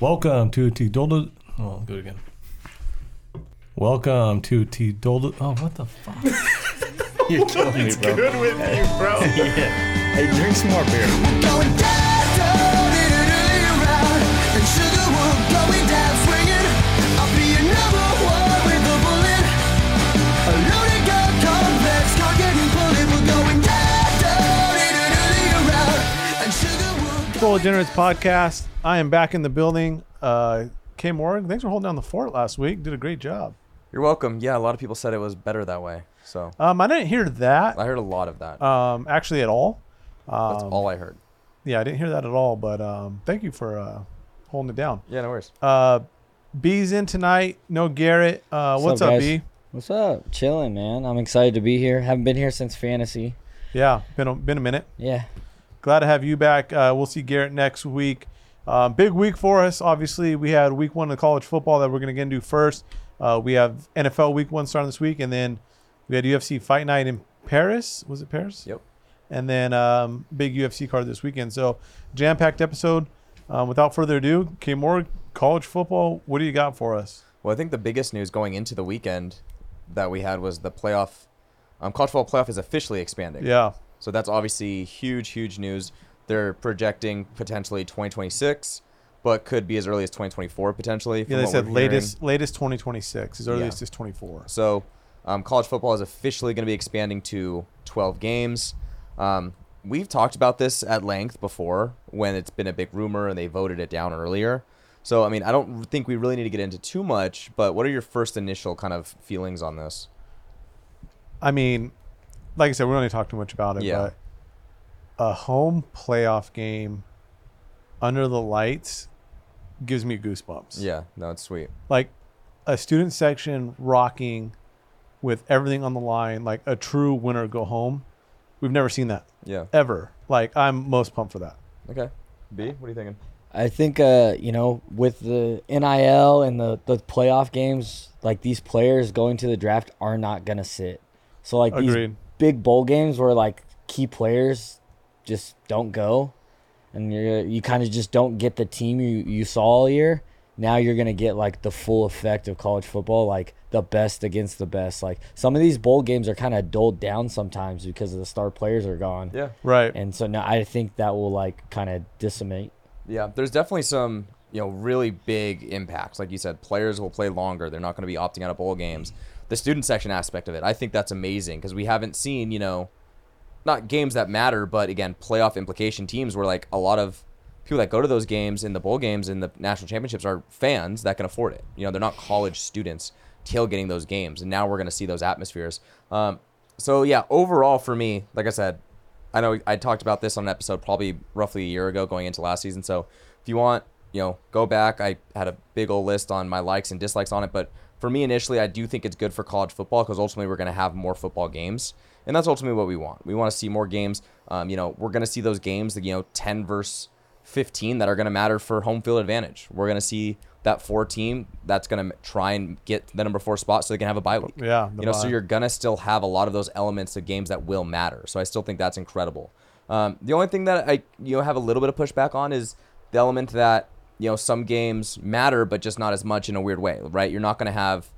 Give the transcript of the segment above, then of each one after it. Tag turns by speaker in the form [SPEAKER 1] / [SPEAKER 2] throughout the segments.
[SPEAKER 1] Welcome to Tidolda. Oh, I'll do it again. Welcome to Tidolda. Oh, what the fuck?
[SPEAKER 2] You're killing me, bro.
[SPEAKER 3] Good with you, bro.
[SPEAKER 2] Hey, drink some more beer.
[SPEAKER 4] Full Degenerates podcast. I am back in the building. Uh, K Morgan, thanks for holding down the fort last week. Did a great job.
[SPEAKER 5] You're welcome. Yeah, a lot of people said it was better that way. So
[SPEAKER 4] Um, I didn't hear that
[SPEAKER 5] I heard a lot of that.
[SPEAKER 4] um, actually at all.
[SPEAKER 5] That's all I heard.
[SPEAKER 4] Yeah, I didn't hear that at all. But um, thank you for uh, holding it down.
[SPEAKER 5] Yeah, no worries.
[SPEAKER 4] Uh, B's in tonight. No Garrett. Uh, what's up,
[SPEAKER 2] up, guys?
[SPEAKER 4] B?
[SPEAKER 2] What's up? Chilling, man. I'm excited to be here. Haven't been here since fantasy.
[SPEAKER 4] Yeah, been a, been a minute.
[SPEAKER 2] Yeah.
[SPEAKER 4] Glad to have you back. Uh, we'll see Garrett next week. Um, big week for us. Obviously, we had week one of college football that we're going to get into first. Uh, we have NFL week one starting this week, and then we had UFC fight night in Paris. Was it Paris?
[SPEAKER 5] Yep.
[SPEAKER 4] And then um, big UFC card this weekend. So jam packed episode. Um, without further ado, K Moore, college football. What do you got for us?
[SPEAKER 5] Well, I think the biggest news going into the weekend that we had was the playoff. Um, college football playoff is officially expanding.
[SPEAKER 4] Yeah,
[SPEAKER 5] So that's obviously huge, huge news. They're projecting potentially 2026, but could be as early as 2024 potentially.
[SPEAKER 4] yeah.
[SPEAKER 5] from
[SPEAKER 4] They
[SPEAKER 5] what
[SPEAKER 4] said
[SPEAKER 5] we're
[SPEAKER 4] latest
[SPEAKER 5] hearing.
[SPEAKER 4] latest 2026 as early
[SPEAKER 5] Yeah.
[SPEAKER 4] as just 24.
[SPEAKER 5] So um, college football is officially going to be expanding to 12 games. Um, we've talked about this at length before when it's been a big rumor and they voted it down earlier. So, I mean, I don't think we really need to get into too much, but what are your first initial kind of feelings on this?
[SPEAKER 4] I mean, like I said, we don't need to talk too much about it,
[SPEAKER 5] Yeah.
[SPEAKER 4] but a home playoff game under the lights gives me goosebumps.
[SPEAKER 5] Yeah, no, it's sweet.
[SPEAKER 4] Like a student section rocking with everything on the line, like a true winner go home. We've never seen that
[SPEAKER 5] Yeah.
[SPEAKER 4] ever. Like I'm most pumped for that.
[SPEAKER 5] Okay. B, what are you thinking?
[SPEAKER 2] I think uh, you know, with the NIL and the, the playoff games, like these players going to the draft are not gonna sit. So like
[SPEAKER 4] Agreed.
[SPEAKER 2] these big bowl games where like key players just don't go and you're you kind of just don't get the team you, you saw all year. Now you're gonna get like the full effect of college football, like the best against the best. Like some of these bowl games are kind of doled down sometimes because of the star players are gone.
[SPEAKER 5] Yeah.
[SPEAKER 4] Right.
[SPEAKER 2] And so now I think that will like kind of decimate.
[SPEAKER 5] Yeah, there's definitely some you know really big impacts. Like you said, players will play longer. They're not going to be opting out of bowl games. The student section aspect of it, I think that's amazing because we haven't seen you know, not games that matter, but again, playoff implication teams where like a lot of people that go to those games in the bowl games in the national championships are fans that can afford it. You know, they're not college students tailgating those games, and now we're going to see those atmospheres. Um, so yeah, overall for me, like I said, I know I talked about this on an episode probably roughly a year ago going into last season. So if you want, you know, go back. I had a big old list on my likes and dislikes on it. But for me initially, I do think it's good for college football because ultimately we're going to have more football games. And that's ultimately what we want. We want to see more games. Um, you know, we're going to see those games, you know, 10 versus 15 that are going to matter for home field advantage. We're going to see that four team that's going to try and get the number four spot so they can have a bye week.
[SPEAKER 4] Yeah, the
[SPEAKER 5] You know, so
[SPEAKER 4] bye.
[SPEAKER 5] you're gonna still have a lot of those elements of games that will matter. So I still think that's incredible. Um, the only thing that I you know have a little bit of pushback on is the element that you know some games matter, but just not as much in a weird way, right? You're not gonna have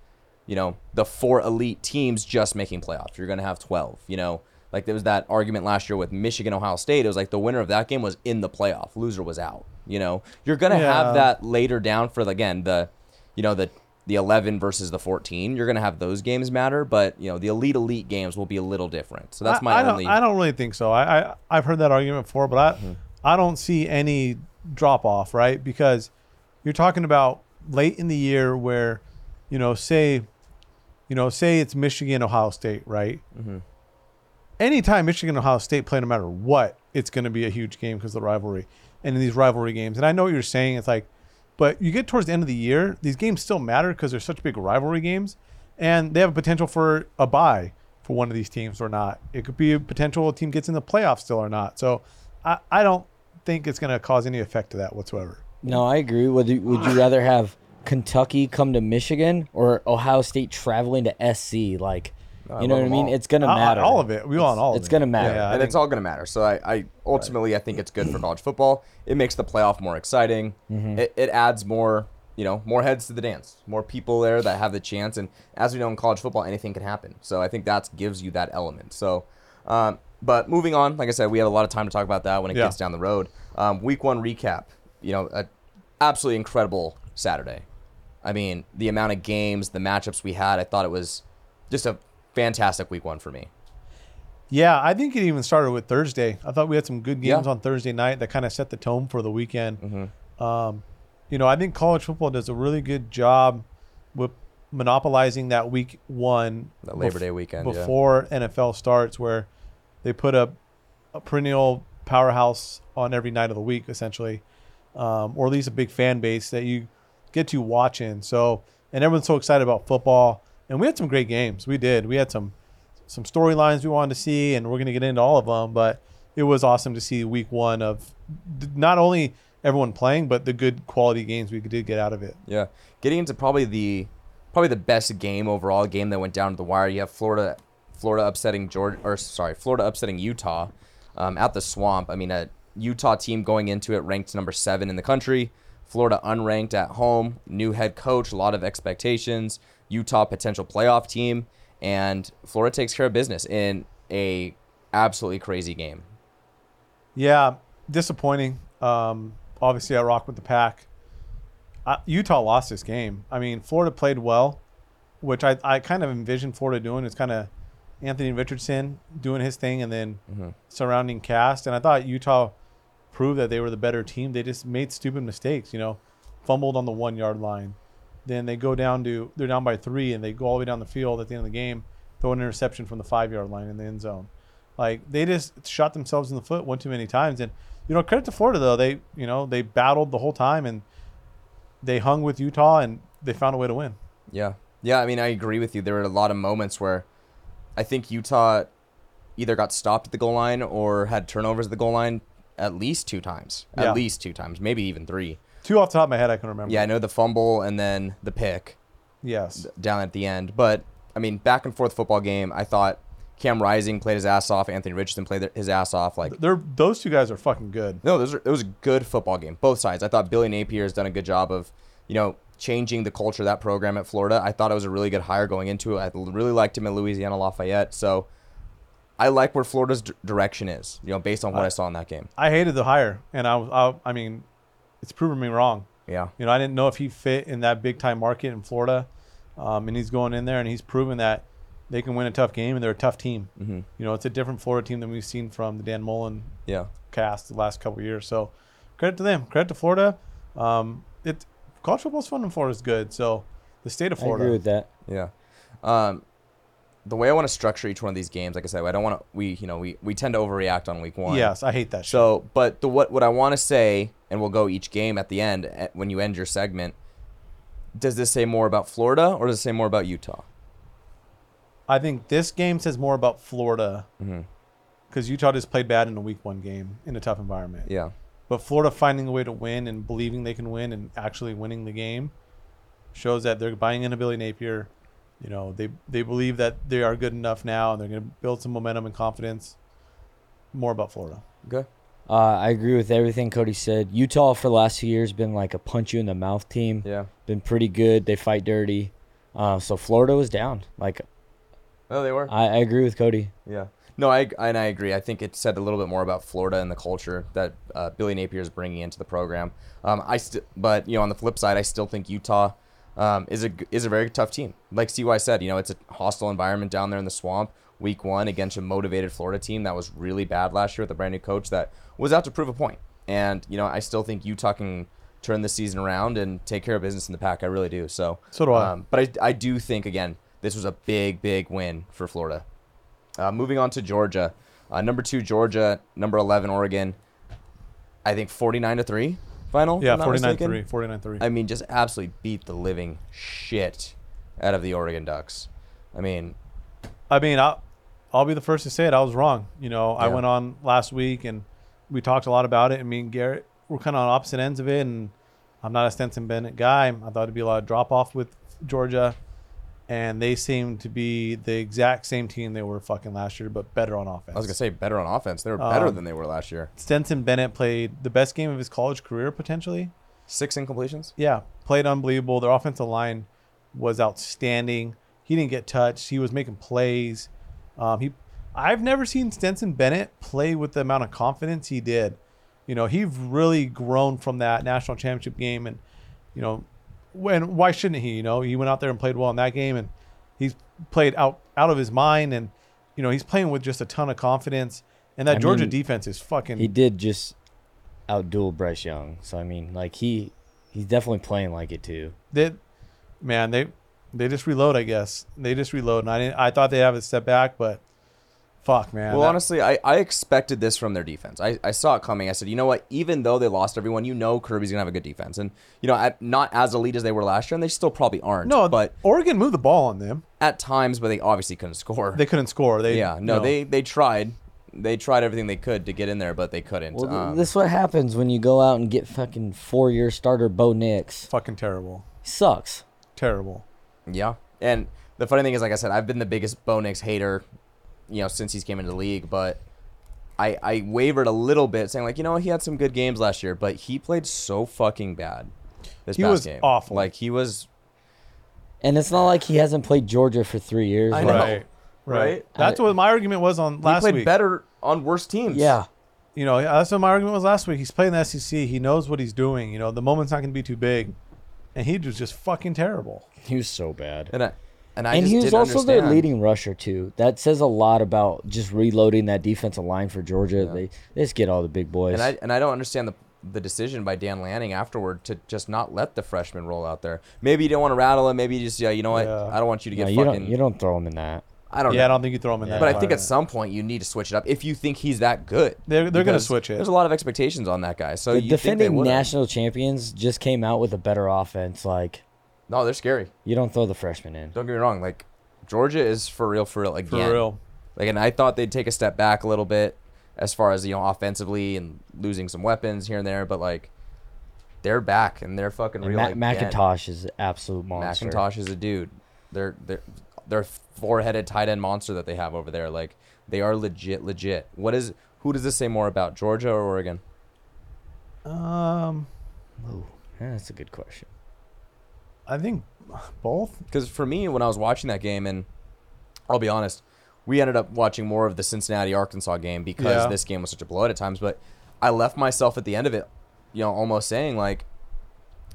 [SPEAKER 5] you know the four elite teams just making playoffs. You're gonna have twelve. You know, like there was that argument last year with Michigan Ohio State. It was like the winner of that game was in the playoff, loser was out. You know, you're gonna
[SPEAKER 4] Yeah.
[SPEAKER 5] have that later down for again the you know the the 11 versus the 14 you're gonna have those games matter but you know the elite elite games will be a little different so that's
[SPEAKER 4] I-
[SPEAKER 5] my
[SPEAKER 4] I,
[SPEAKER 5] only
[SPEAKER 4] Don't,
[SPEAKER 5] Mm-hmm.
[SPEAKER 4] I don't really think so. I, I I've heard that argument before, but I I don't see any drop off, right? Because you're talking about late in the year where, you know, say, you know, say it's Michigan Ohio State, right?
[SPEAKER 5] Mm-hmm.
[SPEAKER 4] Anytime Michigan Ohio State play, no matter what, it's going to be a huge game because of the rivalry, and in these rivalry games, and I know what you're saying. It's like, but you get towards the end of the year, these games still matter because they're such big rivalry games, and they have a potential for a bye for one of these teams or not. It could be a potential team gets in the playoffs still or not. So I, I don't think it's going to cause any effect to that whatsoever.
[SPEAKER 2] No, I agree. Would you, would you rather have Kentucky come to Michigan or Ohio State traveling to SC? Like,
[SPEAKER 5] No, I
[SPEAKER 2] you know what
[SPEAKER 5] love
[SPEAKER 2] I
[SPEAKER 5] them
[SPEAKER 2] mean?
[SPEAKER 5] all.
[SPEAKER 2] It's gonna
[SPEAKER 4] I- I-
[SPEAKER 2] matter.
[SPEAKER 4] all of it. We want all of
[SPEAKER 2] It's
[SPEAKER 4] it.
[SPEAKER 2] gonna matter.
[SPEAKER 4] Yeah, I
[SPEAKER 5] and
[SPEAKER 4] think-
[SPEAKER 5] it's all going to matter. So I, I ultimately I think it's good for college football. It makes the playoff more exciting.
[SPEAKER 4] Mm-hmm.
[SPEAKER 5] It, it adds more, you know, more heads to the dance, more people there that have the chance. And as we know in college football, anything can happen. So I think that gives you that element. So, um, but moving on, like I said, we have a lot of time to talk about that when it
[SPEAKER 4] Yeah.
[SPEAKER 5] gets down the road. Um, week one recap, you know, a absolutely incredible Saturday. I mean, the amount of games, the matchups we had, I thought it was just a fantastic week one for me.
[SPEAKER 4] Yeah, I think it even started with Thursday. I thought we had some good
[SPEAKER 5] Yeah.
[SPEAKER 4] games on Thursday night that kind of set the tone for the weekend. Um, you know, I think college football does a really good job with monopolizing that week one,
[SPEAKER 5] That Labor
[SPEAKER 4] bef-
[SPEAKER 5] Day weekend, yeah.
[SPEAKER 4] before NFL starts, where they put up a perennial powerhouse on every night of the week, essentially, um, or at least a big fan base that you get to watching. So, and everyone's so excited about football. And we had some great games. We did. We had some some storylines we wanted to see, and we're going to get into all of them. But it was awesome to see week one of th- not only everyone playing, but the good quality games we did get out of it.
[SPEAKER 5] Yeah, getting into probably the probably the best game overall game that went down to the wire. You have Florida Florida upsetting Georgia or sorry Florida upsetting Utah um, at the Swamp. I mean a Utah team going into it ranked number seven in the country. Florida unranked at home, new head coach, a lot of expectations. Utah potential playoff team, and Florida takes care of business in a absolutely crazy game.
[SPEAKER 4] Yeah, disappointing. Um, obviously, I rock with the pack. Uh, Utah lost this game. I mean, Florida played well, which I, I kind of envisioned Florida doing. It's kind of Anthony Richardson doing his thing and then surrounding cast. And I thought Utah proved that they were the better team. They just made stupid mistakes, you know, fumbled on the one yard line. Then they go down to, they're down by three and they go all the way down the field at the end of the game, throw an interception from the five yard line in the end zone. Like they just shot themselves in the foot one too many times. And you know, credit to Florida though they you know they battled the whole time and they hung with Utah and they found a way to win.
[SPEAKER 5] Yeah. Yeah, I mean, I agree with you. There were a lot of moments where I think Utah either got stopped at the goal line or had turnovers at the goal line at least two times.
[SPEAKER 4] Yeah.
[SPEAKER 5] At least two times, maybe even three.
[SPEAKER 4] Two off the top of my head I can remember.
[SPEAKER 5] Yeah, I know the fumble and then the pick
[SPEAKER 4] Yes.
[SPEAKER 5] down at the end. But I mean, back and forth football game. I thought Cam Rising played his ass off. Anthony Richardson played their- his ass off. Like
[SPEAKER 4] They're those two guys are fucking good.
[SPEAKER 5] no, those are, it was a good football game, both sides. I thought Billy Napier has done a good job of, you know, changing the culture of that program at Florida. I thought it was a really good hire going into it. I really liked him in Louisiana Lafayette. So I like where Florida's d- direction is, you know, based on what I saw in that game.
[SPEAKER 4] I hated the hire and I was I, I mean it's proven me wrong.
[SPEAKER 5] Yeah.
[SPEAKER 4] You know, I didn't know if he fit in that big time market in Florida, um, and he's going in there and he's proven that they can win a tough game and they're a tough team. Mm-hmm. You know, it's a different Florida team than we've seen from the Dan Mullen
[SPEAKER 5] Yeah.
[SPEAKER 4] cast the last couple of years. So credit to them, credit to Florida. Um, it college football's fun in Florida is good. So the state of
[SPEAKER 2] I agree
[SPEAKER 4] Florida,
[SPEAKER 2] with that.
[SPEAKER 5] Yeah. Um, the way I want to structure each one of these games, like I said, I don't want to, we, you know, we, we tend to overreact on week one.
[SPEAKER 4] yes, I hate that. shit.
[SPEAKER 5] So, but the what what I want to say, and we'll go each game at the end eh, when you end your segment. Does this say more about Florida or does it say more about Utah?
[SPEAKER 4] I think this game says more about Florida
[SPEAKER 5] Mm-hmm.
[SPEAKER 4] because Utah just played bad in a week one game in a tough environment.
[SPEAKER 5] Yeah,
[SPEAKER 4] But Florida finding a way to win and believing they can win and actually winning the game shows that they're buying into Billy Napier. You know, they they believe that they are good enough now and they're going to build some momentum and confidence. More about Florida.
[SPEAKER 5] good.
[SPEAKER 2] Uh, I agree with everything Cody said. Utah for the last few years been like a punch you in the mouth team.
[SPEAKER 5] Yeah.
[SPEAKER 2] Been pretty good. They fight dirty. Uh, so Florida was down. Like
[SPEAKER 5] No, they were.
[SPEAKER 2] I, I agree with Cody.
[SPEAKER 5] Yeah. No, I and I agree. I think it said a little bit more about Florida and the culture that uh, Billy Napier is bringing into the program. Um, I st- but you know, on the flip side, I still think Utah um, is a g- is a very tough team. Like CY said, you know, it's a hostile environment down there in the swamp. Week one against a motivated Florida team that was really bad last year with a brand new coach that was out to prove a point. And you know, I still think Utah can turn the season around and take care of business in the pack. I really do. So
[SPEAKER 4] So do I.
[SPEAKER 5] Um, but I I do think again, this was a big big win for Florida. Uh, moving on to Georgia, uh, number two Georgia, number eleven Oregon. I think forty nine to three final. if
[SPEAKER 4] Yeah,
[SPEAKER 5] I'm not
[SPEAKER 4] 49
[SPEAKER 5] mistaken.
[SPEAKER 4] 3. 49 3.
[SPEAKER 5] I mean, just absolutely beat the living shit out of the Oregon Ducks. I mean,
[SPEAKER 4] I mean, I'll, I'll be the first to say it. I was wrong. You know, I
[SPEAKER 5] Yeah.
[SPEAKER 4] went on last week and we talked a lot about it. I mean, Garrett, we're kind of on opposite ends of it. And I'm not a Stenson Bennett guy. I thought it'd be a lot of drop off with Georgia. and they seem to be the exact same team they were fucking last year, but better on offense.
[SPEAKER 5] I was gonna say better on offense. They were better
[SPEAKER 4] Um,
[SPEAKER 5] than they were last year.
[SPEAKER 4] Stenson Bennett played the best game of his college career potentially.
[SPEAKER 5] Six incompletions.
[SPEAKER 4] Yeah, played unbelievable. Their offensive line was outstanding. He didn't get touched. He was making plays. Um, he, I've never seen Stenson Bennett play with the amount of confidence he did. You know, he's really grown from that national championship game, and you know, when why shouldn't he? You know, he went out there and played well in that game, and he's played out out of his mind, and you know, he's playing with just a ton of confidence. And that
[SPEAKER 2] I
[SPEAKER 4] Georgia
[SPEAKER 2] mean,
[SPEAKER 4] defense is fucking.
[SPEAKER 2] He did just outduel Bryce Young. So I mean, like he he's definitely playing like it too.
[SPEAKER 4] they, man, they they just reload. I guess they just reload, and I didn't, I thought they would have a step back, but fuck, man.
[SPEAKER 5] Well,
[SPEAKER 4] that-
[SPEAKER 5] honestly, I, I expected this from their defense. I, I saw it coming. I said, you know what? Even though they lost everyone, you know Kirby's gonna have a good defense, and you know I, not as elite as they were last year, and they still probably aren't.
[SPEAKER 4] no,
[SPEAKER 5] but
[SPEAKER 4] but Oregon moved the ball on them.
[SPEAKER 5] at times, but they obviously couldn't score.
[SPEAKER 4] They couldn't score. They
[SPEAKER 5] yeah, no, they they tried. They tried everything they could to get in there, but they couldn't.
[SPEAKER 2] Well, th-
[SPEAKER 5] Um,
[SPEAKER 2] this what happens when you go out and get fucking four year starter Bo Nix.
[SPEAKER 4] fucking terrible,
[SPEAKER 2] sucks.
[SPEAKER 4] terrible.
[SPEAKER 5] Yeah. And the funny thing is, like I said, I've been the biggest Bo Nix hater, you know, since he's came into the league, but I, I wavered a little bit saying, like, you know, he had some good games last year, but he played so fucking bad this
[SPEAKER 4] He
[SPEAKER 5] past
[SPEAKER 4] was
[SPEAKER 5] game.
[SPEAKER 4] awful.
[SPEAKER 5] Like, he was,
[SPEAKER 2] And it's not like he hasn't played Georgia for three years.
[SPEAKER 5] I
[SPEAKER 2] Like,
[SPEAKER 5] know.
[SPEAKER 4] Right,
[SPEAKER 5] Right?
[SPEAKER 4] That's what my argument was on
[SPEAKER 5] he
[SPEAKER 4] last
[SPEAKER 5] played
[SPEAKER 4] week.
[SPEAKER 5] better on worse teams.
[SPEAKER 2] Yeah.
[SPEAKER 4] You know, that's what my argument was last week. He's playing the SEC. He knows what he's doing. You know, the moment's not going to be too big, and he was just fucking terrible.
[SPEAKER 2] He was so bad.
[SPEAKER 5] And I, and I
[SPEAKER 2] and
[SPEAKER 5] just
[SPEAKER 2] he was
[SPEAKER 5] didn't
[SPEAKER 2] also
[SPEAKER 5] understand.
[SPEAKER 2] their leading rusher too. That says a lot about just reloading that defensive line for Georgia. They, they just get all the big boys.
[SPEAKER 5] And I and I don't understand the the decision by Dan Lanning afterward to just not let the freshman roll out there. Maybe you didn't want to rattle him. Maybe you just yeah, you know what?
[SPEAKER 4] Yeah.
[SPEAKER 5] I don't want you to
[SPEAKER 2] No,
[SPEAKER 5] get
[SPEAKER 2] you
[SPEAKER 5] fucking.
[SPEAKER 2] don't you don't throw him in that.
[SPEAKER 5] I don't.
[SPEAKER 4] Yeah, I
[SPEAKER 5] know.
[SPEAKER 4] don't think you throw him in that.
[SPEAKER 5] But I think at
[SPEAKER 4] environment.
[SPEAKER 5] some point you need to switch it up if you think he's that good.
[SPEAKER 4] They're- they're gonna
[SPEAKER 5] Because
[SPEAKER 4] switch it.
[SPEAKER 5] There's a lot of expectations on that guy. So
[SPEAKER 2] The
[SPEAKER 5] you think
[SPEAKER 2] defending
[SPEAKER 5] they would.
[SPEAKER 2] national champions just came out with a better offense. Like
[SPEAKER 5] No, they're scary.
[SPEAKER 2] you don't throw the freshman in.
[SPEAKER 5] Don't get me wrong. Like Georgia is for real, for real
[SPEAKER 4] for
[SPEAKER 5] again.
[SPEAKER 4] real.
[SPEAKER 5] Like, and I thought they'd take a step back a little bit as far as you know offensively and losing some weapons here and there, but like they're back and they're fucking
[SPEAKER 2] And
[SPEAKER 5] real.
[SPEAKER 2] Ma-
[SPEAKER 5] again.
[SPEAKER 2] McIntosh is an absolute monster.
[SPEAKER 5] McIntosh is a dude. They're they're they're a four-headed tight end monster that they have over there. Like they are legit, legit. What is who does this say more about Georgia or Oregon?
[SPEAKER 4] Um,
[SPEAKER 2] Yeah, that's a good question.
[SPEAKER 4] I think both.
[SPEAKER 5] Because for me, when I was watching that game, and I'll be honest, we ended up watching more of the Cincinnati Arkansas game because
[SPEAKER 4] Yeah.
[SPEAKER 5] this game was such a blowout at times. But I left myself at the end of it, you know, almost saying like,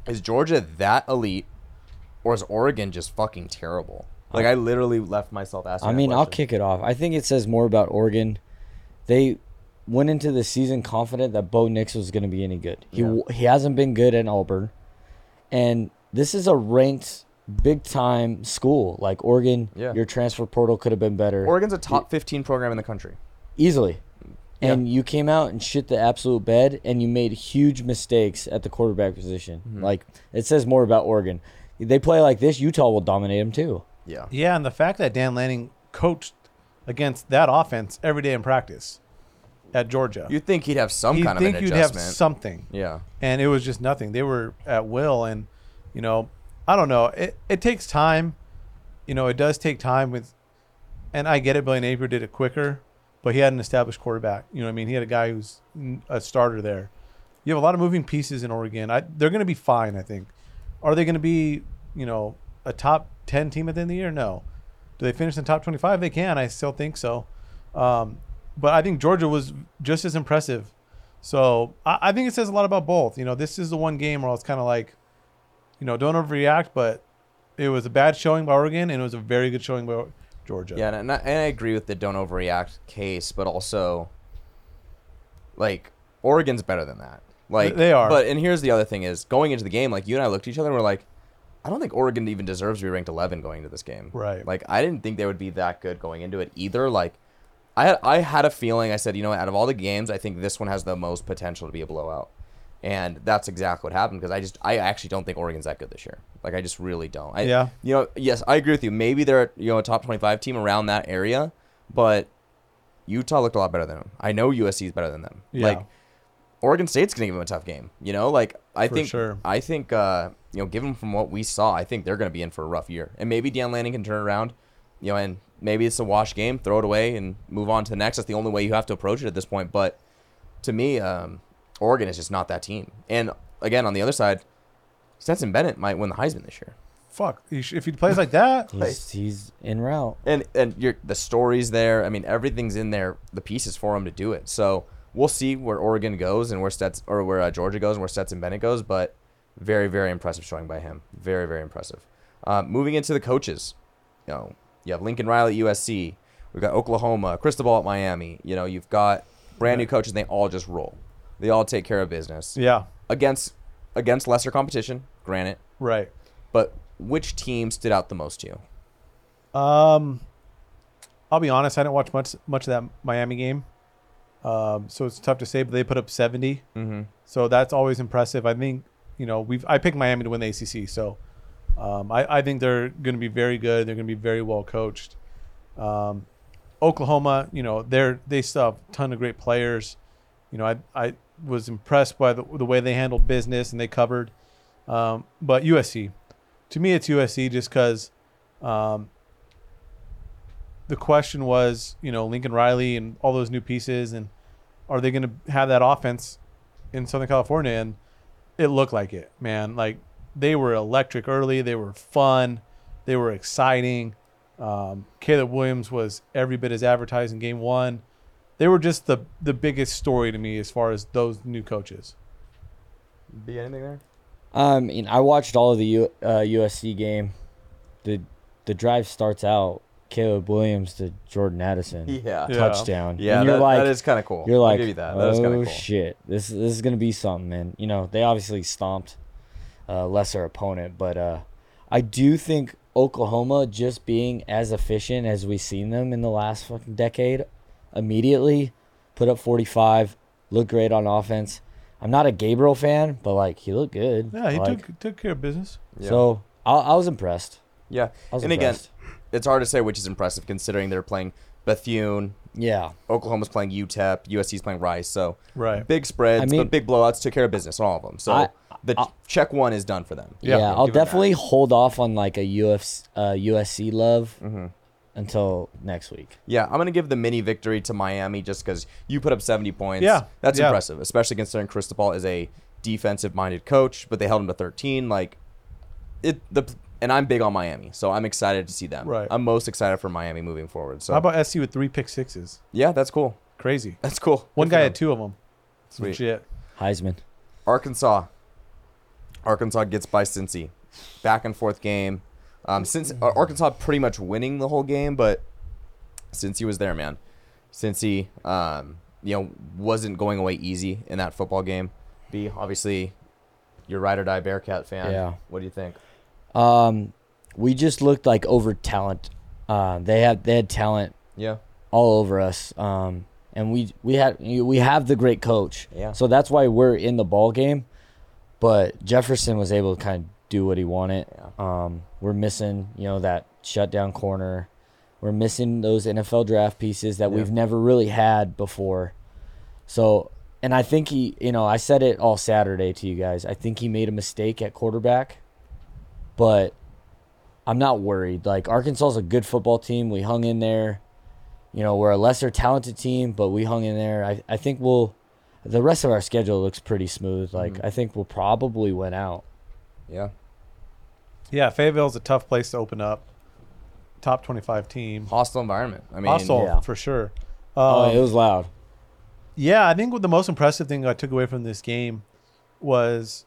[SPEAKER 5] is Georgia that elite, or is Oregon just fucking terrible? Like I literally left myself asking.
[SPEAKER 2] I
[SPEAKER 5] that
[SPEAKER 2] mean, I'll
[SPEAKER 5] question.
[SPEAKER 2] kick it off. I think it says more about Oregon. They went into the season confident that Bo Nix was going to be any good. He
[SPEAKER 5] Yeah.
[SPEAKER 2] he hasn't been good at Auburn, and this is a ranked big time school like Oregon.
[SPEAKER 5] Yeah.
[SPEAKER 2] Your transfer portal could have been better
[SPEAKER 5] Oregon's a top fifteen program in the country.
[SPEAKER 2] easily. And you came out and shit the absolute bed, and you made huge mistakes at the quarterback position.
[SPEAKER 5] Mm-hmm.
[SPEAKER 2] Like it says more about Oregon. They play like this, Utah will dominate them too.
[SPEAKER 5] Yeah.
[SPEAKER 4] Yeah, and the fact that Dan Lanning coached against that offense every day in practice at Georgia,
[SPEAKER 5] You'd think he'd have some
[SPEAKER 4] you'd
[SPEAKER 5] kind
[SPEAKER 4] think
[SPEAKER 5] of an
[SPEAKER 4] you'd have
[SPEAKER 5] adjustment.
[SPEAKER 4] something,
[SPEAKER 5] yeah.
[SPEAKER 4] and it was just nothing. They were at will, and you know, I don't know. It it takes time, you know. It does take time with, and I get it. Billy Napier did it quicker, but he had an established quarterback. You know, what I mean, he had a guy who's n- a starter there. You have a lot of moving pieces in Oregon. I, they're going to be fine, I think. Are they going to be, you know, a top 10 team at the end of the year? No. Do they finish in top 25? They can. I still think so. Um, but I think Georgia was just as impressive. So I, I think it says a lot about both. You know, this is the one game where I was kind of like, you know, don't overreact, but it was a bad showing by Oregon and it was a very good showing by Georgia.
[SPEAKER 5] Yeah, and, and, I, and I agree with the don't overreact case, but also, like, Oregon's better than that. Like
[SPEAKER 4] they are.
[SPEAKER 5] But and here's the other thing: is going into the game, like you and I looked at each other and we're like, I don't think Oregon even deserves to be ranked 11 going into this game.
[SPEAKER 4] Right.
[SPEAKER 5] Like I didn't think they would be that good going into it either. Like. I had, I had a feeling I said you know what, out of all the games I think this one has the most potential to be a blowout, and that's exactly what happened because I just I actually don't think Oregon's that good this year like I just really don't I,
[SPEAKER 4] Yeah.
[SPEAKER 5] you know yes I agree with you maybe they're you know a top twenty five team around that area but Utah looked a lot better than them. I know USC is better than them.
[SPEAKER 4] Yeah.
[SPEAKER 5] Like Oregon State's gonna give them a tough game. You know, like I
[SPEAKER 4] For
[SPEAKER 5] think
[SPEAKER 4] sure.
[SPEAKER 5] I think uh, you know, given from what we saw, I think they're going to be in for a rough year. And maybe Dan Lanning can turn around, you know, and maybe it's a wash game, throw it away and move on to the next. That's the only way you have to approach it at this point. But to me, um, Oregon is just not that team. And again, on the other side, Stetson Bennett might win the Heisman this year.
[SPEAKER 4] Fuck. he sh- If he plays like that,
[SPEAKER 2] He's, he's en route.
[SPEAKER 5] and and you're, the story's there. I mean, everything's in there. The pieces for him to do it. So we'll see where Oregon goes and where Stets or where uh, Georgia goes and where Stetson Bennett goes. But very very impressive showing by him. Very very impressive. Uh, moving into the coaches, you know, you have Lincoln Riley at USC. We've got Oklahoma, Cristobal at Miami. You know, you've got brand new coaches. and They all just roll. They all take care of business
[SPEAKER 4] yeah,
[SPEAKER 5] against against lesser competition. Granted,
[SPEAKER 4] right.
[SPEAKER 5] but which team stood out the most to you?
[SPEAKER 4] Um, I'll be honest. I didn't watch much much of that Miami game, um, so it's tough to say. But they put up seventy,
[SPEAKER 5] Mm-hmm.
[SPEAKER 4] so that's always impressive. I think you know we've I picked Miami to win the ACC, so um, I I think they're going to be very good. They're going to be very well coached. Um, Oklahoma, you know, they're they still have a ton of great players. You know, I I was impressed by the, the way they handled business and they covered. Um, but USC, to me, it's USC just because um, the question was, you know, Lincoln Riley and all those new pieces, and are they going to have that offense in Southern California? And it looked like it, man. Like they were electric early. They were fun. They were exciting. Um, Caleb Williams was every bit as advertised in game one. They were just the the biggest story to me as far as those new coaches.
[SPEAKER 5] Be anything there?
[SPEAKER 2] Um, and I watched all of the U, uh, USC game. The the drive starts out Caleb Williams to Jordan Addison
[SPEAKER 5] Yeah.
[SPEAKER 4] Yeah.
[SPEAKER 2] touchdown.
[SPEAKER 5] Yeah,
[SPEAKER 2] and you're
[SPEAKER 5] that-
[SPEAKER 2] like
[SPEAKER 5] that is kind of cool.
[SPEAKER 2] you're
[SPEAKER 5] I'll
[SPEAKER 2] like
[SPEAKER 5] give you that.
[SPEAKER 2] oh
[SPEAKER 5] That is kind of cool.
[SPEAKER 2] shit, this this is gonna be something. And you know they obviously stomped a lesser opponent, but uh, I do think Oklahoma just being as efficient as we've seen them in the last fucking decade, immediately put up 45, looked great on offense. I'm not a Gabriel fan, but like he looked good.
[SPEAKER 4] Yeah, he
[SPEAKER 2] Like,
[SPEAKER 4] took took care of business.
[SPEAKER 5] Yeah.
[SPEAKER 2] so I, I was impressed.
[SPEAKER 5] yeah,
[SPEAKER 2] I was
[SPEAKER 5] and again,
[SPEAKER 2] impressed.
[SPEAKER 5] it's hard to say which is impressive considering they're playing Bethune,
[SPEAKER 2] yeah,
[SPEAKER 5] Oklahoma's playing E UTEP, USC's playing Rice. So
[SPEAKER 4] Right.
[SPEAKER 5] big spreads,
[SPEAKER 2] I mean-
[SPEAKER 5] but big blowouts took care of business, all of them. So
[SPEAKER 2] I-
[SPEAKER 5] the check one is done for them.
[SPEAKER 2] yeah,
[SPEAKER 4] Yeah,
[SPEAKER 2] I'll
[SPEAKER 5] give him that.
[SPEAKER 2] definitely hold off on like a UFC, uh, USC love
[SPEAKER 5] Mm-hmm.
[SPEAKER 2] until next week.
[SPEAKER 5] Yeah, I'm gonna give the mini victory to Miami just because you put up 70 points.
[SPEAKER 4] Yeah,
[SPEAKER 5] that's
[SPEAKER 4] yeah.
[SPEAKER 5] impressive, especially considering Cristobal is a defensive-minded coach, but they held him to 13. Like it, the and I'm big on Miami, so I'm excited to see them.
[SPEAKER 4] Right.
[SPEAKER 5] I'm most excited for Miami moving forward. So
[SPEAKER 4] How about SC with three pick sixes?
[SPEAKER 5] yeah, that's cool.
[SPEAKER 4] Crazy.
[SPEAKER 5] That's cool.
[SPEAKER 4] One
[SPEAKER 5] Good for
[SPEAKER 4] guy
[SPEAKER 5] them.
[SPEAKER 4] had two of them. Some
[SPEAKER 5] Sweet.
[SPEAKER 4] shit.
[SPEAKER 2] Heisman.
[SPEAKER 5] Arkansas. Arkansas gets by Cincy. Back and forth game. Um, since uh, Arkansas pretty much winning the whole game, but since he was there, man, since he, um, you know, wasn't going away easy in that football game. B, obviously, you're ride or die Bearcat fan.
[SPEAKER 2] Yeah.
[SPEAKER 5] What do you think?
[SPEAKER 2] Um, we just looked like over talent. Uh, they had they had talent
[SPEAKER 5] Yeah.
[SPEAKER 2] all over us. Um, and we we had we have the great coach.
[SPEAKER 5] Yeah.
[SPEAKER 2] So that's why we're in the ball game. But Jefferson was able to kind of do what he wanted. Um, we're missing you know that shutdown corner. We're missing those NFL draft pieces that we've never really had before. So, and I think he, you know, I said it all Saturday to you guys. I think he made a mistake at quarterback, but I'm not worried. Like Arkansas is a good football team. We hung in there. You know, we're a lesser talented team, but we hung in there. I, I think we'll. The rest of our schedule looks pretty smooth. Like I think we'll probably win out.
[SPEAKER 5] Yeah.
[SPEAKER 4] Yeah, Fayetteville's a tough place to open up. Top twenty-five team.
[SPEAKER 5] Hostile environment. I mean,
[SPEAKER 4] Hostile
[SPEAKER 2] yeah.
[SPEAKER 4] for sure.
[SPEAKER 2] Oh,
[SPEAKER 4] Um,
[SPEAKER 2] it was loud.
[SPEAKER 4] Yeah, I think what the most impressive thing I took away from this game was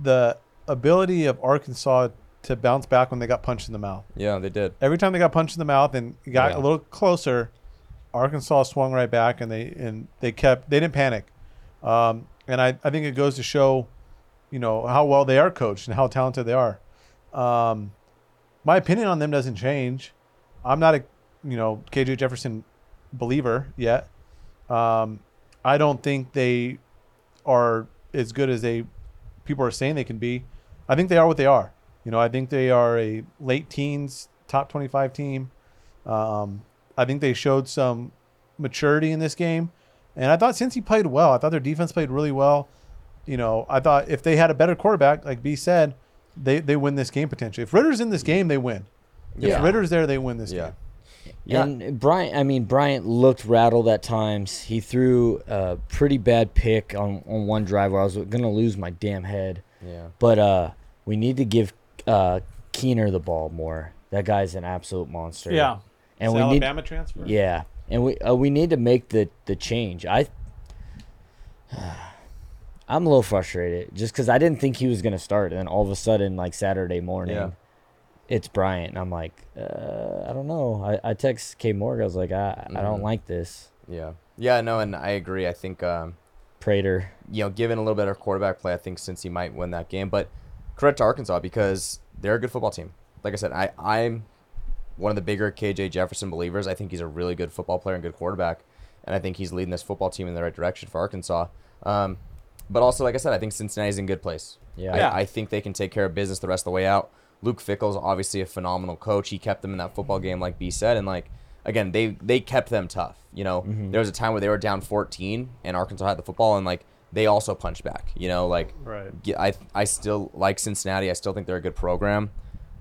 [SPEAKER 4] the ability of Arkansas to bounce back when they got punched in the mouth.
[SPEAKER 5] yeah, they did.
[SPEAKER 4] Every time they got punched in the mouth and it got
[SPEAKER 5] Yeah.
[SPEAKER 4] a little closer, Arkansas swung right back and they and they kept they didn't panic. Um, and I, I think it goes to show, you know, how well they are coached and how talented they are. Um, my opinion on them doesn't change. I'm not a you know KJ Jefferson believer yet. Um, I don't think they are as good as they people are saying they can be. I think they are what they are. You know, I think they are a late teens top 25 team. Um, I think they showed some maturity in this game, and I thought since he played well, I thought their defense played really well. you know, I thought if they had a better quarterback, like B said, they they win this game potentially. If Ritter's in this game, they win. If
[SPEAKER 5] Yeah.
[SPEAKER 4] Ritter's there, they win this
[SPEAKER 5] Yeah.
[SPEAKER 4] game.
[SPEAKER 5] Yeah.
[SPEAKER 2] And Bryant, I mean, Bryant looked rattled at times. He threw a pretty bad pick on, on one drive where I was going to lose my damn head.
[SPEAKER 5] Yeah.
[SPEAKER 2] But uh, we need to give uh, Keener the ball more. That guy's an absolute monster. And
[SPEAKER 4] It's
[SPEAKER 2] we
[SPEAKER 4] an
[SPEAKER 2] need,
[SPEAKER 4] Alabama transfer.
[SPEAKER 2] yeah. And we uh, we need to make the, the change. I I'm a little frustrated just cuz I didn't think he was going to start and then all of a sudden like Saturday morning
[SPEAKER 5] Yeah.
[SPEAKER 2] it's Bryant and I'm like uh, I don't know. I, I text K Morg I was like I, I
[SPEAKER 5] Mm.
[SPEAKER 2] don't like this.
[SPEAKER 5] Yeah. Yeah. No, and I agree. I think um,
[SPEAKER 2] Prater.
[SPEAKER 5] you know, given a little better quarterback play, I think Cincy might win that game. But credit to Arkansas because they're a good football team. Like I said, I, I'm one of the bigger KJ Jefferson believers. I think he's a really good football player and good quarterback. And I think he's leading this football team in the right direction for Arkansas. Um, but also, like I said, I think Cincinnati's in good place.
[SPEAKER 2] Yeah.
[SPEAKER 5] I,
[SPEAKER 4] Yeah.
[SPEAKER 5] I think they can take care of business the rest of the way out. Luke Fickle's obviously a phenomenal coach. He kept them in that football game, like B said, and like again, they they kept them tough. You know, there was a time where they were down 14 and Arkansas had the football, and like they also punched back. You know, like
[SPEAKER 4] Right.
[SPEAKER 5] yeah, I I still like Cincinnati. I still think they're a good program.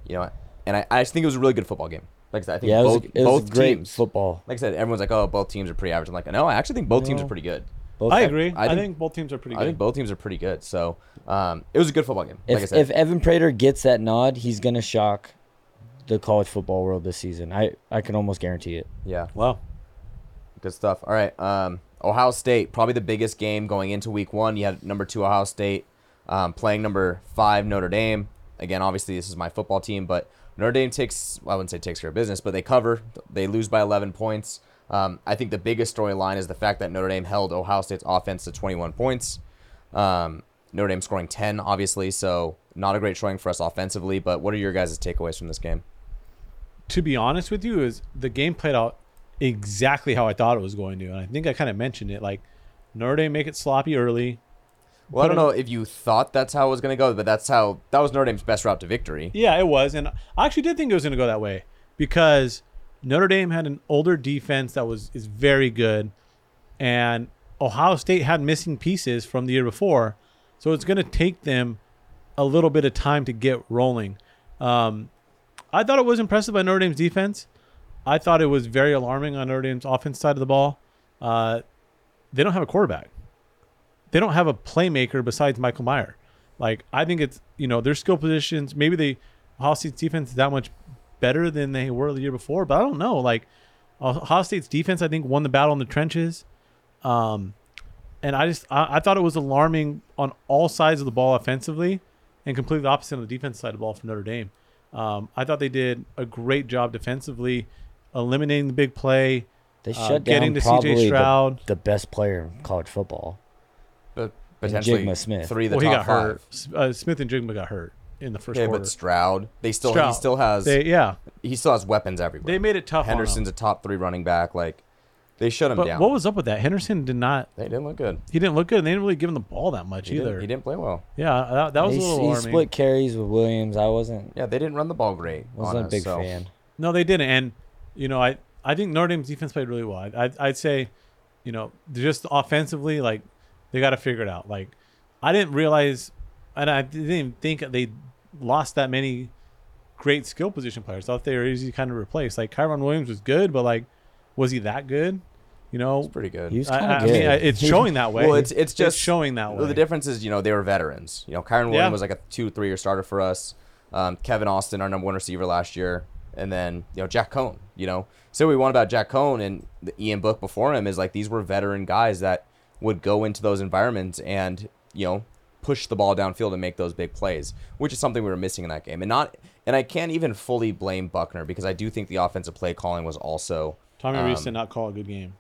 [SPEAKER 5] You know, and I, I just think it was a really good football game. Like I said, I think
[SPEAKER 2] Yeah, it was,
[SPEAKER 5] both
[SPEAKER 2] it was
[SPEAKER 5] both
[SPEAKER 2] great
[SPEAKER 5] teams.
[SPEAKER 2] football.
[SPEAKER 5] Like I said, everyone's like, oh, both teams are pretty average. I'm like, no, I actually think both teams are
[SPEAKER 2] No.
[SPEAKER 5] pretty good.
[SPEAKER 2] Both
[SPEAKER 4] I agree.
[SPEAKER 5] I
[SPEAKER 4] I,
[SPEAKER 5] think-
[SPEAKER 4] think, both teams are pretty
[SPEAKER 5] I
[SPEAKER 4] good.
[SPEAKER 5] think both teams are pretty good. So um, it was a good football game.
[SPEAKER 2] If,
[SPEAKER 5] like I said,
[SPEAKER 2] if Evan Prater gets that nod, he's going to shock the college football world this season. I, I can almost guarantee it.
[SPEAKER 5] yeah.
[SPEAKER 4] Wow.
[SPEAKER 5] Good stuff. All right. Um, Ohio State, probably the biggest game going into week one. You had number two Ohio State um, playing number five Notre Dame. Again, obviously, this is my football team, but Notre Dame takes, well, I wouldn't say takes care of business, but they cover. They lose by 11 points. Um, I think the biggest storyline is the fact that Notre Dame held Ohio State's offense to 21 points. Um, Notre Dame scoring 10, obviously, so not a great showing for us offensively, but what are your guys' takeaways from this game?
[SPEAKER 4] to be honest with you, is the game played out exactly how I thought it was going to, and I think I kind of mentioned it. Like Notre Dame make it sloppy early.
[SPEAKER 5] Well, I
[SPEAKER 4] Put
[SPEAKER 5] don't know if you thought that's how it was going to go, but that's how, that was Notre Dame's best route to victory.
[SPEAKER 4] Yeah, it was, and I actually did think it was going to go that way because Notre Dame had an older defense that was is very good, and Ohio State had missing pieces from the year before, so it's going to take them a little bit of time to get rolling. Um, I thought it was impressive by Notre Dame's defense. I thought it was very alarming on Notre Dame's offense side of the ball. Uh, they don't have a quarterback. They don't have a playmaker besides Michael Meyer. Like I think it's you know their skill positions. Maybe they Ohio State's defense is that much better than they were the year before, but I don't know. Like Ohio State's defense, I think won the battle in the trenches. Um, and I just I, I thought it was alarming on all sides of the ball offensively, and completely opposite on the defense side of the ball for Notre Dame. Um, I thought they did a great job defensively, eliminating the big play.
[SPEAKER 2] They
[SPEAKER 4] Uh,
[SPEAKER 2] shut down
[SPEAKER 4] getting to CJ
[SPEAKER 2] probably the-
[SPEAKER 4] Stroud.
[SPEAKER 2] The, best player in college football.
[SPEAKER 5] but
[SPEAKER 2] And
[SPEAKER 5] potentially
[SPEAKER 2] Jigma Smith.
[SPEAKER 5] three of the
[SPEAKER 4] well, he got
[SPEAKER 5] top five.
[SPEAKER 4] hurt. S- Uh, Smith and Jigma got hurt in the first
[SPEAKER 5] Okay,
[SPEAKER 4] quarter.
[SPEAKER 5] but Stroud, they still he
[SPEAKER 4] Stroud.
[SPEAKER 5] still has
[SPEAKER 4] They- yeah,
[SPEAKER 5] he still has weapons everywhere.
[SPEAKER 4] they made it tough. on him.
[SPEAKER 5] Henderson's a top three running back. Like they shut him
[SPEAKER 4] But
[SPEAKER 5] down.
[SPEAKER 4] what was up with that? Henderson did not.
[SPEAKER 5] they didn't look good.
[SPEAKER 4] He didn't look good, and they didn't really give him the ball that much
[SPEAKER 5] He
[SPEAKER 4] either.
[SPEAKER 5] didn't, he didn't play well.
[SPEAKER 4] Yeah, uh, that, that was
[SPEAKER 2] He,
[SPEAKER 4] a
[SPEAKER 2] s-
[SPEAKER 4] little
[SPEAKER 2] he
[SPEAKER 4] alarming.
[SPEAKER 2] split carries with Williams. I wasn't
[SPEAKER 5] Yeah, they didn't run the ball great.
[SPEAKER 2] wasn't
[SPEAKER 5] on
[SPEAKER 2] a big
[SPEAKER 5] us, so-
[SPEAKER 2] fan.
[SPEAKER 4] No, they didn't. And you know, I I think Notre Dame's defense played really well. I, I I'd say, you know, just offensively, like they got to figure it out. Like I didn't realize, and I didn't even think they lost that many great skill position players. I thought they were easy to kind of replace. Like Kyron Williams was good, but like, was he that good? You know,
[SPEAKER 5] It's pretty good.
[SPEAKER 2] He was
[SPEAKER 4] I,
[SPEAKER 2] kind
[SPEAKER 4] I-
[SPEAKER 2] of
[SPEAKER 4] I mean,
[SPEAKER 2] good.
[SPEAKER 4] I- it's showing that way.
[SPEAKER 5] well, it's it's just
[SPEAKER 4] showing that
[SPEAKER 5] well,
[SPEAKER 4] way.
[SPEAKER 5] The difference is, you know, they were veterans. You know, Kyron Williams
[SPEAKER 4] Yeah.
[SPEAKER 5] was like a two, three year starter for us. Um, Kevin Austin, our number one receiver last year, and then you know Jack Cohn. You know, so we want about Jack Cohn and the Ian Book before him is like these were veteran guys that would go into those environments and you know push the ball downfield and make those big plays, which is something we were missing in that game. And not, and I can't even fully blame Buckner because I do think the offensive play calling was also
[SPEAKER 4] Tommy
[SPEAKER 5] um,
[SPEAKER 4] Reese did not call a good game.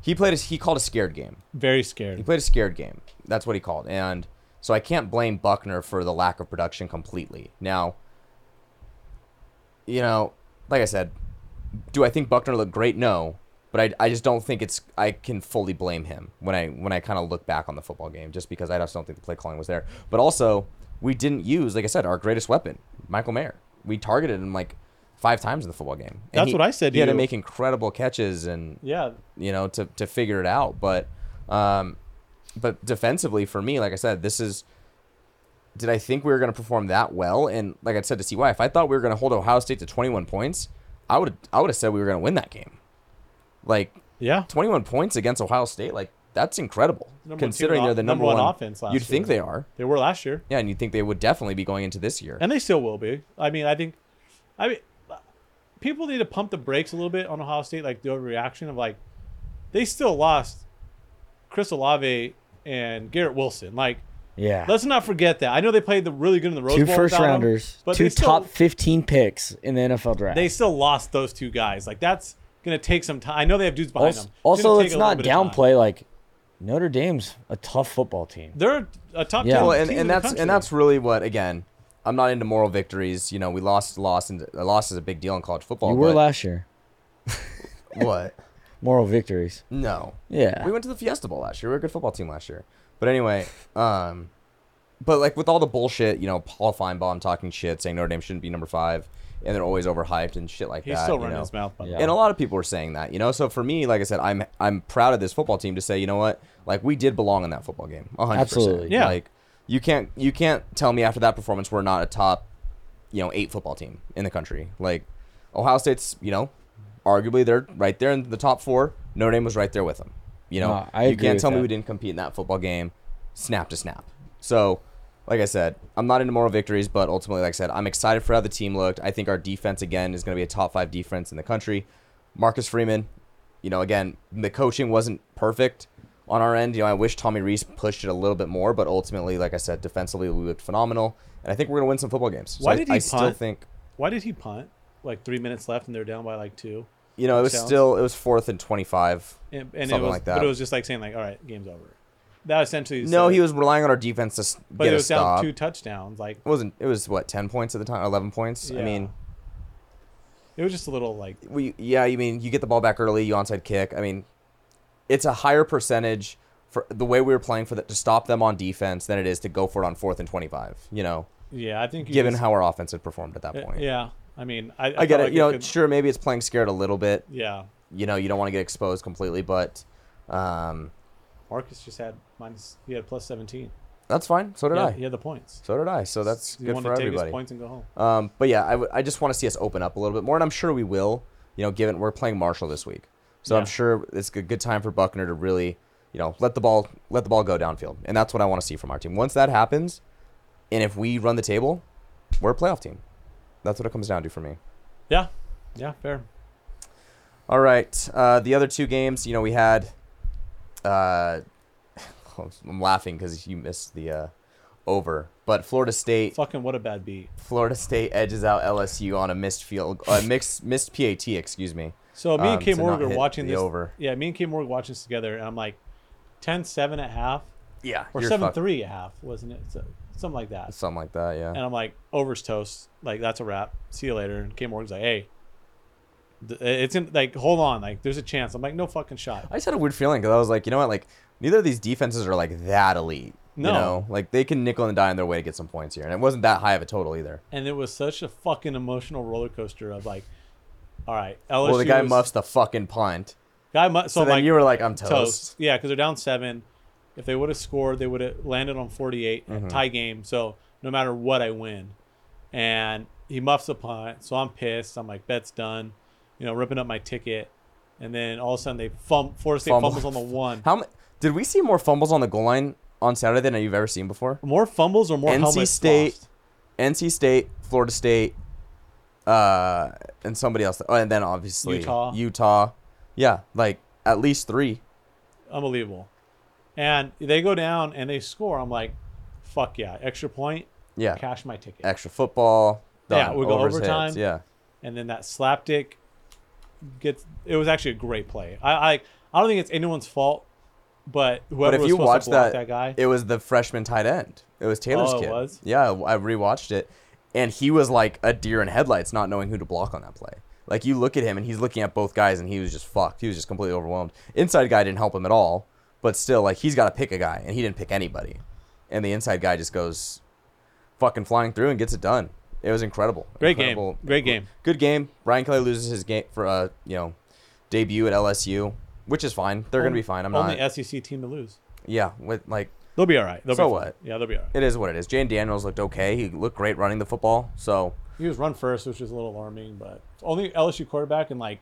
[SPEAKER 5] He played. A, he called a scared game.
[SPEAKER 4] Very
[SPEAKER 5] He
[SPEAKER 4] scared.
[SPEAKER 5] played a scared game. That's what he called. And so I can't blame Buckner for the lack of production completely. Now, you know, like I said, do I think Buckner looked great? No. But I, I just don't think it's I can fully blame him when I when I kind of look back on the football game just because I just don't think the play calling was there. But also we didn't use like I said our greatest weapon Michael Mayer. We targeted him like five times in the football game. And
[SPEAKER 4] That's
[SPEAKER 5] he-
[SPEAKER 4] what I said to
[SPEAKER 5] He had to
[SPEAKER 4] you.
[SPEAKER 5] make incredible catches and
[SPEAKER 4] Yeah,
[SPEAKER 5] you know, to, to figure it out. But um, but defensively for me, like I said, this is. Did I think we were going to perform that well? And like I said to CY, if I thought we were going to hold Ohio State to 21 points, I would I would have said we were going to win that game. Like
[SPEAKER 4] Yeah.
[SPEAKER 5] 21 points against Ohio State, like that's incredible.
[SPEAKER 4] Number two
[SPEAKER 5] considering
[SPEAKER 4] o-
[SPEAKER 5] they're the number, one,
[SPEAKER 4] offense last
[SPEAKER 5] you'd think
[SPEAKER 4] year.
[SPEAKER 5] they are.
[SPEAKER 4] They were last year.
[SPEAKER 5] Yeah, and you'd think they would definitely be going into this year.
[SPEAKER 4] and they still will be. I mean, I think, I mean, people need to pump the brakes a little bit on Ohio State, like the overreaction of like, they still lost Chris Olave and Garrett Wilson. Like,
[SPEAKER 2] Yeah.
[SPEAKER 4] let's not forget that. I know they played the really good in the Rose
[SPEAKER 2] two
[SPEAKER 4] Bowl
[SPEAKER 2] first
[SPEAKER 4] without him,
[SPEAKER 2] rounders,
[SPEAKER 4] but
[SPEAKER 2] two
[SPEAKER 4] they still,
[SPEAKER 2] top 15 picks in the NFL draft.
[SPEAKER 4] They still lost those two guys. Like that's gonna take some time. I know they have dudes behind
[SPEAKER 2] also,
[SPEAKER 4] them. It's
[SPEAKER 2] also,
[SPEAKER 4] gonna take
[SPEAKER 2] let's
[SPEAKER 4] a little
[SPEAKER 2] not
[SPEAKER 4] bit of time.
[SPEAKER 2] downplay like Notre Dame's a tough football team.
[SPEAKER 4] They're a top
[SPEAKER 2] Yeah.
[SPEAKER 4] ten.
[SPEAKER 5] well, and,
[SPEAKER 4] team in
[SPEAKER 5] and
[SPEAKER 4] the
[SPEAKER 5] that's
[SPEAKER 4] country.
[SPEAKER 5] and that's really what again. I'm not into moral victories. You know, we lost, lost, and a loss is a big deal in college football.
[SPEAKER 2] You were
[SPEAKER 5] but
[SPEAKER 2] last year.
[SPEAKER 5] what?
[SPEAKER 2] Moral victories.
[SPEAKER 5] No,
[SPEAKER 2] Yeah.
[SPEAKER 5] we went to the Fiesta Bowl last year. We were a good football team last year. But anyway, um, but like with all the bullshit, you know, Paul Feinbaum talking shit, saying Notre Dame shouldn't be number five, and they're always overhyped and shit like
[SPEAKER 4] He's
[SPEAKER 5] that.
[SPEAKER 4] still
[SPEAKER 5] you
[SPEAKER 4] running
[SPEAKER 5] know.
[SPEAKER 4] his mouth. By the
[SPEAKER 2] Yeah.
[SPEAKER 4] way.
[SPEAKER 5] And a lot of people were saying that, you know. So for me, like I said, I'm I'm proud of this football team to say, you know what, like we did belong in that football game, 100.
[SPEAKER 2] Absolutely.
[SPEAKER 4] Yeah.
[SPEAKER 5] Like you can't you can't tell me after that performance we're not a top, you know, eight football team in the country. Like Ohio State's, you know, arguably they're right there in the top four. Notre Dame was right there with them. You know,
[SPEAKER 2] No, I
[SPEAKER 5] you
[SPEAKER 2] agree
[SPEAKER 5] can't
[SPEAKER 2] with
[SPEAKER 5] tell me
[SPEAKER 2] that.
[SPEAKER 5] we didn't compete in that football game, snap to snap. So. Like I said, I'm not into moral victories, but ultimately, like I said, I'm excited for how the team looked. I think our defense again is going to be a top five defense in the country. Marcus Freeman, you know, again, the coaching wasn't perfect on our end. You know, I wish Tommy Reese pushed it a little bit more, but ultimately, like I said, defensively we looked phenomenal, and I think we're gonna win some football games. So
[SPEAKER 4] Why
[SPEAKER 5] I,
[SPEAKER 4] did
[SPEAKER 5] I
[SPEAKER 4] he
[SPEAKER 5] still
[SPEAKER 4] punt?
[SPEAKER 5] think
[SPEAKER 4] Why did he punt? Like three minutes left, and they're down by like two.
[SPEAKER 5] you know it was
[SPEAKER 4] Touchdowns?
[SPEAKER 5] still it was fourth and twenty five.
[SPEAKER 4] and, and it
[SPEAKER 5] Something
[SPEAKER 4] was,
[SPEAKER 5] like that.
[SPEAKER 4] But it was just like saying like, all right, game's over. That essentially.
[SPEAKER 5] No,
[SPEAKER 4] said-
[SPEAKER 5] he was relying on our defense to s-
[SPEAKER 4] But
[SPEAKER 5] get
[SPEAKER 4] it
[SPEAKER 5] a
[SPEAKER 4] was down
[SPEAKER 5] stop.
[SPEAKER 4] two
[SPEAKER 5] It
[SPEAKER 4] touchdowns. Like
[SPEAKER 5] wasn't it was what ten points at the time, eleven points. I
[SPEAKER 4] Yeah.
[SPEAKER 5] mean,
[SPEAKER 4] it was just a little like
[SPEAKER 5] we yeah, you mean you get the ball back early, you onside kick. I mean, it's a higher percentage for the way we were playing for that to stop them on defense than it is to go for it on fourth and twenty five. You know,
[SPEAKER 4] yeah. I think you
[SPEAKER 5] given
[SPEAKER 4] just-
[SPEAKER 5] how our offense had performed at that
[SPEAKER 4] uh,
[SPEAKER 5] point.
[SPEAKER 4] Yeah, I mean, I,
[SPEAKER 5] I get
[SPEAKER 4] felt
[SPEAKER 5] it.
[SPEAKER 4] like
[SPEAKER 5] You know,
[SPEAKER 4] could-
[SPEAKER 5] sure, maybe it's playing scared a little bit.
[SPEAKER 4] yeah,
[SPEAKER 5] You know, you don't want to get exposed completely, but um,
[SPEAKER 4] Marcus just had minus. He had plus seventeen.
[SPEAKER 5] that's fine. So did
[SPEAKER 4] Yeah,
[SPEAKER 5] I.
[SPEAKER 4] he had the points.
[SPEAKER 5] So did I. So that's
[SPEAKER 4] he
[SPEAKER 5] good
[SPEAKER 4] wanted
[SPEAKER 5] for
[SPEAKER 4] to take
[SPEAKER 5] everybody.
[SPEAKER 4] his points and go home.
[SPEAKER 5] Um, but yeah, I, w- I just want to see us open up a little bit more, and I'm sure we will. You know, given we're playing Marshall this week, so
[SPEAKER 4] Yeah.
[SPEAKER 5] I'm sure it's a good time for Buckner to really, you know, let the ball let the ball go downfield, and that's what I want to see from our team. Once that happens, and if we run the table, we're a playoff team. That's what it comes down to for me.
[SPEAKER 4] Yeah, yeah, fair.
[SPEAKER 5] All right. Uh, the other two games, you know, we had. Uh, I'm laughing because you missed the uh, over, but Florida State.
[SPEAKER 4] Fucking what a bad beat.
[SPEAKER 5] Florida State edges out LSU on a missed field, uh, mixed missed PAT. Excuse me.
[SPEAKER 4] So me
[SPEAKER 5] Um,
[SPEAKER 4] and K
[SPEAKER 5] to
[SPEAKER 4] Morgan
[SPEAKER 5] not
[SPEAKER 4] were
[SPEAKER 5] hit
[SPEAKER 4] watching
[SPEAKER 5] the
[SPEAKER 4] this.
[SPEAKER 5] over.
[SPEAKER 4] Yeah, me and K Morgan watching this together, and I'm like, 10-7 at half
[SPEAKER 5] Yeah,
[SPEAKER 4] or
[SPEAKER 5] you're
[SPEAKER 4] seven
[SPEAKER 5] fucked.
[SPEAKER 4] three at half, wasn't it? So, something like that.
[SPEAKER 5] something like that. Yeah.
[SPEAKER 4] And I'm like, over's toast. Like, that's a wrap. See you later. And K Morgan's like, hey, th- it's in, like, hold on. Like, there's a chance. I'm like, no fucking shot.
[SPEAKER 5] I just had a weird feeling because I was like, you know what, like neither of these defenses are like that elite.
[SPEAKER 4] No.
[SPEAKER 5] You know, like they can nickel and dime their way to get some points here, and it wasn't that high of a total either.
[SPEAKER 4] And it was such a fucking emotional roller coaster of like, all right, LSU.
[SPEAKER 5] Well, the guy
[SPEAKER 4] was-
[SPEAKER 5] muffs the fucking punt,
[SPEAKER 4] Guy mu- so,
[SPEAKER 5] so
[SPEAKER 4] I'm
[SPEAKER 5] then
[SPEAKER 4] like,
[SPEAKER 5] you were like, "I'm
[SPEAKER 4] toast.
[SPEAKER 5] toast."
[SPEAKER 4] Yeah, because they're down seven. If they would have scored, they would have landed on 48,
[SPEAKER 5] Mm-hmm.
[SPEAKER 4] a tie game. So no matter what, I win. And he muffs a punt. So I'm pissed. I'm like, bet's done. You know, ripping up my ticket. And then all of a sudden, they fumble. Florida State
[SPEAKER 5] Fumble.
[SPEAKER 4] fumbles on the one.
[SPEAKER 5] How m- did we see more fumbles on the goal line on Saturday than you've ever seen before?
[SPEAKER 4] More fumbles or more
[SPEAKER 5] NC
[SPEAKER 4] helmets
[SPEAKER 5] State.
[SPEAKER 4] lost?
[SPEAKER 5] NC State, Florida State, uh, and somebody else. Oh, and then obviously
[SPEAKER 4] Utah.
[SPEAKER 5] Utah. Yeah, like at least three.
[SPEAKER 4] Unbelievable. And they go down and they score. I'm like, fuck yeah. Extra point,
[SPEAKER 5] Yeah,
[SPEAKER 4] cash my ticket.
[SPEAKER 5] extra football.
[SPEAKER 4] Yeah,
[SPEAKER 5] done.
[SPEAKER 4] we go
[SPEAKER 5] Overs, hits,
[SPEAKER 4] overtime.
[SPEAKER 5] Yeah,
[SPEAKER 4] and then that slapdick gets. It was actually a great play. I I, I don't think it's anyone's fault, but whoever
[SPEAKER 5] but if
[SPEAKER 4] was
[SPEAKER 5] you
[SPEAKER 4] supposed
[SPEAKER 5] watch
[SPEAKER 4] to block
[SPEAKER 5] that,
[SPEAKER 4] that, guy,
[SPEAKER 5] it was the freshman tight end. It was Taylor's
[SPEAKER 4] Oh, it
[SPEAKER 5] kid.
[SPEAKER 4] was?
[SPEAKER 5] Yeah, I rewatched it, and he was like a deer in headlights, not knowing who to block on that play. Like you look at him, and he's looking at both guys, and he was just fucked. He was just completely overwhelmed. Inside guy didn't help him at all, but still, like he's got to pick a guy, and he didn't pick anybody, and the inside guy just goes fucking flying through and gets it done. It was incredible.
[SPEAKER 4] Great game.
[SPEAKER 5] Incredible-
[SPEAKER 4] Great game.
[SPEAKER 5] Good game. Brian Kelly loses his game for uh, you know debut at LSU, which is fine. They're gonna be fine. I'm
[SPEAKER 4] only
[SPEAKER 5] not.
[SPEAKER 4] SEC team to lose.
[SPEAKER 5] Yeah, with like
[SPEAKER 4] They'll be all right. They'll
[SPEAKER 5] So
[SPEAKER 4] be fine.
[SPEAKER 5] what?
[SPEAKER 4] Yeah, they'll be all right.
[SPEAKER 5] it is what it is. Jane Daniels looked okay. He looked great running the football. So
[SPEAKER 4] He was run first, which is a little alarming, but only LSU quarterback in like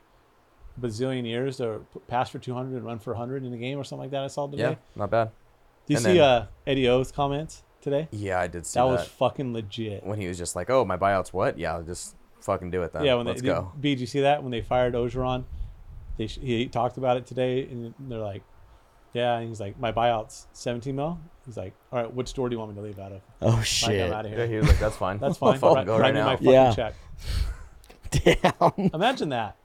[SPEAKER 4] a bazillion years to p- pass for 200 and run for 100 in the game or something like that. I saw today.
[SPEAKER 5] yeah, not bad.
[SPEAKER 4] Do you
[SPEAKER 5] And
[SPEAKER 4] see
[SPEAKER 5] then-
[SPEAKER 4] uh, Eddie O's comments today?
[SPEAKER 5] Yeah, I did see
[SPEAKER 4] That
[SPEAKER 5] that.
[SPEAKER 4] was fucking legit.
[SPEAKER 5] when he was just like, "Oh, my buyout's what? Yeah, I'll just fucking do it then.
[SPEAKER 4] yeah, when
[SPEAKER 5] let's
[SPEAKER 4] they,
[SPEAKER 5] go."
[SPEAKER 4] They, B, did you see that when they fired Ogeron? They sh- he talked about it today, and they're like, "Yeah," and he's like, "My buyout's 17 mil." He's like, "All right, which door do you want me to leave out of?
[SPEAKER 2] Oh
[SPEAKER 4] Like,
[SPEAKER 2] shit!
[SPEAKER 4] I'm out of
[SPEAKER 5] Yeah,
[SPEAKER 4] here.
[SPEAKER 5] he was like, "That's fine.
[SPEAKER 4] That's fine.
[SPEAKER 5] Fuck,
[SPEAKER 4] Write-
[SPEAKER 5] go
[SPEAKER 4] write
[SPEAKER 5] right
[SPEAKER 4] me
[SPEAKER 5] now."
[SPEAKER 4] my fucking
[SPEAKER 2] Yeah.
[SPEAKER 4] check."
[SPEAKER 2] Damn.
[SPEAKER 4] Imagine that.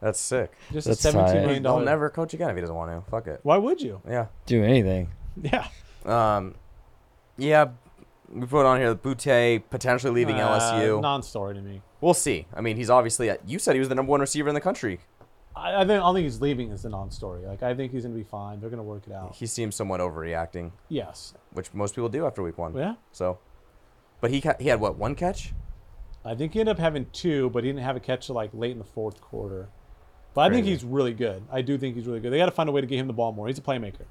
[SPEAKER 5] That's sick.
[SPEAKER 4] Just
[SPEAKER 2] That's
[SPEAKER 4] a
[SPEAKER 2] tight.
[SPEAKER 4] 17
[SPEAKER 5] He'll
[SPEAKER 4] million dollar.
[SPEAKER 5] never coach again if he doesn't want to. Fuck it.
[SPEAKER 4] Why would you?
[SPEAKER 5] Yeah.
[SPEAKER 2] Do anything.
[SPEAKER 4] Yeah.
[SPEAKER 5] Um, yeah, we put on here the Boutte potentially leaving
[SPEAKER 4] Uh,
[SPEAKER 5] LSU.
[SPEAKER 4] Non-story to me.
[SPEAKER 5] we'll see. I mean, he's obviously. uh, You said he was the number one receiver in the country.
[SPEAKER 4] I, I think I think he's leaving is a non-story. Like I think he's gonna be fine. They're gonna work it out.
[SPEAKER 5] He seems somewhat overreacting,
[SPEAKER 4] Yes.
[SPEAKER 5] which most people do after week one.
[SPEAKER 4] Yeah.
[SPEAKER 5] So, but he ca- he had what one catch?
[SPEAKER 4] I think he ended up having two, but he didn't have a catch till like late in the fourth quarter. But I think
[SPEAKER 5] Crazy.
[SPEAKER 4] he's really good. I do think he's really good. They got to find a way to get him the ball more. He's a playmaker.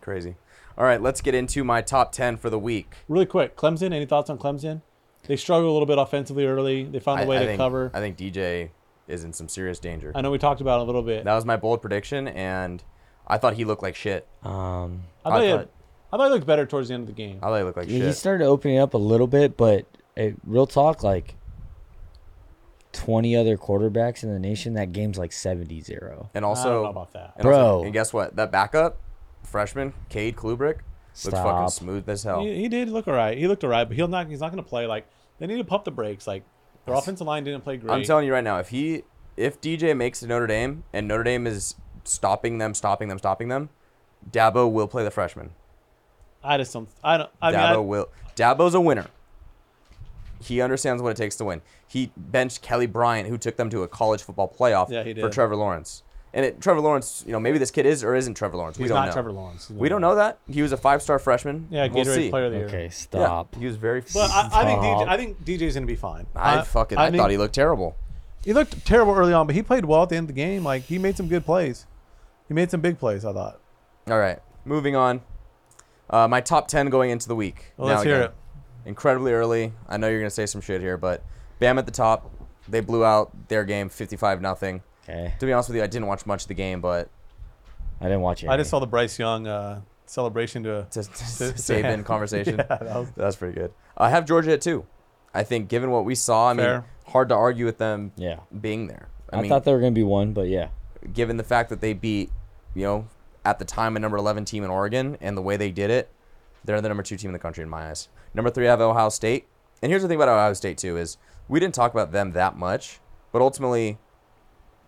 [SPEAKER 5] Crazy. All right, let's get into my top ten for the week.
[SPEAKER 4] Really quick, Clemson. Any thoughts on Clemson? They struggle a little bit offensively early. They found a way to
[SPEAKER 5] think,
[SPEAKER 4] cover.
[SPEAKER 5] I think DJ is in some serious danger.
[SPEAKER 4] I know we talked about it a little bit.
[SPEAKER 5] That was my bold prediction, and I thought he looked like shit.
[SPEAKER 2] Um,
[SPEAKER 4] I thought,
[SPEAKER 5] I
[SPEAKER 4] he had-
[SPEAKER 5] thought-
[SPEAKER 4] I thought he looked better towards the end of the game.
[SPEAKER 5] I thought he looked like
[SPEAKER 2] yeah, he
[SPEAKER 5] shit.
[SPEAKER 2] started opening up a little bit, but eh, real talk, like twenty other quarterbacks in the nation, that game's like 70-0.
[SPEAKER 5] and
[SPEAKER 4] I don't know
[SPEAKER 5] also,
[SPEAKER 4] about that.
[SPEAKER 5] and also-
[SPEAKER 2] Bro.
[SPEAKER 5] and guess what? That backup freshman, Cade Klubrick, looks fucking
[SPEAKER 2] Stop.
[SPEAKER 5] smooth as hell.
[SPEAKER 4] He, he did look all right. He looked all right, but he'll not. He's not going to play like they need to pump the brakes. Like their offensive line didn't play great.
[SPEAKER 5] I'm telling you right now, if he, if DJ makes it Notre Dame and Notre Dame is stopping them, stopping them, stopping them, Dabo will play the freshman.
[SPEAKER 4] I just don't. I don't. I mean,
[SPEAKER 5] Dabo
[SPEAKER 4] I,
[SPEAKER 5] will. Dabo's a winner. He understands what it takes to win. He benched Kelly Bryant, who took them to a college football playoff
[SPEAKER 4] Yeah, he
[SPEAKER 5] for
[SPEAKER 4] did.
[SPEAKER 5] Trevor Lawrence. And it, Trevor Lawrence, you know, maybe this kid is or isn't Trevor Lawrence. we
[SPEAKER 4] he's
[SPEAKER 5] don't
[SPEAKER 4] not
[SPEAKER 5] know.
[SPEAKER 4] Trevor Lawrence.
[SPEAKER 5] We don't know that. He was a five-star freshman.
[SPEAKER 4] Yeah,
[SPEAKER 5] we'll
[SPEAKER 4] Gatorade
[SPEAKER 5] see.
[SPEAKER 4] Player of the Year.
[SPEAKER 2] Okay,
[SPEAKER 5] Yeah,
[SPEAKER 2] stop.
[SPEAKER 5] he was very.
[SPEAKER 4] But I, I think DJ,
[SPEAKER 2] Stop.
[SPEAKER 4] I think DJ's gonna be fine.
[SPEAKER 5] I fucking. I,
[SPEAKER 4] think-
[SPEAKER 5] thought he looked terrible.
[SPEAKER 4] he looked terrible early on, but he played well at the end of the game. Like he made some good plays. He made some big plays. I thought.
[SPEAKER 5] All right, moving on. Uh, my top ten going into the week.
[SPEAKER 4] Well, let's
[SPEAKER 5] Now
[SPEAKER 4] hear
[SPEAKER 5] again, Incredibly early. I know you're gonna say some shit here, but Bam at the top. They blew out their game, fifty-five nothing.
[SPEAKER 2] Okay,
[SPEAKER 5] To be honest with you, I didn't watch much of the game, but
[SPEAKER 2] I didn't watch it.
[SPEAKER 4] I just saw the Bryce Young uh, celebration to. A,
[SPEAKER 5] to, to,
[SPEAKER 4] to-
[SPEAKER 5] save in conversation.
[SPEAKER 4] yeah, that was,
[SPEAKER 5] That's pretty good. I have Georgia at two. I think given what we saw, I mean,
[SPEAKER 4] Fair.
[SPEAKER 5] hard to argue with them
[SPEAKER 2] Yeah,
[SPEAKER 5] being there. I,
[SPEAKER 2] I,
[SPEAKER 5] mean,
[SPEAKER 2] thought they were gonna be one, but yeah,
[SPEAKER 5] given the fact that they beat, you know, at the time a number 11 team in Oregon and the way they did it, they're the number two team in the country in my eyes. Number three, I have Ohio State. And here's the thing about Ohio State, too, is we didn't talk about them that much, but ultimately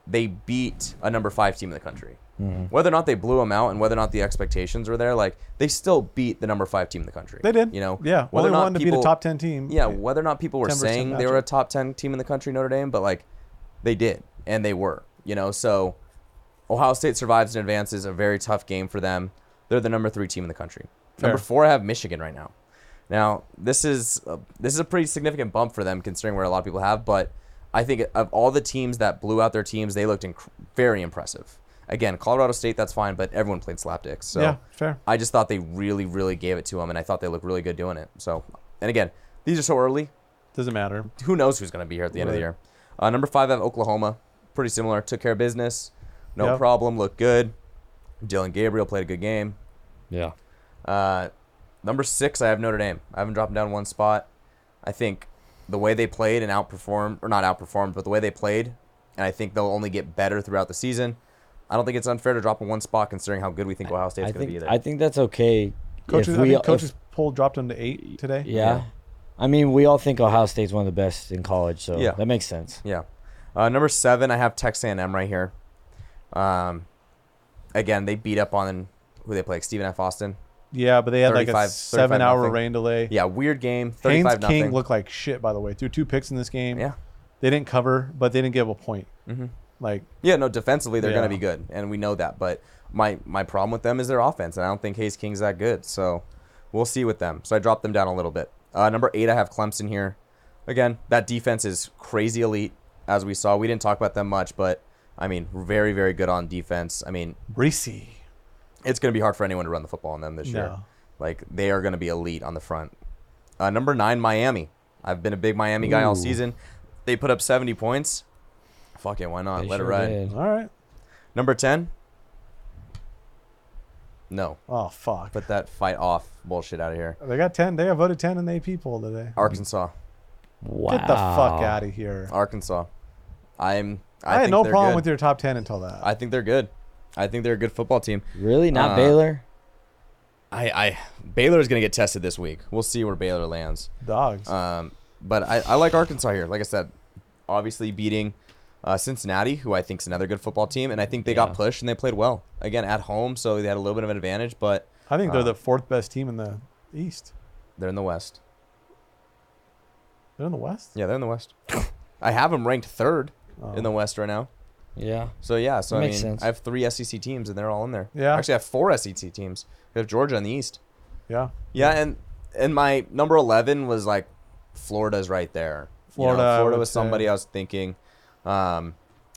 [SPEAKER 5] they beat a number five team in the country.
[SPEAKER 4] Mm-hmm.
[SPEAKER 5] Whether or not they blew them out and whether or not the expectations were there, like they still beat the number five team in the country.
[SPEAKER 4] they did.
[SPEAKER 5] You know,
[SPEAKER 4] Yeah.
[SPEAKER 5] Whether
[SPEAKER 4] Only
[SPEAKER 5] or not
[SPEAKER 4] one to
[SPEAKER 5] people-
[SPEAKER 4] beat a top ten team.
[SPEAKER 5] yeah, whether or not people were
[SPEAKER 4] 10%
[SPEAKER 5] saying they were a
[SPEAKER 4] matchup.
[SPEAKER 5] top 10 team in the country, Notre Dame, but like they did and they were, you know. So Ohio State survives and advances a very tough game for them. They're the number three team in the country. Number
[SPEAKER 4] Fair.
[SPEAKER 5] four, I have Michigan right now. Now this is a, this is a pretty significant bump for them considering where a lot of people have, but I think of all the teams that blew out their teams, they looked inc- very impressive. Again, Colorado State, that's fine, but everyone played slapdick. So
[SPEAKER 4] Yeah. Fair.
[SPEAKER 5] I just thought they really, really gave it to them, and I thought they looked really good doing it. So, and again, these are so early.
[SPEAKER 4] Doesn't matter.
[SPEAKER 5] Who knows who's going to be here at the end of the
[SPEAKER 4] Right.
[SPEAKER 5] year? Uh, number five, I have Oklahoma. Pretty similar. Took care of business. No
[SPEAKER 4] Yeah.
[SPEAKER 5] problem. Looked good. Dylan Gabriel played a good game.
[SPEAKER 2] yeah.
[SPEAKER 5] Uh, number six, I have Notre Dame. I haven't dropped down one spot. I think the way they played and outperformed, or not outperformed, but the way they played, and I think they'll only get better throughout the season. I don't think it's unfair to drop in one spot considering how good we think Ohio State's
[SPEAKER 2] I
[SPEAKER 5] going to be
[SPEAKER 2] think
[SPEAKER 5] either.
[SPEAKER 2] I think that's okay.
[SPEAKER 4] Coaches.
[SPEAKER 2] if
[SPEAKER 4] I
[SPEAKER 2] we,
[SPEAKER 4] think
[SPEAKER 2] if-
[SPEAKER 4] coaches poll dropped him to eight today.
[SPEAKER 2] yeah.
[SPEAKER 5] Yeah.
[SPEAKER 2] I mean, we all think Ohio State's one of the best in college, so
[SPEAKER 5] Yeah.
[SPEAKER 2] that makes sense.
[SPEAKER 5] Yeah. Uh, number seven, I have Texas A&M right here. Um, again, they beat up on who they play, like Stephen F. Austin.
[SPEAKER 4] Yeah, but they had like
[SPEAKER 5] 35
[SPEAKER 4] a seven-hour
[SPEAKER 5] 35
[SPEAKER 4] rain delay.
[SPEAKER 5] Yeah, weird game.
[SPEAKER 4] Haynes
[SPEAKER 5] Thirty-five
[SPEAKER 4] King
[SPEAKER 5] nothing.
[SPEAKER 4] looked like shit, by the way. Threw two picks in this game.
[SPEAKER 5] yeah, Mm-hmm.
[SPEAKER 4] They didn't cover, but they didn't give a point. Like,
[SPEAKER 5] yeah. No, defensively they're gonna
[SPEAKER 4] Yeah.
[SPEAKER 5] be good, and we know that. But my my problem with them is their offense, and I don't think Hayes King's that good. So we'll see with them. So I dropped them down a little bit. Uh, number eight, I have Clemson here. Again, that defense is crazy elite, as we saw. We didn't talk about them much, but I mean, very very good on defense. I mean,
[SPEAKER 4] Bracy.
[SPEAKER 5] it's going to be hard for anyone to run the football on them this year.
[SPEAKER 4] No.
[SPEAKER 5] Like they are going to be elite on the front. Uh, number nine, Miami. I've been a big Miami guy all
[SPEAKER 2] Ooh.
[SPEAKER 5] season. They put up 70 points. Fuck it, why not?
[SPEAKER 2] They
[SPEAKER 5] Let it
[SPEAKER 2] sure
[SPEAKER 5] ride.
[SPEAKER 2] did.
[SPEAKER 4] All right.
[SPEAKER 5] Number 10. No,
[SPEAKER 4] Oh fuck.
[SPEAKER 5] put that fight off bullshit out of here.
[SPEAKER 4] They got ten. They got voted ten in the AP poll today.
[SPEAKER 5] Arkansas.
[SPEAKER 2] Wow.
[SPEAKER 4] Get the fuck out of here.
[SPEAKER 5] Arkansas. I'm. I,
[SPEAKER 4] I, had
[SPEAKER 5] think
[SPEAKER 4] no
[SPEAKER 5] they're
[SPEAKER 4] problem
[SPEAKER 5] good.
[SPEAKER 4] with your top ten until that.
[SPEAKER 5] I think they're good. I think they're a good football team.
[SPEAKER 2] Really? Not
[SPEAKER 5] Uh,
[SPEAKER 2] Baylor?
[SPEAKER 5] I, I Baylor's gonna get tested this week. We'll see where Baylor lands.
[SPEAKER 4] Dogs.
[SPEAKER 5] Um, but I, I like Arkansas here. Like I said, obviously beating uh, Cincinnati, who I think is another good football team, and I think they
[SPEAKER 2] Yeah.
[SPEAKER 5] got pushed and they played well again at home, so they had a little bit of an advantage. But
[SPEAKER 4] I think they're
[SPEAKER 5] uh,
[SPEAKER 4] the fourth best team in the East.
[SPEAKER 5] they're in the West.
[SPEAKER 4] They're in the West.
[SPEAKER 5] Yeah, they're in the West. I have them ranked third
[SPEAKER 4] Oh.
[SPEAKER 5] in the West right now.
[SPEAKER 2] Yeah.
[SPEAKER 5] So yeah, so I mean,
[SPEAKER 2] Makes sense.
[SPEAKER 5] I have three SEC teams and they're all in there.
[SPEAKER 4] Yeah.
[SPEAKER 5] actually, I have four SEC teams. We have Georgia in the East.
[SPEAKER 4] yeah.
[SPEAKER 5] Yeah, and and my number eleven was like Florida's right there. You know,
[SPEAKER 4] Florida, I
[SPEAKER 5] Florida
[SPEAKER 4] would
[SPEAKER 5] was somebody
[SPEAKER 4] say.
[SPEAKER 5] I was thinking. Um,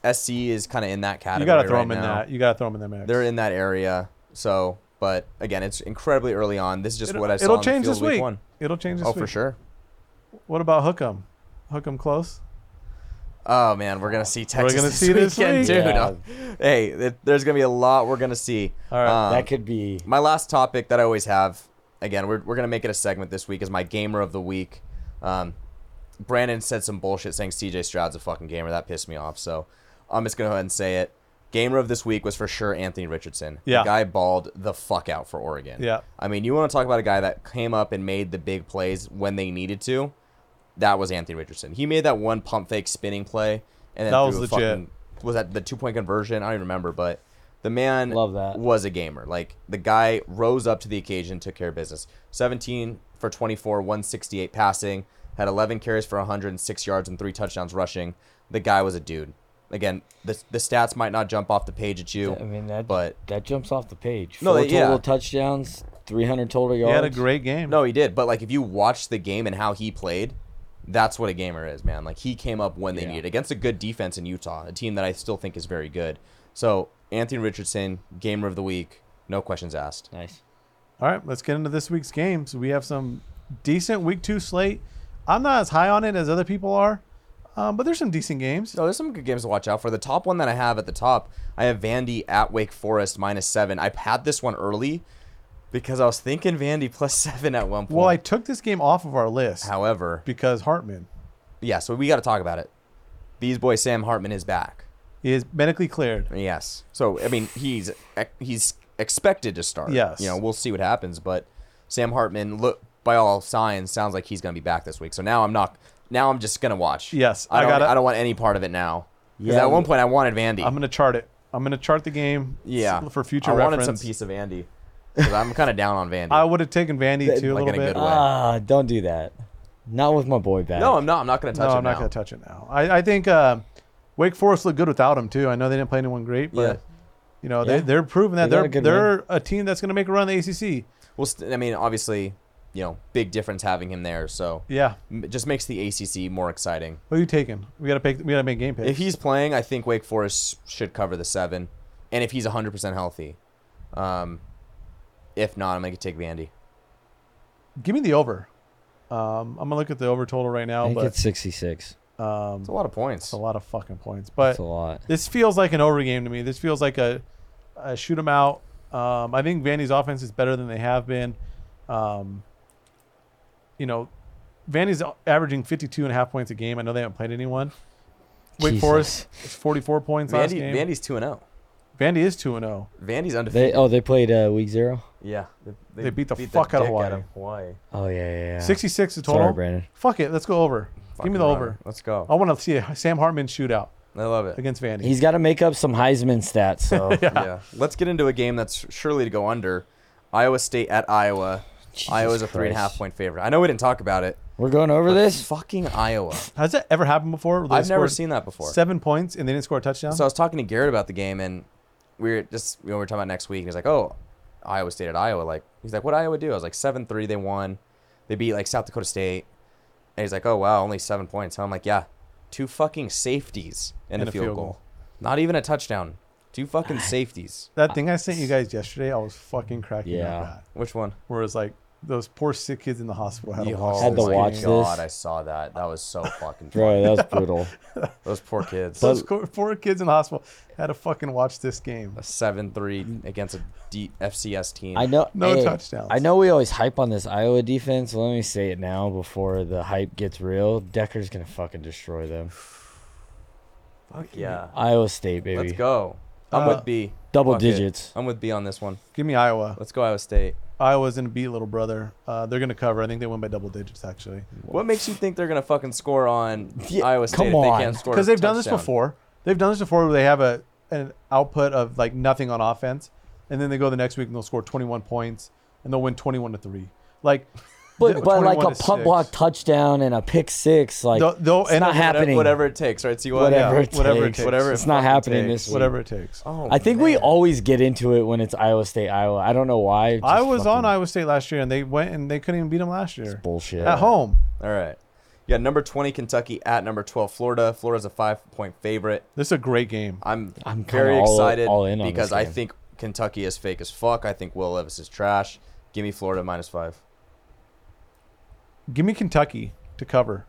[SPEAKER 5] SC is kind of in that category.
[SPEAKER 4] You got to throw
[SPEAKER 5] right
[SPEAKER 4] them in
[SPEAKER 5] now.
[SPEAKER 4] that. You got to throw them in their mix.
[SPEAKER 5] They're in that area. So, but again, it's incredibly early on. This is just
[SPEAKER 4] It'll-
[SPEAKER 5] what I saw.
[SPEAKER 4] It'll
[SPEAKER 5] on the
[SPEAKER 4] change
[SPEAKER 5] field
[SPEAKER 4] this
[SPEAKER 5] week
[SPEAKER 4] week.
[SPEAKER 5] One.
[SPEAKER 4] It'll change this
[SPEAKER 5] Oh,
[SPEAKER 4] week.
[SPEAKER 5] for sure.
[SPEAKER 4] What about Hookem? Hookem close.
[SPEAKER 5] Oh man, we're gonna see Texas.
[SPEAKER 4] gonna
[SPEAKER 5] this
[SPEAKER 4] see this
[SPEAKER 5] weekend,
[SPEAKER 4] week.
[SPEAKER 5] dude.
[SPEAKER 2] Yeah.
[SPEAKER 5] Hey, it, there's gonna be a lot we're gonna see.
[SPEAKER 4] All right.
[SPEAKER 5] Um,
[SPEAKER 2] that could be.
[SPEAKER 5] my last topic that I always have, again, we're, we're going to make it a segment this week, is my gamer of the week. Um, Brandon said some bullshit saying CJ Stroud's a fucking gamer. That pissed me off. So I'm just going to go ahead and say it. Gamer of this week was for sure Anthony Richardson.
[SPEAKER 4] Yeah.
[SPEAKER 5] The guy balled the fuck out for Oregon.
[SPEAKER 4] Yeah.
[SPEAKER 5] I mean, you want to talk about a guy that came up and made the big plays when they needed to? That was Anthony Richardson. He made that one pump fake spinning play. And then
[SPEAKER 4] That
[SPEAKER 5] threw
[SPEAKER 4] was
[SPEAKER 5] a
[SPEAKER 4] legit.
[SPEAKER 5] Fucking, was that the two point conversion? I don't even remember, but the man
[SPEAKER 2] Love that.
[SPEAKER 5] was a gamer. Like the guy rose up to the occasion, took care of business. 17 for 24, 168 passing, had 11 carries for 106 yards and three touchdowns rushing. The guy was a dude. Again, the the stats might not jump off the page at you.
[SPEAKER 2] I mean, that
[SPEAKER 5] but-
[SPEAKER 2] that jumps off the page.
[SPEAKER 5] No,
[SPEAKER 2] Four
[SPEAKER 5] they- yeah.
[SPEAKER 2] total touchdowns, 300 total
[SPEAKER 4] He
[SPEAKER 2] yards.
[SPEAKER 4] had a great game.
[SPEAKER 5] No, he did. But like, if you watch the game and how he played, that's what a gamer is, man. Like he came up when they
[SPEAKER 2] Yeah.
[SPEAKER 5] needed against a good defense in Utah, a team that I still think is very good. So Anthony Richardson, gamer of the week, no questions asked.
[SPEAKER 2] Nice.
[SPEAKER 4] All right, let's get into this week's games. We have some decent week two slate. I'm not as high on it as other people are, um, but there's some decent games.
[SPEAKER 5] So there's some good games to watch out for. The top one that I have at the top, I have Vandy at Wake Forest minus seven. I had this one early because I was thinking Vandy plus seven at one point.
[SPEAKER 4] Well, I took this game off of our list
[SPEAKER 5] However,
[SPEAKER 4] because Hartman
[SPEAKER 5] yeah, so we got to talk about it. These boy Sam Hartman is back.
[SPEAKER 4] is medically cleared.
[SPEAKER 5] Yes. So I mean, he's he's expected to start.
[SPEAKER 4] Yes.
[SPEAKER 5] You know, we'll see what happens, but Sam Hartman look by all signs sounds like he's going to be back this week. So now I'm not now I'm just going to watch.
[SPEAKER 4] Yes,
[SPEAKER 5] I
[SPEAKER 4] I
[SPEAKER 5] don't,
[SPEAKER 4] gotta-
[SPEAKER 5] I don't want any part of it now. Because
[SPEAKER 2] Yeah,
[SPEAKER 5] at one point I wanted Vandy.
[SPEAKER 4] I'm gonna chart it. I'm gonna chart the game. s-
[SPEAKER 5] Yeah.
[SPEAKER 4] For future
[SPEAKER 5] I
[SPEAKER 4] reference,
[SPEAKER 5] wanted some piece of Andy. 'Cause I'm kind of down on Vandy.
[SPEAKER 4] I would have taken Vandy too a
[SPEAKER 5] Like in
[SPEAKER 4] little
[SPEAKER 5] a
[SPEAKER 4] bit.
[SPEAKER 5] good way.
[SPEAKER 2] Ah, don't do that. Not with my boy back.
[SPEAKER 5] no, I'm not. I'm not going to touch
[SPEAKER 4] no,
[SPEAKER 5] him
[SPEAKER 4] I'm not
[SPEAKER 5] now.
[SPEAKER 4] gonna touch it now. I, I think uh, Wake Forest looked good without him too. I know they didn't play anyone great, but
[SPEAKER 5] Yeah.
[SPEAKER 4] you know
[SPEAKER 2] Yeah.
[SPEAKER 4] they they're proving that
[SPEAKER 2] They got
[SPEAKER 4] they are
[SPEAKER 2] a good
[SPEAKER 4] they're a team that's gonna make a run in the ACC.
[SPEAKER 5] Well, st- I mean, obviously, you know, big difference having him there. So
[SPEAKER 4] Yeah.
[SPEAKER 5] m- it just makes the ACC more exciting.
[SPEAKER 4] Who are you taking? We gotta pick. We gotta make game picks.
[SPEAKER 5] If he's playing, I think Wake Forest should cover the seven, and if he's 100 percent healthy, um, if not, I'm going to take Vandy.
[SPEAKER 4] Give me the over. Um, I'm gonna look at the over total right
[SPEAKER 2] I
[SPEAKER 4] now,
[SPEAKER 2] think
[SPEAKER 4] but
[SPEAKER 2] it's 66.
[SPEAKER 4] um,
[SPEAKER 5] It's a lot of points.
[SPEAKER 4] it's a lot of fucking points. But
[SPEAKER 2] That's a lot.
[SPEAKER 4] this feels like an over game to me. This feels like a, a shoot 'em out. Um, I think Vandy's offense is better than they have been. Um, you know, Vandy's averaging 52 and a half points a game. I know they haven't played anyone. Wake
[SPEAKER 2] Jesus.
[SPEAKER 4] Forest is 44 points last
[SPEAKER 5] Vandy,
[SPEAKER 4] game.
[SPEAKER 5] Vandy's two and zero.
[SPEAKER 4] Vandy is 2 and 0.
[SPEAKER 5] Vandy's
[SPEAKER 2] They
[SPEAKER 5] undefeated.
[SPEAKER 2] oh they played uh, week zero.
[SPEAKER 5] yeah, they,
[SPEAKER 4] They beat the fuck out of
[SPEAKER 5] dick
[SPEAKER 4] Hawaii.
[SPEAKER 5] Hawaii.
[SPEAKER 2] Oh yeah yeah. yeah.
[SPEAKER 4] 66 is
[SPEAKER 2] Sorry,
[SPEAKER 4] total.
[SPEAKER 2] Brandon.
[SPEAKER 4] Fuck it. Let's go over. Give
[SPEAKER 5] Fucking
[SPEAKER 4] me the
[SPEAKER 5] run.
[SPEAKER 4] over. Oh.
[SPEAKER 5] Let's go.
[SPEAKER 4] I want to see a Sam Hartman shootout
[SPEAKER 5] I love it.
[SPEAKER 4] against Vandy.
[SPEAKER 2] He's got to make up some Heisman stats. So
[SPEAKER 5] yeah. Let's get into a game that's surely to go under. Iowa State at Iowa.
[SPEAKER 2] Jesus
[SPEAKER 5] Iowa's a three and a half
[SPEAKER 2] Christ.
[SPEAKER 5] point favorite. I know we didn't talk about it.
[SPEAKER 2] we're going over this.
[SPEAKER 5] Fucking Iowa.
[SPEAKER 4] Has that ever happened before? They
[SPEAKER 5] I've never
[SPEAKER 4] scored
[SPEAKER 5] seen that before.
[SPEAKER 4] seven points and they didn't score a touchdown.
[SPEAKER 5] So I was talking to Garrett about the game, and we were just you know, we were talking about next week. And he's like, "Oh, Iowa State at Iowa." Like he's like, "What Iowa do?" I was like, 7-3, They won. They beat like South Dakota State." And he's like, "Oh wow, only seven points." And I'm like, "Yeah, two fucking safeties and, a, field, goal. not even a touchdown." Two fucking safeties.
[SPEAKER 4] That thing I sent you guys yesterday, I was fucking cracking
[SPEAKER 2] Yeah.
[SPEAKER 4] up at.
[SPEAKER 5] Which one? Oh
[SPEAKER 4] Where it's like those poor sick kids in the hospital had to watch
[SPEAKER 2] Had
[SPEAKER 4] this
[SPEAKER 2] to watch
[SPEAKER 4] game.
[SPEAKER 2] this.
[SPEAKER 5] God, I saw that. That was so fucking.
[SPEAKER 2] Bro, that was brutal.
[SPEAKER 5] Those poor kids.
[SPEAKER 4] Those co- poor kids in the hospital had to fucking watch this game.
[SPEAKER 5] a seven three against a D- FCS team.
[SPEAKER 2] I know.
[SPEAKER 4] No
[SPEAKER 2] hey,
[SPEAKER 4] touchdowns.
[SPEAKER 2] I know we always hype on this Iowa defense. Let me say it now before the hype gets real. Decker's gonna fucking destroy them.
[SPEAKER 5] Fuck yeah.
[SPEAKER 2] Iowa State, baby.
[SPEAKER 5] Let's go. I'm
[SPEAKER 4] Uh,
[SPEAKER 5] with B.
[SPEAKER 2] Double
[SPEAKER 5] Fuck it.
[SPEAKER 2] digits.
[SPEAKER 5] I'm with B on this one.
[SPEAKER 4] Give me Iowa.
[SPEAKER 5] Let's go Iowa State.
[SPEAKER 4] Iowa's gonna beat little brother. Uh, they're gonna cover. I think they win by double digits actually.
[SPEAKER 5] What makes you think they're gonna fucking score on
[SPEAKER 2] Yeah,
[SPEAKER 5] Iowa State
[SPEAKER 2] come
[SPEAKER 5] if they
[SPEAKER 2] on.
[SPEAKER 5] can't score? a
[SPEAKER 4] Because they've done this
[SPEAKER 5] touchdown?
[SPEAKER 4] before. They've done this before where they have a an output of like nothing on offense, and then they go the next week and they'll score 21 points and they'll win 21 to three. Like,
[SPEAKER 2] But, but like
[SPEAKER 4] 21 to
[SPEAKER 2] a punt
[SPEAKER 4] six.
[SPEAKER 2] block touchdown and a pick six, like
[SPEAKER 4] They'll- they'll
[SPEAKER 2] it's
[SPEAKER 4] end
[SPEAKER 2] not
[SPEAKER 4] up-
[SPEAKER 5] Whatever-
[SPEAKER 2] happening.
[SPEAKER 5] Whatever it takes, right? See what?
[SPEAKER 2] Whatever
[SPEAKER 4] Yeah,
[SPEAKER 2] it
[SPEAKER 4] whatever it
[SPEAKER 2] takes.
[SPEAKER 4] takes.
[SPEAKER 5] Whatever it
[SPEAKER 2] it's not
[SPEAKER 5] fucking
[SPEAKER 2] happening
[SPEAKER 5] takes.
[SPEAKER 2] this week.
[SPEAKER 4] whatever it takes.
[SPEAKER 5] Oh,
[SPEAKER 2] I think we
[SPEAKER 5] man.
[SPEAKER 2] always get into it when it's Iowa State, Iowa. I don't know why. just
[SPEAKER 4] I was on
[SPEAKER 2] fucking
[SPEAKER 4] Iowa State last year and they went and they couldn't even beat them last year
[SPEAKER 2] bullshit
[SPEAKER 4] at home.
[SPEAKER 5] All right. Yeah, number 20 Kentucky at number 12 Florida. Florida's a 5-point favorite.
[SPEAKER 4] This is a great game.
[SPEAKER 5] I'm,
[SPEAKER 2] I'm kinda
[SPEAKER 5] very
[SPEAKER 2] all-
[SPEAKER 5] excited
[SPEAKER 2] all in on this
[SPEAKER 5] because I
[SPEAKER 2] game.
[SPEAKER 5] think Kentucky is fake as fuck. I think Will Levis is trash. Give me Florida minus 5.
[SPEAKER 4] Give me Kentucky to cover.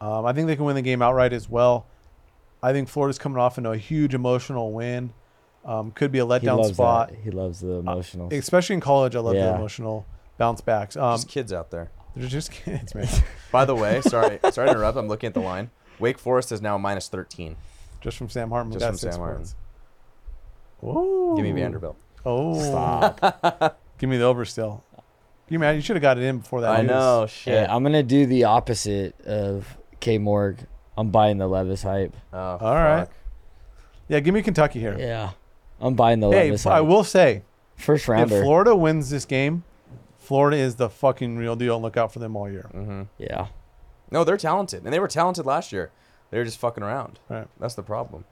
[SPEAKER 4] Um, I think they can win the game outright as well. I think Florida's coming off into a huge emotional win. Um, could be a
[SPEAKER 2] He
[SPEAKER 4] letdown
[SPEAKER 2] loves
[SPEAKER 4] spot. Uh,
[SPEAKER 2] that. He loves the emotional.
[SPEAKER 4] especially in college. I love
[SPEAKER 2] Yeah.
[SPEAKER 4] the emotional bounce backs. Um,
[SPEAKER 5] Just kids out there.
[SPEAKER 4] they're just kids, man.
[SPEAKER 5] By the way, sorry, sorry to interrupt. I'm looking at the line. Wake Forest is now minus 13.
[SPEAKER 4] just from Sam Hartman.
[SPEAKER 5] Just
[SPEAKER 4] got
[SPEAKER 5] from
[SPEAKER 4] six
[SPEAKER 5] Sam Hartman.
[SPEAKER 4] points. Ooh.
[SPEAKER 5] Give me Vanderbilt.
[SPEAKER 4] Oh,
[SPEAKER 2] Stop.
[SPEAKER 4] give me the over still. You man, you should have got it in before that.
[SPEAKER 5] I
[SPEAKER 4] news.
[SPEAKER 5] know. Shit.
[SPEAKER 2] Yeah, I'm gonna do the opposite of K Morg. I'm buying the Levis hype.
[SPEAKER 5] oh,
[SPEAKER 4] All right.
[SPEAKER 5] fuck.
[SPEAKER 4] Yeah, give me Kentucky here.
[SPEAKER 2] Yeah, I'm buying the
[SPEAKER 4] hey,
[SPEAKER 2] Levis
[SPEAKER 4] I
[SPEAKER 2] hype.
[SPEAKER 4] will say,
[SPEAKER 2] First
[SPEAKER 4] if
[SPEAKER 2] rounder.
[SPEAKER 4] Florida wins this game, Florida is the fucking real deal. And look out for them all year.
[SPEAKER 2] yeah,
[SPEAKER 5] No, they're talented, and they were talented last year. They were just fucking around.
[SPEAKER 4] Right.
[SPEAKER 5] That's the problem.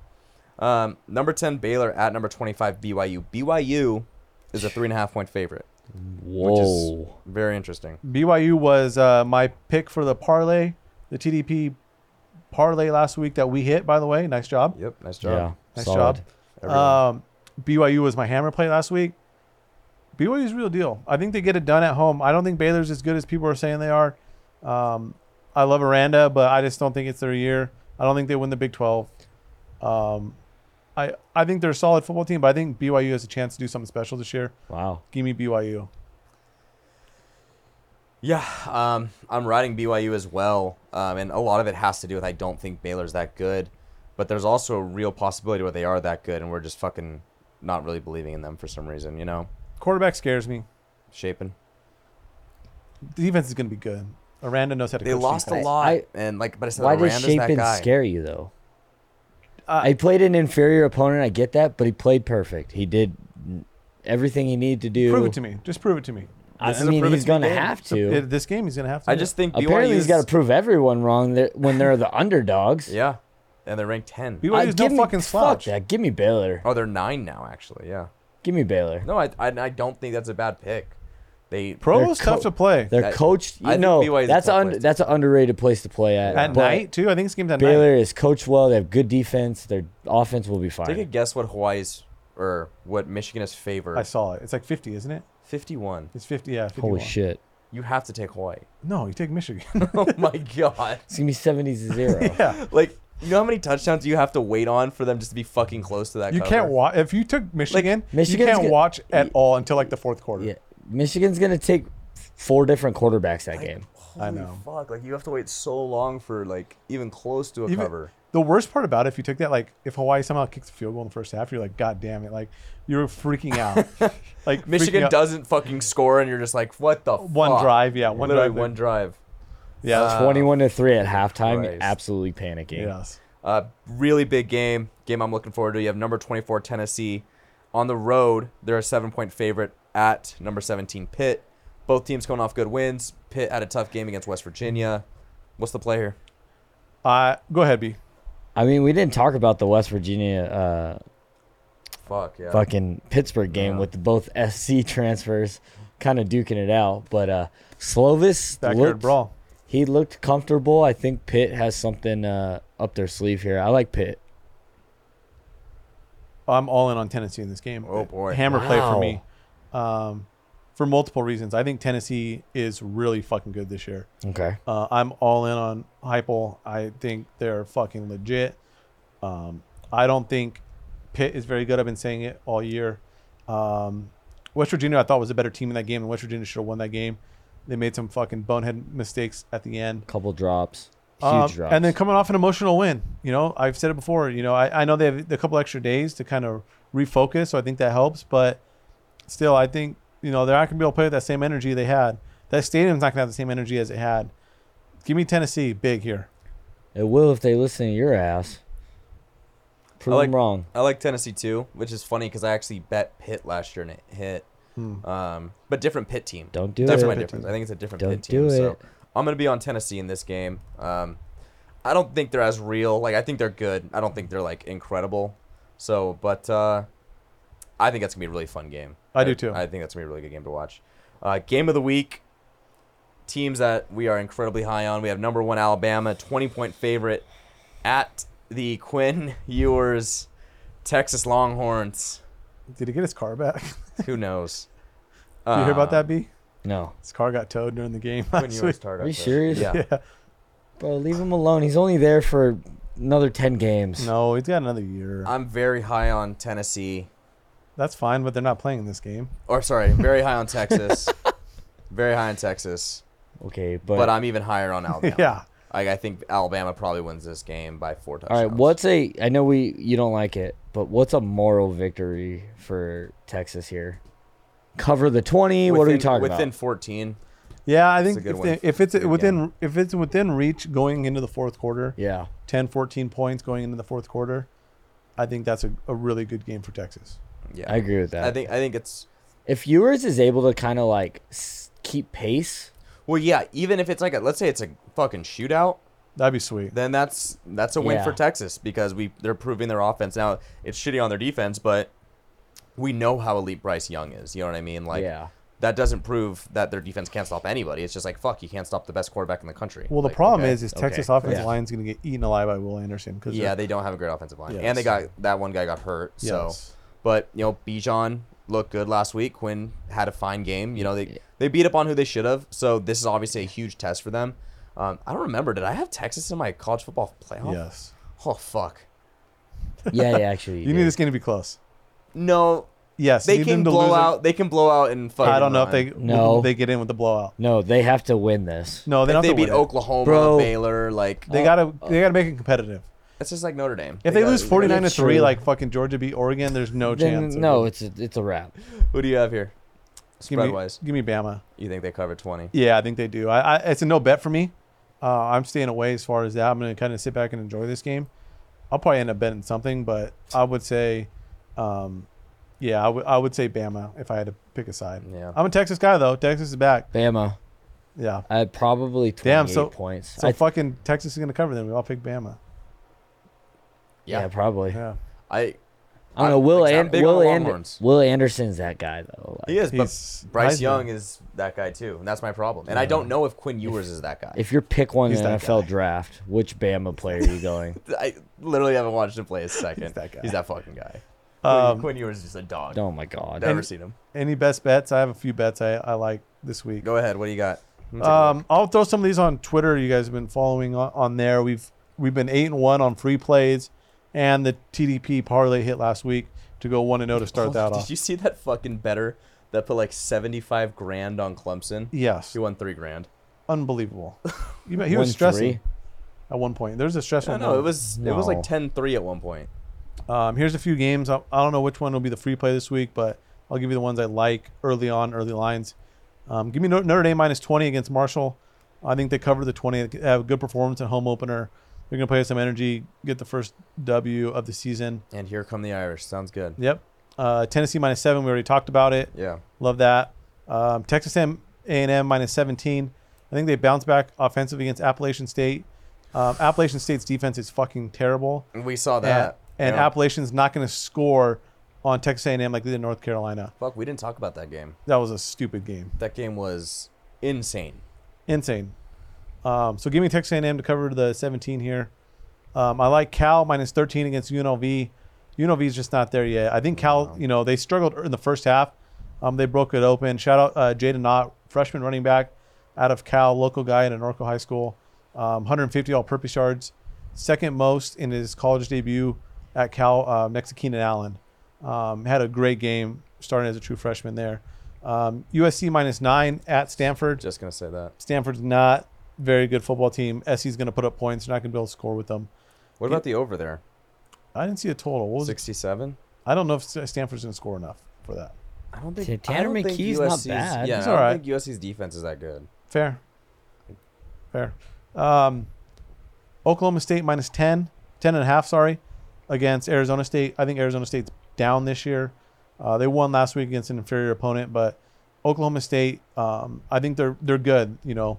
[SPEAKER 5] Um, number 10 Baylor at number 25 BYU. BYU is a three and a half point favorite.
[SPEAKER 2] whoa.
[SPEAKER 5] Very interesting.
[SPEAKER 4] BYU was uh, my pick for the parlay, the TDP parlay last week that we hit. By the way, nice job.
[SPEAKER 5] Yep. Nice
[SPEAKER 2] yeah,
[SPEAKER 5] job.
[SPEAKER 4] Nice
[SPEAKER 2] solid.
[SPEAKER 4] job.
[SPEAKER 5] Everyone.
[SPEAKER 4] Um, BYU was my hammer play last week. BYU's real deal. I think they get it done at home. I don't think Baylor's as good as people are saying they are. Um, I love Aranda, but I just don't think it's their year. I don't think they win the Big Twelve. Um, I I think they're a solid football team, but I think BYU has a chance to do something special this year.
[SPEAKER 2] Wow.
[SPEAKER 4] Give me BYU.
[SPEAKER 5] Yeah, um, I'm riding BYU as well, um, and a lot of it has to do with I don't think Baylor's that good, but there's also a real possibility where they are that good, and we're just fucking not really believing in them for some reason, you know?
[SPEAKER 4] Quarterback scares me.
[SPEAKER 5] Shaping.
[SPEAKER 4] The defense is going to be good. Aranda knows how to.
[SPEAKER 5] They
[SPEAKER 4] coach
[SPEAKER 5] lost a
[SPEAKER 4] defense.
[SPEAKER 5] lot,
[SPEAKER 2] I-
[SPEAKER 5] and like, but I said
[SPEAKER 2] Why does
[SPEAKER 5] Aranda's that
[SPEAKER 2] Shapen
[SPEAKER 5] guy.
[SPEAKER 2] scare you though?
[SPEAKER 4] Uh,
[SPEAKER 2] I played an inferior opponent. I get that, but he played perfect. He did everything he needed to do.
[SPEAKER 4] Prove it to me. Just prove it to me.
[SPEAKER 2] I
[SPEAKER 5] This is a
[SPEAKER 2] mean,
[SPEAKER 5] prove it
[SPEAKER 2] he's
[SPEAKER 5] to me
[SPEAKER 2] gonna
[SPEAKER 5] game.
[SPEAKER 2] have
[SPEAKER 4] So,
[SPEAKER 2] to.
[SPEAKER 4] it- this game, he's going to have to.
[SPEAKER 5] I
[SPEAKER 4] do it.
[SPEAKER 5] just think
[SPEAKER 2] Apparently,
[SPEAKER 5] BYU's
[SPEAKER 2] he's got to prove everyone wrong that when they're the underdogs.
[SPEAKER 5] Yeah, and they're ranked ten.
[SPEAKER 2] I-
[SPEAKER 4] BYU's no
[SPEAKER 2] give me-
[SPEAKER 4] fucking slouch.
[SPEAKER 2] Fuck that. Give me Baylor.
[SPEAKER 5] Oh, they're nine now, actually. Yeah.
[SPEAKER 2] Give me Baylor.
[SPEAKER 5] No, I, I, I don't think that's a bad pick. They
[SPEAKER 4] Pro's
[SPEAKER 2] They're
[SPEAKER 4] tough
[SPEAKER 2] co-
[SPEAKER 4] to play.
[SPEAKER 2] They're
[SPEAKER 5] I-
[SPEAKER 2] coached.
[SPEAKER 5] I
[SPEAKER 2] You
[SPEAKER 5] think BYU
[SPEAKER 2] know,
[SPEAKER 5] is a
[SPEAKER 2] that's
[SPEAKER 5] tough
[SPEAKER 2] un,
[SPEAKER 5] place to
[SPEAKER 2] that's an underrated place to play at.
[SPEAKER 4] At
[SPEAKER 2] but
[SPEAKER 4] night too. I think this game's at
[SPEAKER 2] Baylor
[SPEAKER 4] night.
[SPEAKER 2] is coached well. They have good defense. Their offense will be
[SPEAKER 5] take a
[SPEAKER 2] fine.
[SPEAKER 5] guess what Hawaii's or what Michigan is favored.
[SPEAKER 4] I saw it. It's like 50, isn't it?
[SPEAKER 5] Fifty-one.
[SPEAKER 4] It's 50. Yeah. 51.
[SPEAKER 2] Holy shit!
[SPEAKER 5] You have to take Hawaii.
[SPEAKER 4] No, you take Michigan.
[SPEAKER 5] oh my god.
[SPEAKER 2] It's gonna be seventy to zero.
[SPEAKER 4] yeah.
[SPEAKER 5] Like, you know how many touchdowns you have to wait on for them just to be fucking close to that?
[SPEAKER 4] You
[SPEAKER 5] cover?
[SPEAKER 4] can't watch if you took Michigan. you
[SPEAKER 2] Michigan's
[SPEAKER 4] can't
[SPEAKER 2] go-
[SPEAKER 4] watch at all until like the fourth quarter.
[SPEAKER 2] yeah. Michigan's gonna take four different quarterbacks that game.
[SPEAKER 5] Holy
[SPEAKER 4] I know.
[SPEAKER 5] Fuck! Like you have to wait so long for like even close to a
[SPEAKER 4] Even-
[SPEAKER 5] cover.
[SPEAKER 4] The worst part about it, if you took that, like if Hawaii somehow kicks a field goal in the first half, you're like, God damn it! Like you're freaking out. like freaking
[SPEAKER 5] Michigan
[SPEAKER 4] out.
[SPEAKER 5] doesn't fucking score, and you're just like, what the
[SPEAKER 4] One
[SPEAKER 5] fuck?
[SPEAKER 4] drive, yeah, one
[SPEAKER 5] Literally
[SPEAKER 4] drive.
[SPEAKER 5] one drive.
[SPEAKER 4] Yeah.
[SPEAKER 5] Uh,
[SPEAKER 2] Twenty-one to three at halftime.
[SPEAKER 5] Christ.
[SPEAKER 2] Absolutely panicking.
[SPEAKER 4] yes.
[SPEAKER 5] Uh, really big game. Game I'm looking forward to. You have number 24 Tennessee on the road. They're a seven point favorite at number 17 Pitt. Both teams coming off good wins. Pitt had a tough game against West Virginia. What's the play here?
[SPEAKER 4] Uh, go ahead, B.
[SPEAKER 2] I mean, we didn't talk about the West Virginia uh,
[SPEAKER 5] Fuck yeah.
[SPEAKER 2] fucking Pittsburgh game
[SPEAKER 5] Yeah.
[SPEAKER 2] with the both SC transfers kind of duking it out. But uh, Slovis
[SPEAKER 4] Backyard
[SPEAKER 2] looked,
[SPEAKER 4] brawl.
[SPEAKER 2] he looked comfortable. I think Pitt has something uh, up their sleeve here. I like Pitt.
[SPEAKER 4] I'm all in on Tennessee in this game.
[SPEAKER 5] Oh, boy.
[SPEAKER 4] hammer play for
[SPEAKER 2] Wow.
[SPEAKER 4] me, um, for multiple reasons. I think Tennessee is really fucking good this year.
[SPEAKER 2] Okay.
[SPEAKER 4] Uh, I'm all in on Hypel. I think they're fucking legit. Um, I don't think Pitt is very good. I've been saying it all year. Um, West Virginia, I thought was a better team in that game, and West Virginia should have won that game. They made some fucking bonehead mistakes at the end.
[SPEAKER 2] Couple drops. Huge
[SPEAKER 4] Um,
[SPEAKER 2] drops.
[SPEAKER 4] And then coming off an emotional win, you know, I've said it before. You know, I, I know they have a couple extra days to kind of refocus, so I think that helps. But still, I think you know they're not going to be able to play with that same energy they had. That stadium's not going to have the same energy as it had. Give me Tennessee big here.
[SPEAKER 2] it will if they listen to your ass. Prove
[SPEAKER 5] like-
[SPEAKER 2] them wrong.
[SPEAKER 5] I like Tennessee too, which is funny because I actually bet Pitt last year and it hit. Um, but different Pitt team.
[SPEAKER 2] Don't do
[SPEAKER 5] That's
[SPEAKER 2] it.
[SPEAKER 5] my difference. I think it's a different
[SPEAKER 2] Don't
[SPEAKER 5] Pitt team.
[SPEAKER 2] do
[SPEAKER 5] So
[SPEAKER 2] it.
[SPEAKER 5] I'm gonna be on Tennessee in this game. Um, I don't think they're as real. Like I think they're good. I don't think they're like incredible. So, but uh, I think that's gonna be a really fun game.
[SPEAKER 4] I do, too.
[SPEAKER 5] I think that's gonna be a really good game to watch. Uh, game of the week. Teams that we are incredibly high on. We have number one Alabama, 20 point favorite at the Quinn Ewers Texas Longhorns.
[SPEAKER 4] Did he get his car back? Did
[SPEAKER 5] Who knows?
[SPEAKER 4] you hear about that,
[SPEAKER 5] Um,
[SPEAKER 4] B?
[SPEAKER 2] No.
[SPEAKER 4] His car got towed during the game.
[SPEAKER 5] Quinn
[SPEAKER 4] Last
[SPEAKER 5] Ewers
[SPEAKER 4] week.
[SPEAKER 5] started.
[SPEAKER 2] Are you serious?
[SPEAKER 5] Yeah.
[SPEAKER 4] Yeah.
[SPEAKER 2] Bro, leave him alone. He's only there for another 10 games.
[SPEAKER 4] No, he's got another year.
[SPEAKER 5] I'm very high on Tennessee.
[SPEAKER 4] That's fine, but they're not playing this game.
[SPEAKER 5] Or sorry, very high on Texas. very high on Texas.
[SPEAKER 2] Okay, but,
[SPEAKER 5] But, I'm even higher on Alabama.
[SPEAKER 4] yeah.
[SPEAKER 5] Like I think Alabama probably wins this game by four
[SPEAKER 2] all
[SPEAKER 5] touchdowns.
[SPEAKER 2] right, what's a I know we you don't like it, but what's a moral victory for Texas here? Cover the 20. what are we
[SPEAKER 5] Within-
[SPEAKER 2] talking
[SPEAKER 5] Within
[SPEAKER 2] about?
[SPEAKER 5] 14.
[SPEAKER 4] Yeah, I
[SPEAKER 5] a
[SPEAKER 4] think
[SPEAKER 5] good
[SPEAKER 4] if,
[SPEAKER 5] win
[SPEAKER 4] they,
[SPEAKER 5] for-
[SPEAKER 4] if it's
[SPEAKER 5] good
[SPEAKER 4] within
[SPEAKER 5] game.
[SPEAKER 4] if it's within reach going into the fourth quarter,
[SPEAKER 2] Yeah.
[SPEAKER 4] 10, 14 points going into the fourth quarter, I think that's a, a really good game for Texas.
[SPEAKER 5] Yeah.
[SPEAKER 2] I agree with that.
[SPEAKER 5] I think I think it's
[SPEAKER 2] if Ewers is able to kind of like s- keep pace,
[SPEAKER 5] well yeah, even if it's like a let's say it's a fucking shootout,
[SPEAKER 4] That'd be sweet.
[SPEAKER 5] then that's that's a win
[SPEAKER 2] Yeah.
[SPEAKER 5] for Texas because we they're proving their offense. Now it's shitty on their defense, but we know how elite Bryce Young is. You know what I mean? Like
[SPEAKER 2] yeah.
[SPEAKER 5] that doesn't prove that their defense can't stop anybody. It's just like fuck, you can't stop the best quarterback in the country.
[SPEAKER 4] Well, the
[SPEAKER 5] Like,
[SPEAKER 4] problem
[SPEAKER 5] okay.
[SPEAKER 4] is, is Texas
[SPEAKER 2] okay,
[SPEAKER 4] offensive
[SPEAKER 2] yeah.
[SPEAKER 4] line's going to get eaten alive by Will Anderson because
[SPEAKER 5] yeah, they don't have a great offensive line,
[SPEAKER 4] Yes.
[SPEAKER 5] and they got that one guy got hurt.
[SPEAKER 4] Yes.
[SPEAKER 5] So, but you know, Bijan looked good last week. Quinn had a fine game. You know, they they beat up on who they should have. So this is obviously a huge test for them. Um, I don't remember. Did I have Texas in my college football playoff?
[SPEAKER 4] yes,
[SPEAKER 5] Oh fuck.
[SPEAKER 2] Yeah, yeah, actually.
[SPEAKER 4] you need this game to be close.
[SPEAKER 5] No,
[SPEAKER 4] Yes,
[SPEAKER 5] they
[SPEAKER 4] need
[SPEAKER 5] can
[SPEAKER 4] them to
[SPEAKER 5] blow
[SPEAKER 4] lose it.
[SPEAKER 5] out. They can blow out and fucking.
[SPEAKER 4] I don't know if
[SPEAKER 5] run.
[SPEAKER 4] they
[SPEAKER 2] No.
[SPEAKER 4] they get in with the blowout.
[SPEAKER 2] No, they have to win this.
[SPEAKER 4] No, they
[SPEAKER 5] If
[SPEAKER 4] don't
[SPEAKER 5] they
[SPEAKER 4] have to
[SPEAKER 5] beat Oh.
[SPEAKER 4] win it.
[SPEAKER 5] Oklahoma,
[SPEAKER 2] Bro.
[SPEAKER 5] Baylor, like
[SPEAKER 4] They gotta they gotta make it competitive.
[SPEAKER 5] it's just like Notre Dame.
[SPEAKER 4] If they,
[SPEAKER 5] gotta-
[SPEAKER 4] lose forty nine to
[SPEAKER 2] It's
[SPEAKER 4] three,
[SPEAKER 2] true.
[SPEAKER 4] like fucking Georgia beat Oregon, there's no
[SPEAKER 2] Then,
[SPEAKER 4] chance. of
[SPEAKER 2] no,
[SPEAKER 4] it.
[SPEAKER 2] it's a, it's a wrap.
[SPEAKER 5] who do you have here?
[SPEAKER 4] give me
[SPEAKER 5] Spread wise,
[SPEAKER 4] give me Bama.
[SPEAKER 5] you think they cover twenty?
[SPEAKER 4] Yeah, I think they do. I, I it's a no bet for me. Uh, I'm staying away as far as that. I'm gonna kind of sit back and enjoy this game. I'll probably end up betting something, but I would say, um, yeah, I would I would say Bama if I had to pick a side.
[SPEAKER 5] Yeah.
[SPEAKER 4] I'm a Texas guy though. Texas is back.
[SPEAKER 2] Bama,
[SPEAKER 4] Yeah,
[SPEAKER 2] I had probably 28
[SPEAKER 4] Damn, so-
[SPEAKER 2] points.
[SPEAKER 4] so
[SPEAKER 2] I,
[SPEAKER 4] fucking Texas is gonna cover them. We all pick Bama.
[SPEAKER 2] yeah, probably.
[SPEAKER 4] Yeah,
[SPEAKER 5] I
[SPEAKER 2] I don't
[SPEAKER 5] I'm
[SPEAKER 2] know. Will
[SPEAKER 5] big- I'm
[SPEAKER 2] and
[SPEAKER 5] big on
[SPEAKER 2] Will
[SPEAKER 5] the
[SPEAKER 2] and
[SPEAKER 5] Longhorns.
[SPEAKER 2] Will Anderson's that guy though. Like,
[SPEAKER 5] He is,
[SPEAKER 4] He's-
[SPEAKER 5] but Bryce
[SPEAKER 4] Heisman.
[SPEAKER 5] Young is that guy too, and that's my problem. And I don't know if Quinn Ewers is that guy.
[SPEAKER 2] If you're pick one
[SPEAKER 4] He's
[SPEAKER 2] in the
[SPEAKER 4] that
[SPEAKER 2] NFL
[SPEAKER 4] guy.
[SPEAKER 2] draft, which Bama player are you going?
[SPEAKER 5] I literally haven't watched him play a second. He's
[SPEAKER 4] that guy.
[SPEAKER 5] fucking guy.
[SPEAKER 4] Um,
[SPEAKER 5] Quinn, Quinn Ewers is just a dog.
[SPEAKER 2] oh my god.
[SPEAKER 5] Never seen him.
[SPEAKER 4] Any best bets? I have a few bets I, I like this week.
[SPEAKER 5] Go ahead. What do you got?
[SPEAKER 4] Um, I'll throw some of these on Twitter. You guys have been following on, on there. We've we've been eight and one on free plays, and the TDP parlay hit last week to go one and zero to start
[SPEAKER 5] Oh,
[SPEAKER 4] that
[SPEAKER 5] did
[SPEAKER 4] off.
[SPEAKER 5] you see that fucking better that put like seventy-five grand on Clemson?
[SPEAKER 4] Yes,
[SPEAKER 5] He won three grand.
[SPEAKER 4] unbelievable. You bet he was
[SPEAKER 2] One,
[SPEAKER 4] stressing
[SPEAKER 2] three?
[SPEAKER 4] at one point. There's a stressful.
[SPEAKER 5] No, no, it was it was
[SPEAKER 2] No.
[SPEAKER 5] like 10-3 at one point.
[SPEAKER 4] Um, here's a few games. I, I don't know which one will be the free play this week, but I'll give you the ones I like early on, early lines. Um, give me Notre- Notre Dame minus 20 against Marshall. I think they cover the 20, They have a good performance at home opener. They're going to play with some energy, get the first W of the season.
[SPEAKER 5] And here come the Irish. Sounds good.
[SPEAKER 4] Yep. Uh, Tennessee minus seven. We already talked about it.
[SPEAKER 5] Yeah.
[SPEAKER 4] Love that. Um, Texas M- A&M minus 17. I think they bounce back offensively against Appalachian State. Um, Appalachian State's defense is fucking terrible.
[SPEAKER 5] We saw
[SPEAKER 4] And,
[SPEAKER 5] that.
[SPEAKER 4] and
[SPEAKER 5] Yeah.
[SPEAKER 4] Appalachian's not going to score on Texas A&M like they did in North Carolina.
[SPEAKER 5] Fuck, we didn't talk about that game.
[SPEAKER 4] That was a stupid game,
[SPEAKER 5] That game was insane.
[SPEAKER 4] insane. Um, so give me Texas A&M to cover the 17 here. Um, I like Cal minus 13 against UNLV. UNLV is just not there yet. I think Cal, you know, they struggled in the first half. Um, they broke it open. Shout out uh, Jaden Knott, freshman running back out of Cal, local guy in Norco High School. Um, 150 all-purpose yards, second most in his college debut at Cal uh, next to Keenan Allen. Um, had a great game starting as a true freshman there. Um, USC minus nine at Stanford.
[SPEAKER 5] Just gonna say that.
[SPEAKER 4] Stanford's not very good football team. SC's going to put up points. They're not going to be able to score with them.
[SPEAKER 5] What about the over there?
[SPEAKER 4] I didn't see a total. What was it?
[SPEAKER 5] Sixty-seven.
[SPEAKER 4] I don't know if Stanford's going to score enough for that.
[SPEAKER 5] I don't
[SPEAKER 2] Ta-
[SPEAKER 5] think
[SPEAKER 2] Tanner
[SPEAKER 5] I don't think
[SPEAKER 2] McKee's not
[SPEAKER 5] USC's
[SPEAKER 2] bad.
[SPEAKER 5] Yeah,
[SPEAKER 4] He's
[SPEAKER 5] I don't
[SPEAKER 4] alright.
[SPEAKER 5] think USC's defense is that good.
[SPEAKER 4] Fair. Fair. Um, Oklahoma State minus 10, 10 and a half, sorry, against Arizona State. I think Arizona State's down this year. Uh, they won last week against an inferior opponent, but Oklahoma State, um, I think they're they're good. You know,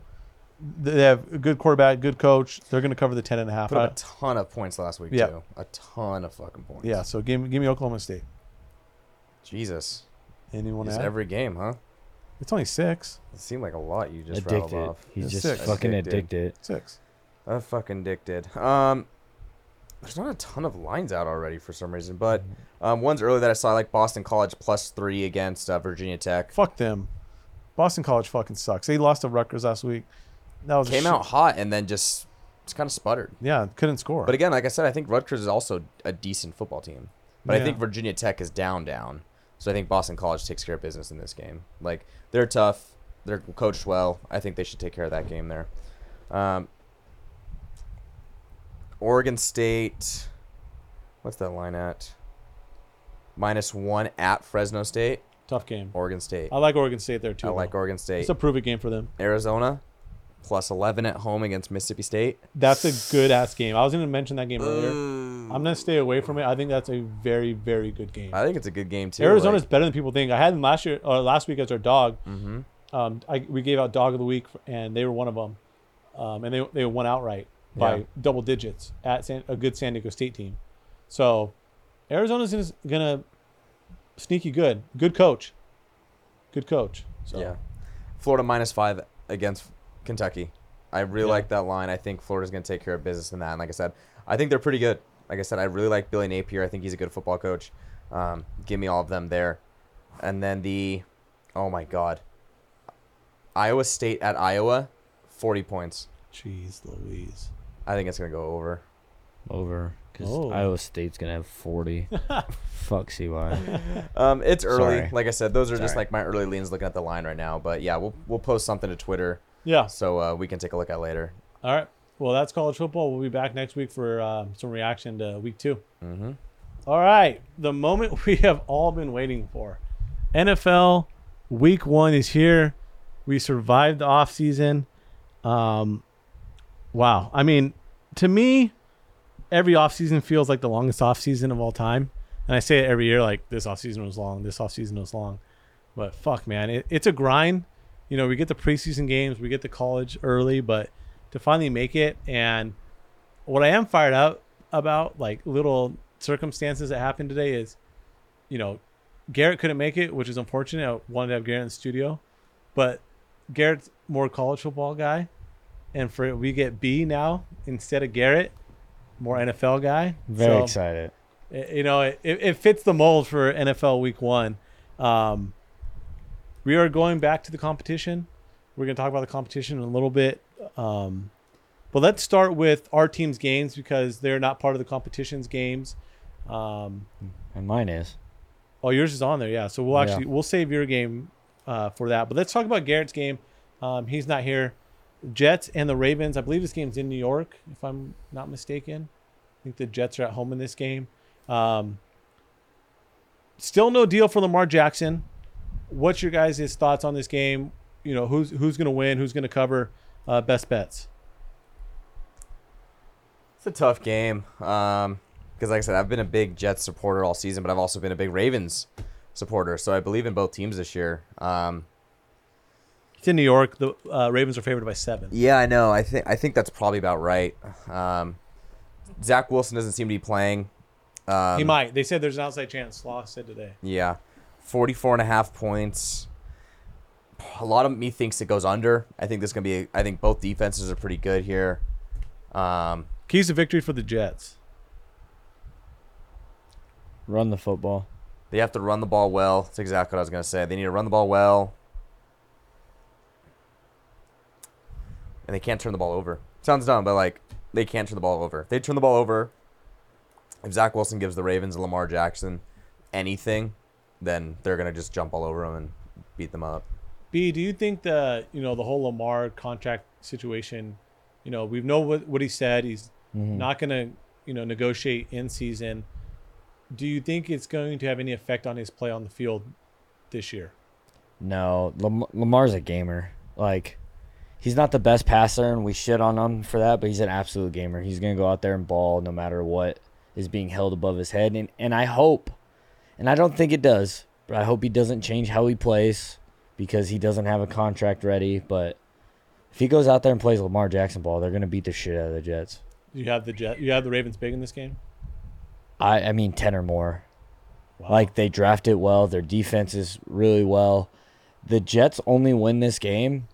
[SPEAKER 4] they have a good quarterback, good coach. They're going to cover the 10 and a half.
[SPEAKER 5] Put
[SPEAKER 4] I-
[SPEAKER 5] up a ton of points last week
[SPEAKER 4] Uh, Yeah.
[SPEAKER 5] too. A ton of fucking points.
[SPEAKER 4] yeah, so give, me- give me Oklahoma State.
[SPEAKER 5] Jesus.
[SPEAKER 4] Anyone
[SPEAKER 5] Just
[SPEAKER 4] add?
[SPEAKER 5] every game, huh?
[SPEAKER 4] It's only six.
[SPEAKER 5] It seemed like a lot you just rattled
[SPEAKER 2] addicted.
[SPEAKER 5] off.
[SPEAKER 2] He's just
[SPEAKER 4] Six.
[SPEAKER 2] fucking
[SPEAKER 5] Addicted.
[SPEAKER 2] addicted.
[SPEAKER 4] Six.
[SPEAKER 5] I'm fucking addicted. Um, there's not a ton of lines out already for some reason, but um, ones earlier that I saw like Boston College plus three against uh, Virginia Tech
[SPEAKER 4] Fuck them. Boston College fucking sucks. They lost to Rutgers last week. That was a
[SPEAKER 5] came
[SPEAKER 4] shit-
[SPEAKER 5] out hot and then just just kind of sputtered.
[SPEAKER 4] Yeah, couldn't score.
[SPEAKER 5] But again, like I said, I think Rutgers is also a decent football team, but I
[SPEAKER 4] Yeah.
[SPEAKER 5] think Virginia Tech is down down. So I think Boston College takes care of business in this game. Like they're tough, they're coached well. I think they should take care of that game there. Um, Oregon State, what's that line at? Minus one at Fresno State.
[SPEAKER 4] tough game.
[SPEAKER 5] Oregon State.
[SPEAKER 4] I like Oregon State there too.
[SPEAKER 5] I like
[SPEAKER 4] though.
[SPEAKER 5] Oregon State.
[SPEAKER 4] It's a prove it game for them.
[SPEAKER 5] Arizona, plus eleven at home against Mississippi State.
[SPEAKER 4] That's a good ass game. I was going to mention that game earlier. I'm going to stay away from it. I think that's a very very good game.
[SPEAKER 5] I think it's a good game too.
[SPEAKER 4] Arizona's
[SPEAKER 5] like-
[SPEAKER 4] better than people think. I had them last year or last week as our dog.
[SPEAKER 5] Mhm.
[SPEAKER 4] Um, I, we gave out dog of the week and they were one of them. Um, and they they won outright by
[SPEAKER 5] Yeah.
[SPEAKER 4] double digits at San, a good San Diego State team. So Arizona's gonna, gonna sneaky good. Good coach. Good coach. So
[SPEAKER 5] Yeah. Florida minus five against Kentucky. I really
[SPEAKER 4] Yeah.
[SPEAKER 5] like that line. I think Florida's going to take care of business in that. And like I said, I think they're pretty good. Like I said, I really like Billy Napier. I think he's a good football coach. Um, give me all of them there. And then the, oh my God, Iowa State at Iowa, 40 points.
[SPEAKER 4] Jeez Louise.
[SPEAKER 5] I think it's going to go over.
[SPEAKER 2] Over. Because
[SPEAKER 4] Oh.
[SPEAKER 2] Iowa State's going to have 40. Fuck CY.
[SPEAKER 5] Um, it's early.
[SPEAKER 2] Sorry.
[SPEAKER 5] Like I said, those are just
[SPEAKER 2] Sorry.
[SPEAKER 5] like my early leans looking at the line right now. But yeah, we'll, we'll post something to Twitter
[SPEAKER 4] Yeah.
[SPEAKER 5] so uh, we can take a look at later.
[SPEAKER 4] All right. Well, that's college football. We'll be back next week for uh, some reaction to week 2 Mm-hmm. right. The moment we have all been waiting for NFL week one is here. We survived the offseason. Um, wow. I mean, to me, every offseason feels like the longest offseason of all time. And I say it every year like this offseason was long, this offseason was long. But fuck, man, it, it's a grind. You know, we get the preseason games, we get the college early, but to finally make it and what I am fired up about, like little circumstances that happened today is, you know, Garrett couldn't make it, which is unfortunate. I wanted to have Garrett in the studio, but Garrett's more college football guy, and for we get B now instead of Garrett, more NFL guy.
[SPEAKER 2] Very
[SPEAKER 4] So-
[SPEAKER 2] excited.
[SPEAKER 4] it- Eh, you know, it, it fits the mold for NFL Week One. Um, we are going back to the competition. We're going to talk about the competition in a little bit, um, but let's start with our team's games because they're not part of the competition's games. Um,
[SPEAKER 2] And mine is.
[SPEAKER 4] oh, yours is on there, yeah. So we'll
[SPEAKER 2] Yeah.
[SPEAKER 4] actually we'll save your game uh, for that. But let's talk about Garrett's game. Um, he's not here. Jets and the Ravens. I believe this game's in New York, if I'm not mistaken. I think the Jets are at home in this game. Um, still no deal for Lamar Jackson. What's your guys' thoughts on this game? You know, who's who's going to win? Who's going to cover? Uh, best bets.
[SPEAKER 5] It's a tough game. Um, because like I said, I've been a big Jets supporter all season, but I've also been a big Ravens supporter. So I believe in both teams this year. Um,
[SPEAKER 4] It's in New York. The uh, Ravens are favored by seven.
[SPEAKER 5] yeah, I know. I think I think that's probably about right. Um, Zach Wilson doesn't seem to be playing. Um,
[SPEAKER 4] he might. They said there's an outside chance. Law said today.
[SPEAKER 5] Yeah. 44 and a half points. A lot of me thinks it goes under. I think this going to be a, I think both defenses are pretty good here. Um,
[SPEAKER 4] Keys to victory for the Jets.
[SPEAKER 2] Run the football.
[SPEAKER 5] They have to run the ball well. That's exactly what I was going to say. They need to run the ball well. And they can't turn the ball over. Sounds dumb, but like they can't turn the ball over. If they turn the ball over, if Zach Wilson gives the Ravens and Lamar Jackson anything, then they're going to just jump all over them and beat them up.
[SPEAKER 4] B, do you think that you know the whole Lamar contract situation? You know, we know what, what he said. He's not going to you know negotiate in season. Do you think it's going to have any effect on his play on the field this year?
[SPEAKER 2] No, Lam- Lamar's a gamer. Like, he's not the best passer, and we shit on him for that, but he's an absolute gamer. He's going to go out there and ball no matter what is being held above his head. And, and I hope, and I don't think it does, but I hope he doesn't change how he plays because he doesn't have a contract ready. But if he goes out there and plays Lamar Jackson ball, they're going to beat the shit out of the Jets.
[SPEAKER 4] You have the Jet, you have the Ravens big in this game.
[SPEAKER 2] I, I mean, 10 or more.
[SPEAKER 4] Wow.
[SPEAKER 2] Like they draft it well. Their defense is really well. The Jets only win this game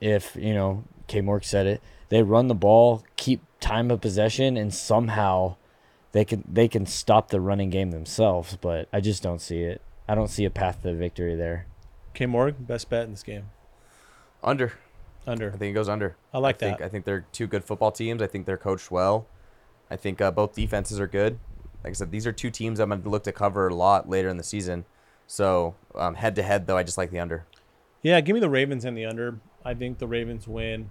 [SPEAKER 2] if, you know, K Mork said it. They run the ball, keep time of possession, and somehow they can they can stop the running game themselves, but I just don't see it. I don't see a path to victory there.
[SPEAKER 4] K Morgan, best bet in this game.
[SPEAKER 5] Under. I
[SPEAKER 4] Under.
[SPEAKER 5] think it goes under.
[SPEAKER 4] I like
[SPEAKER 5] think,
[SPEAKER 4] that.
[SPEAKER 5] I think they're two good football teams. I think they're coached well. I think uh, both defenses are good. Like I said, these are two teams I'm going to look to cover a lot later in the season. So um, head to head, though, I just like the under.
[SPEAKER 4] Yeah, give me the Ravens and the under. I think the Ravens win.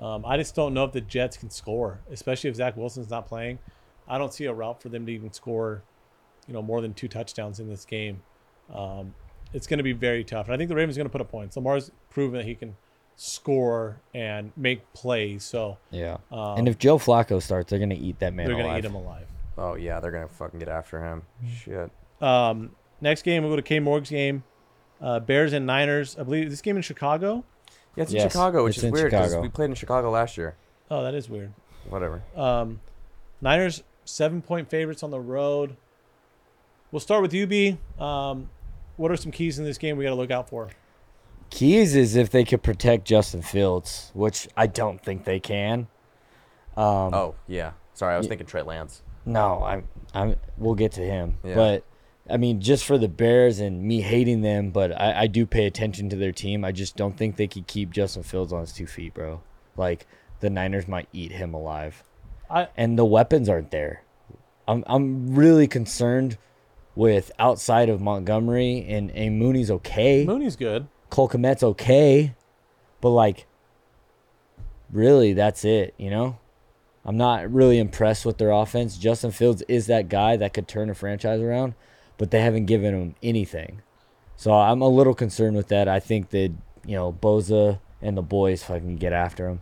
[SPEAKER 4] Um, I just don't know if the Jets can score, especially if Zach Wilson's not playing. I don't see a route for them to even score, you know, more than two touchdowns in this game. Um, it's going to be very tough, and I think the Ravens are going to put up points. Lamar's proven that he can score and make plays, so
[SPEAKER 2] Yeah.
[SPEAKER 4] um,
[SPEAKER 2] and if Joe Flacco starts, they're gonna eat that man.
[SPEAKER 4] they're going to
[SPEAKER 2] alive.
[SPEAKER 4] eat him alive.
[SPEAKER 5] Oh, yeah, they're going to fucking get after him.
[SPEAKER 4] Mm-hmm.
[SPEAKER 5] Shit.
[SPEAKER 4] Um, next game, we'll go to K Morg's game. Uh, Bears and Niners. I believe this game in Chicago.
[SPEAKER 5] Yeah, it's in
[SPEAKER 2] Yes,
[SPEAKER 5] Chicago,
[SPEAKER 2] it's
[SPEAKER 5] which is
[SPEAKER 2] in
[SPEAKER 5] weird because
[SPEAKER 2] Chicago.
[SPEAKER 5] we played in Chicago last year.
[SPEAKER 4] Oh, that is weird.
[SPEAKER 5] Whatever.
[SPEAKER 4] Um, Niners seven point favorites on the road. We'll start with UB. Um, what are some keys in this game we got to look out for?
[SPEAKER 2] keys is if they could protect Justin Fields, which I don't think they can. Um,
[SPEAKER 5] Oh, yeah. Sorry, I was thinking Trey Lance.
[SPEAKER 2] No, I'm. I'm. We'll get to him.
[SPEAKER 5] Yeah.
[SPEAKER 2] But I mean, just for the Bears and me hating them, but I, I do pay attention to their team. I just don't think they could keep Justin Fields on his two feet, bro. Like the Niners might eat him alive,
[SPEAKER 4] I
[SPEAKER 2] and the weapons aren't there. I'm. I'm really concerned with outside of Montgomery and and Mooney's okay.
[SPEAKER 4] Mooney's good.
[SPEAKER 2] Cole Kmet's okay, but like, really, that's it. You know, I'm not really impressed with their offense. Justin Fields is that guy that could turn a franchise around, but they haven't given him anything. So I'm a little concerned with that. I think that you know Boza and the boys fucking get after him.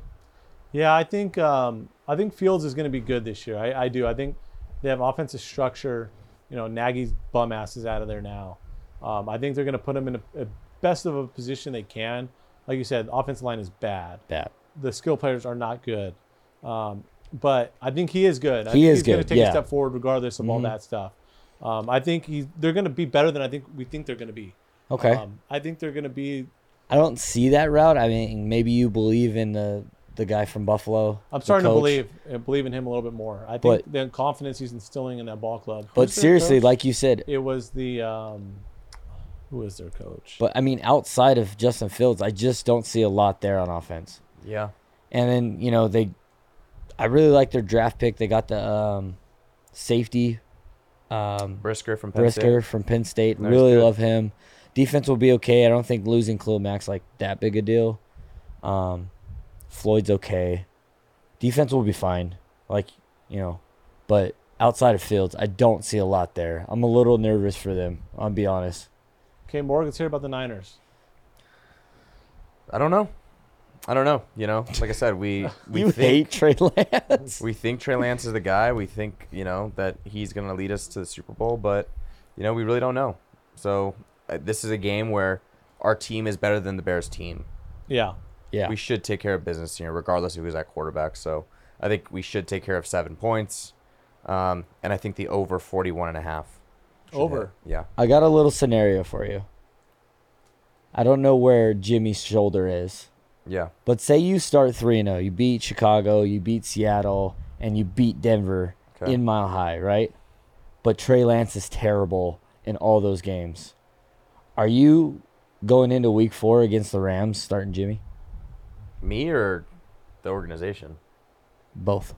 [SPEAKER 4] Yeah, I think um, I think Fields is going to be good this year. I, I do. I think they have offensive structure. You know, Nagy's bum ass is out of there now. Um, I think they're going to put him in a, a best of a position they can. Like you said, the offensive line is bad.
[SPEAKER 2] That
[SPEAKER 4] the skill players are not good. Um, but I think he is good. I
[SPEAKER 2] He
[SPEAKER 4] think
[SPEAKER 2] is
[SPEAKER 4] he's going to
[SPEAKER 2] good,
[SPEAKER 4] take a
[SPEAKER 2] yeah. Mm-hmm.
[SPEAKER 4] step forward regardless of all that stuff. Um, I think he, they're going to be better than I think we think they're going to be.
[SPEAKER 2] okay.
[SPEAKER 4] Um, I think they're going to be.
[SPEAKER 2] I don't see that route. I mean, maybe you believe in the the guy from Buffalo.
[SPEAKER 4] I'm
[SPEAKER 2] the
[SPEAKER 4] starting to
[SPEAKER 2] coach.
[SPEAKER 4] believe uh, believe in him a little bit more. I think
[SPEAKER 2] But-
[SPEAKER 4] the confidence he's instilling in that ball club.
[SPEAKER 2] But
[SPEAKER 4] their
[SPEAKER 2] seriously,
[SPEAKER 4] coach?
[SPEAKER 2] like you said,
[SPEAKER 4] it was the um, who was their coach?
[SPEAKER 2] But I mean, outside of Justin Fields, I just don't see a lot there on offense.
[SPEAKER 5] Yeah.
[SPEAKER 2] And then you know they, I really like their draft pick. They got the um, safety, um,
[SPEAKER 5] Brisker from Penn State.
[SPEAKER 2] Brisker from Penn State.
[SPEAKER 5] That was
[SPEAKER 2] really
[SPEAKER 5] good.
[SPEAKER 2] love him. Defense will be okay. I don't think losing Khalil Mack's like that big a deal. Um, Floyd's okay. Defense will be fine. Like you know, but outside of Fields, I don't see a lot there. I'm a little nervous for them. I'll be honest.
[SPEAKER 4] okay, Morgan's here about the Niners.
[SPEAKER 5] I don't know. I don't know. You know, like I said, we, we
[SPEAKER 2] you
[SPEAKER 5] think
[SPEAKER 2] hate Trey Lance.
[SPEAKER 5] We think Trey Lance is the guy. We think, you know, that he's going to lead us to the Super Bowl, but, you know, we really don't know. So uh, this is a game where our team is better than the Bears team.
[SPEAKER 4] Yeah,
[SPEAKER 2] Yeah.
[SPEAKER 5] We should take care of business here, regardless of who's at quarterback. So I think we should take care of seven points. Um, and I think the over 41 and a half. should hit.
[SPEAKER 4] Over.
[SPEAKER 5] Yeah.
[SPEAKER 2] I got a little scenario for you. I don't know where Jimmy's shoulder is,
[SPEAKER 5] Yeah.
[SPEAKER 2] but say you start 3 0. You beat Chicago, you beat Seattle, and you beat Denver
[SPEAKER 5] Okay.
[SPEAKER 2] in Mile High, right? but Trey Lance is terrible in all those games. Are you going into week four against the Rams starting Jimmy?
[SPEAKER 5] Me or the organization?
[SPEAKER 2] Both.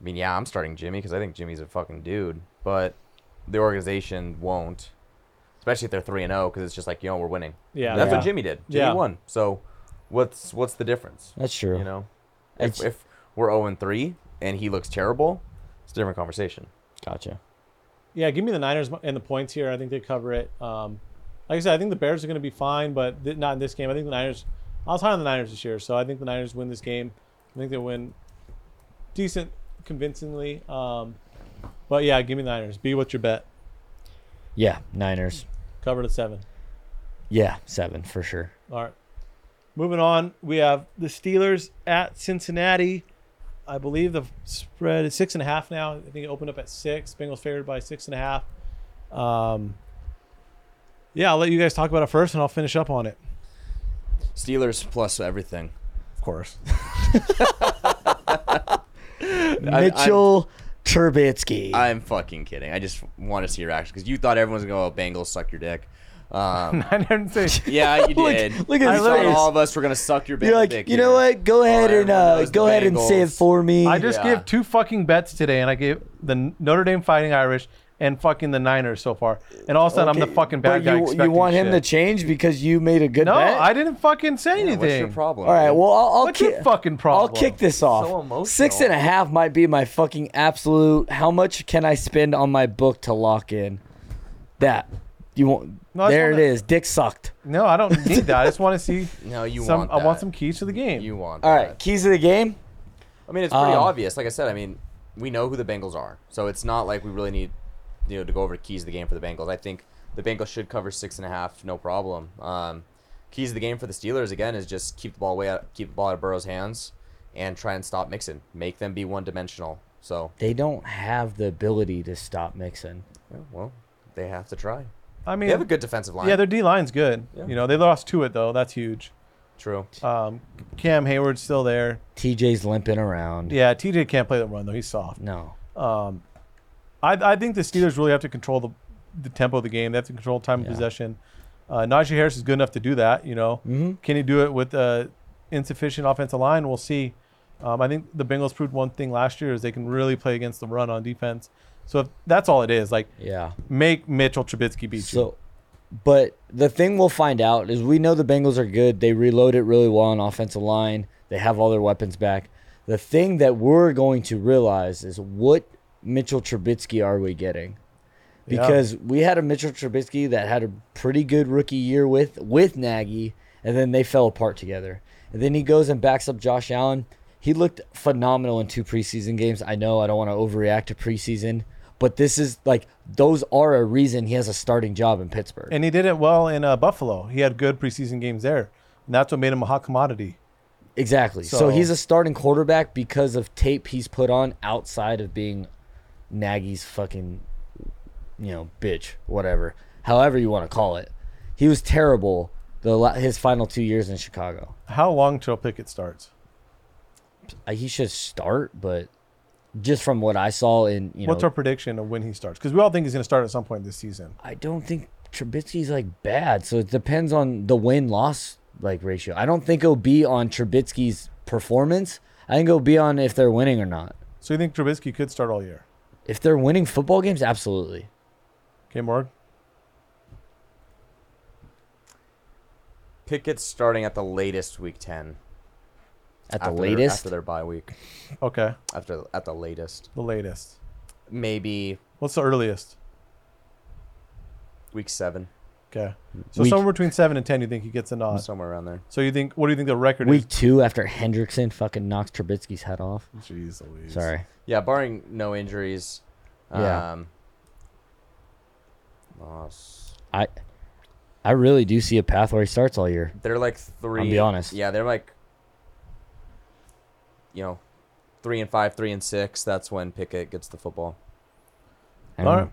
[SPEAKER 5] I mean, yeah, I'm starting Jimmy because I think Jimmy's a fucking dude, but the organization won't, especially if they're three and zero because it's just like you know we're winning.
[SPEAKER 4] Yeah.
[SPEAKER 5] that's
[SPEAKER 2] Yeah.
[SPEAKER 5] what Jimmy did. Jimmy
[SPEAKER 4] Yeah.
[SPEAKER 5] won. So what's what's the difference?
[SPEAKER 2] That's true.
[SPEAKER 5] You know,
[SPEAKER 2] It's-
[SPEAKER 5] if, if we're zero and three and he looks terrible, it's a different conversation.
[SPEAKER 2] Gotcha.
[SPEAKER 4] Yeah, give me the Niners and the points here. I think they cover it. Um, like I said, I think the Bears are going to be fine, but th- not in this game. I think the Niners. I was high on the Niners this year, so I think the Niners win this game. I think they win decent, convincingly. Um, but yeah, give me the Niners. Be what your bet.
[SPEAKER 2] Yeah, Niners.
[SPEAKER 4] Cover the seven.
[SPEAKER 2] Yeah, seven for sure.
[SPEAKER 4] All right. Moving on, we have the Steelers at Cincinnati. I believe the spread is six and a half now. I think it opened up at six. Bengals favored by six and a half. Um, yeah, I'll let you guys talk about it first, and I'll finish up on it.
[SPEAKER 5] Steelers plus everything.
[SPEAKER 4] Of course.
[SPEAKER 5] I'm-
[SPEAKER 2] Mitchell Trubisky.
[SPEAKER 5] I'm fucking kidding. I just want to see your reaction because you thought everyone was gonna go, oh, Bengals suck your dick. Um,
[SPEAKER 4] I didn't say.
[SPEAKER 5] yeah, you did.
[SPEAKER 2] look at
[SPEAKER 5] I
[SPEAKER 2] his
[SPEAKER 5] thought
[SPEAKER 2] face.
[SPEAKER 5] all of us were gonna suck your
[SPEAKER 2] You're
[SPEAKER 5] Bengals
[SPEAKER 2] like,
[SPEAKER 5] dick.
[SPEAKER 2] you know
[SPEAKER 5] here."
[SPEAKER 2] what? Go ahead
[SPEAKER 5] Oh,
[SPEAKER 2] and
[SPEAKER 5] everyone
[SPEAKER 2] uh,
[SPEAKER 5] knows
[SPEAKER 2] go
[SPEAKER 5] the
[SPEAKER 2] ahead and say it
[SPEAKER 5] Bengals.
[SPEAKER 2] for me.
[SPEAKER 4] I just
[SPEAKER 5] Yeah.
[SPEAKER 4] gave two fucking bets today, and I gave the Notre Dame Fighting Irish and fucking the Niners so far. And all of a sudden, I'm
[SPEAKER 2] Okay,
[SPEAKER 4] the fucking
[SPEAKER 2] but
[SPEAKER 4] bad guy.
[SPEAKER 2] You, you
[SPEAKER 4] expecting
[SPEAKER 2] want him
[SPEAKER 4] shit.
[SPEAKER 2] to change because you made a good
[SPEAKER 4] No,
[SPEAKER 2] bet.
[SPEAKER 4] I didn't fucking say
[SPEAKER 5] Yeah,
[SPEAKER 4] anything.
[SPEAKER 5] what's your problem?
[SPEAKER 2] All right.
[SPEAKER 5] dude?
[SPEAKER 2] Well, I'll, I'll
[SPEAKER 4] What's
[SPEAKER 2] ki-
[SPEAKER 4] your fucking problem?
[SPEAKER 2] I'll kick this off.
[SPEAKER 5] emotional.
[SPEAKER 2] Six and a half might be my fucking absolute. How much can I spend on my book to lock in? That you want?
[SPEAKER 4] No, I just
[SPEAKER 2] there it
[SPEAKER 4] wanna-
[SPEAKER 2] is. Dick sucked.
[SPEAKER 4] No, I don't need that. I just want to see.
[SPEAKER 5] No, you
[SPEAKER 4] some,
[SPEAKER 5] want.
[SPEAKER 4] I want
[SPEAKER 5] that.
[SPEAKER 4] some keys to the game.
[SPEAKER 5] You want.
[SPEAKER 2] All
[SPEAKER 5] that.
[SPEAKER 2] right. Keys of the game.
[SPEAKER 5] I mean, it's pretty
[SPEAKER 2] Um,
[SPEAKER 5] obvious. Like I said, I mean, we know who the Bengals are, so it's not like we really need, you know, to go over the keys of the game for the Bengals. I think the Bengals should cover six and a half, no problem. Um, keys of the game for the Steelers again is just keep the ball way out, keep the ball out of Burrow's hands, and try and stop Mixon. Make them be one dimensional. So,
[SPEAKER 2] They don't have the ability to stop Mixon.
[SPEAKER 5] yeah, well, they have to try.
[SPEAKER 4] I mean,
[SPEAKER 5] They have a good defensive line.
[SPEAKER 4] yeah, their D line's good.
[SPEAKER 5] Yeah.
[SPEAKER 4] You know, they lost to it though. That's huge.
[SPEAKER 5] true.
[SPEAKER 4] Um, Cam Hayward's still there.
[SPEAKER 2] TJ's limping around.
[SPEAKER 4] Yeah, TJ can't play the run though. He's soft.
[SPEAKER 2] No.
[SPEAKER 4] I, I think the Steelers really have to control the, the tempo of the game. They have to control time of
[SPEAKER 2] Yeah.
[SPEAKER 4] possession. Uh, Najee Harris is good enough to do that. You know,
[SPEAKER 5] Mm-hmm.
[SPEAKER 4] can he do it with uh, insufficient offensive line? We'll see. Um, I think the Bengals proved one thing last year is they can really play against the run on defense. So if that's all it is. Like,
[SPEAKER 2] Yeah.
[SPEAKER 4] make Mitchell Trubisky beat you.
[SPEAKER 2] So, but the thing we'll find out is we know the Bengals are good. They reload it really well on offensive line. They have all their weapons back. The thing that we're going to realize is what Mitchell Trubisky are we getting?
[SPEAKER 4] Yeah.
[SPEAKER 2] Because we had a Mitchell Trubisky that had a pretty good rookie year with with Nagy, and then they fell apart together. And then he goes and backs up Josh Allen. He looked phenomenal in two preseason games. I know I don't want to overreact to preseason, but this is like those are a reason he has a starting job in Pittsburgh.
[SPEAKER 4] And he did it well in uh, Buffalo. He had good preseason games there, and that's what made him a hot commodity.
[SPEAKER 2] Exactly. So,
[SPEAKER 4] So-
[SPEAKER 2] he's a starting quarterback because of tape he's put on outside of being Nagy's fucking, you know, bitch, whatever, however you want to call it. He was terrible the la- his final two years in Chicago.
[SPEAKER 4] How long till Pickett starts?
[SPEAKER 2] Uh, he should start, but just from what I saw in you know,
[SPEAKER 4] What's our prediction of when he starts? Because we all think he's going to start at some point this season.
[SPEAKER 2] I don't think Trubisky's like bad. So it depends on the win loss like ratio. I don't think it'll be on Trubisky's performance. I think it'll be on if they're winning or not.
[SPEAKER 4] So you think Trubisky could start all year?
[SPEAKER 2] If they're winning football games, absolutely.
[SPEAKER 4] Okay, Morg.
[SPEAKER 5] Pickett's starting at the latest week ten.
[SPEAKER 2] At the
[SPEAKER 5] after their-
[SPEAKER 2] latest,
[SPEAKER 5] after their bye week.
[SPEAKER 4] Okay,
[SPEAKER 5] After at the latest,
[SPEAKER 4] the latest.
[SPEAKER 5] maybe
[SPEAKER 4] What's the earliest?
[SPEAKER 5] week seven,
[SPEAKER 4] Okay, so
[SPEAKER 2] Week-
[SPEAKER 4] somewhere between seven and ten, you think he gets a nod?
[SPEAKER 5] somewhere around there.
[SPEAKER 4] So you think? What do you think the record
[SPEAKER 2] week two, after Hendrickson fucking knocks Trubisky's head off.
[SPEAKER 4] is? Jeez Louise.
[SPEAKER 2] Sorry.
[SPEAKER 5] Yeah, barring no injuries.
[SPEAKER 2] Yeah.
[SPEAKER 5] Um, oh, s-
[SPEAKER 2] I I really do see a path where he starts all year.
[SPEAKER 5] they're like 3
[SPEAKER 2] be honest.
[SPEAKER 5] Yeah, they're like, you know, three and five, three and six. That's when Pickett gets the football.
[SPEAKER 2] I
[SPEAKER 4] All
[SPEAKER 2] don't
[SPEAKER 4] right.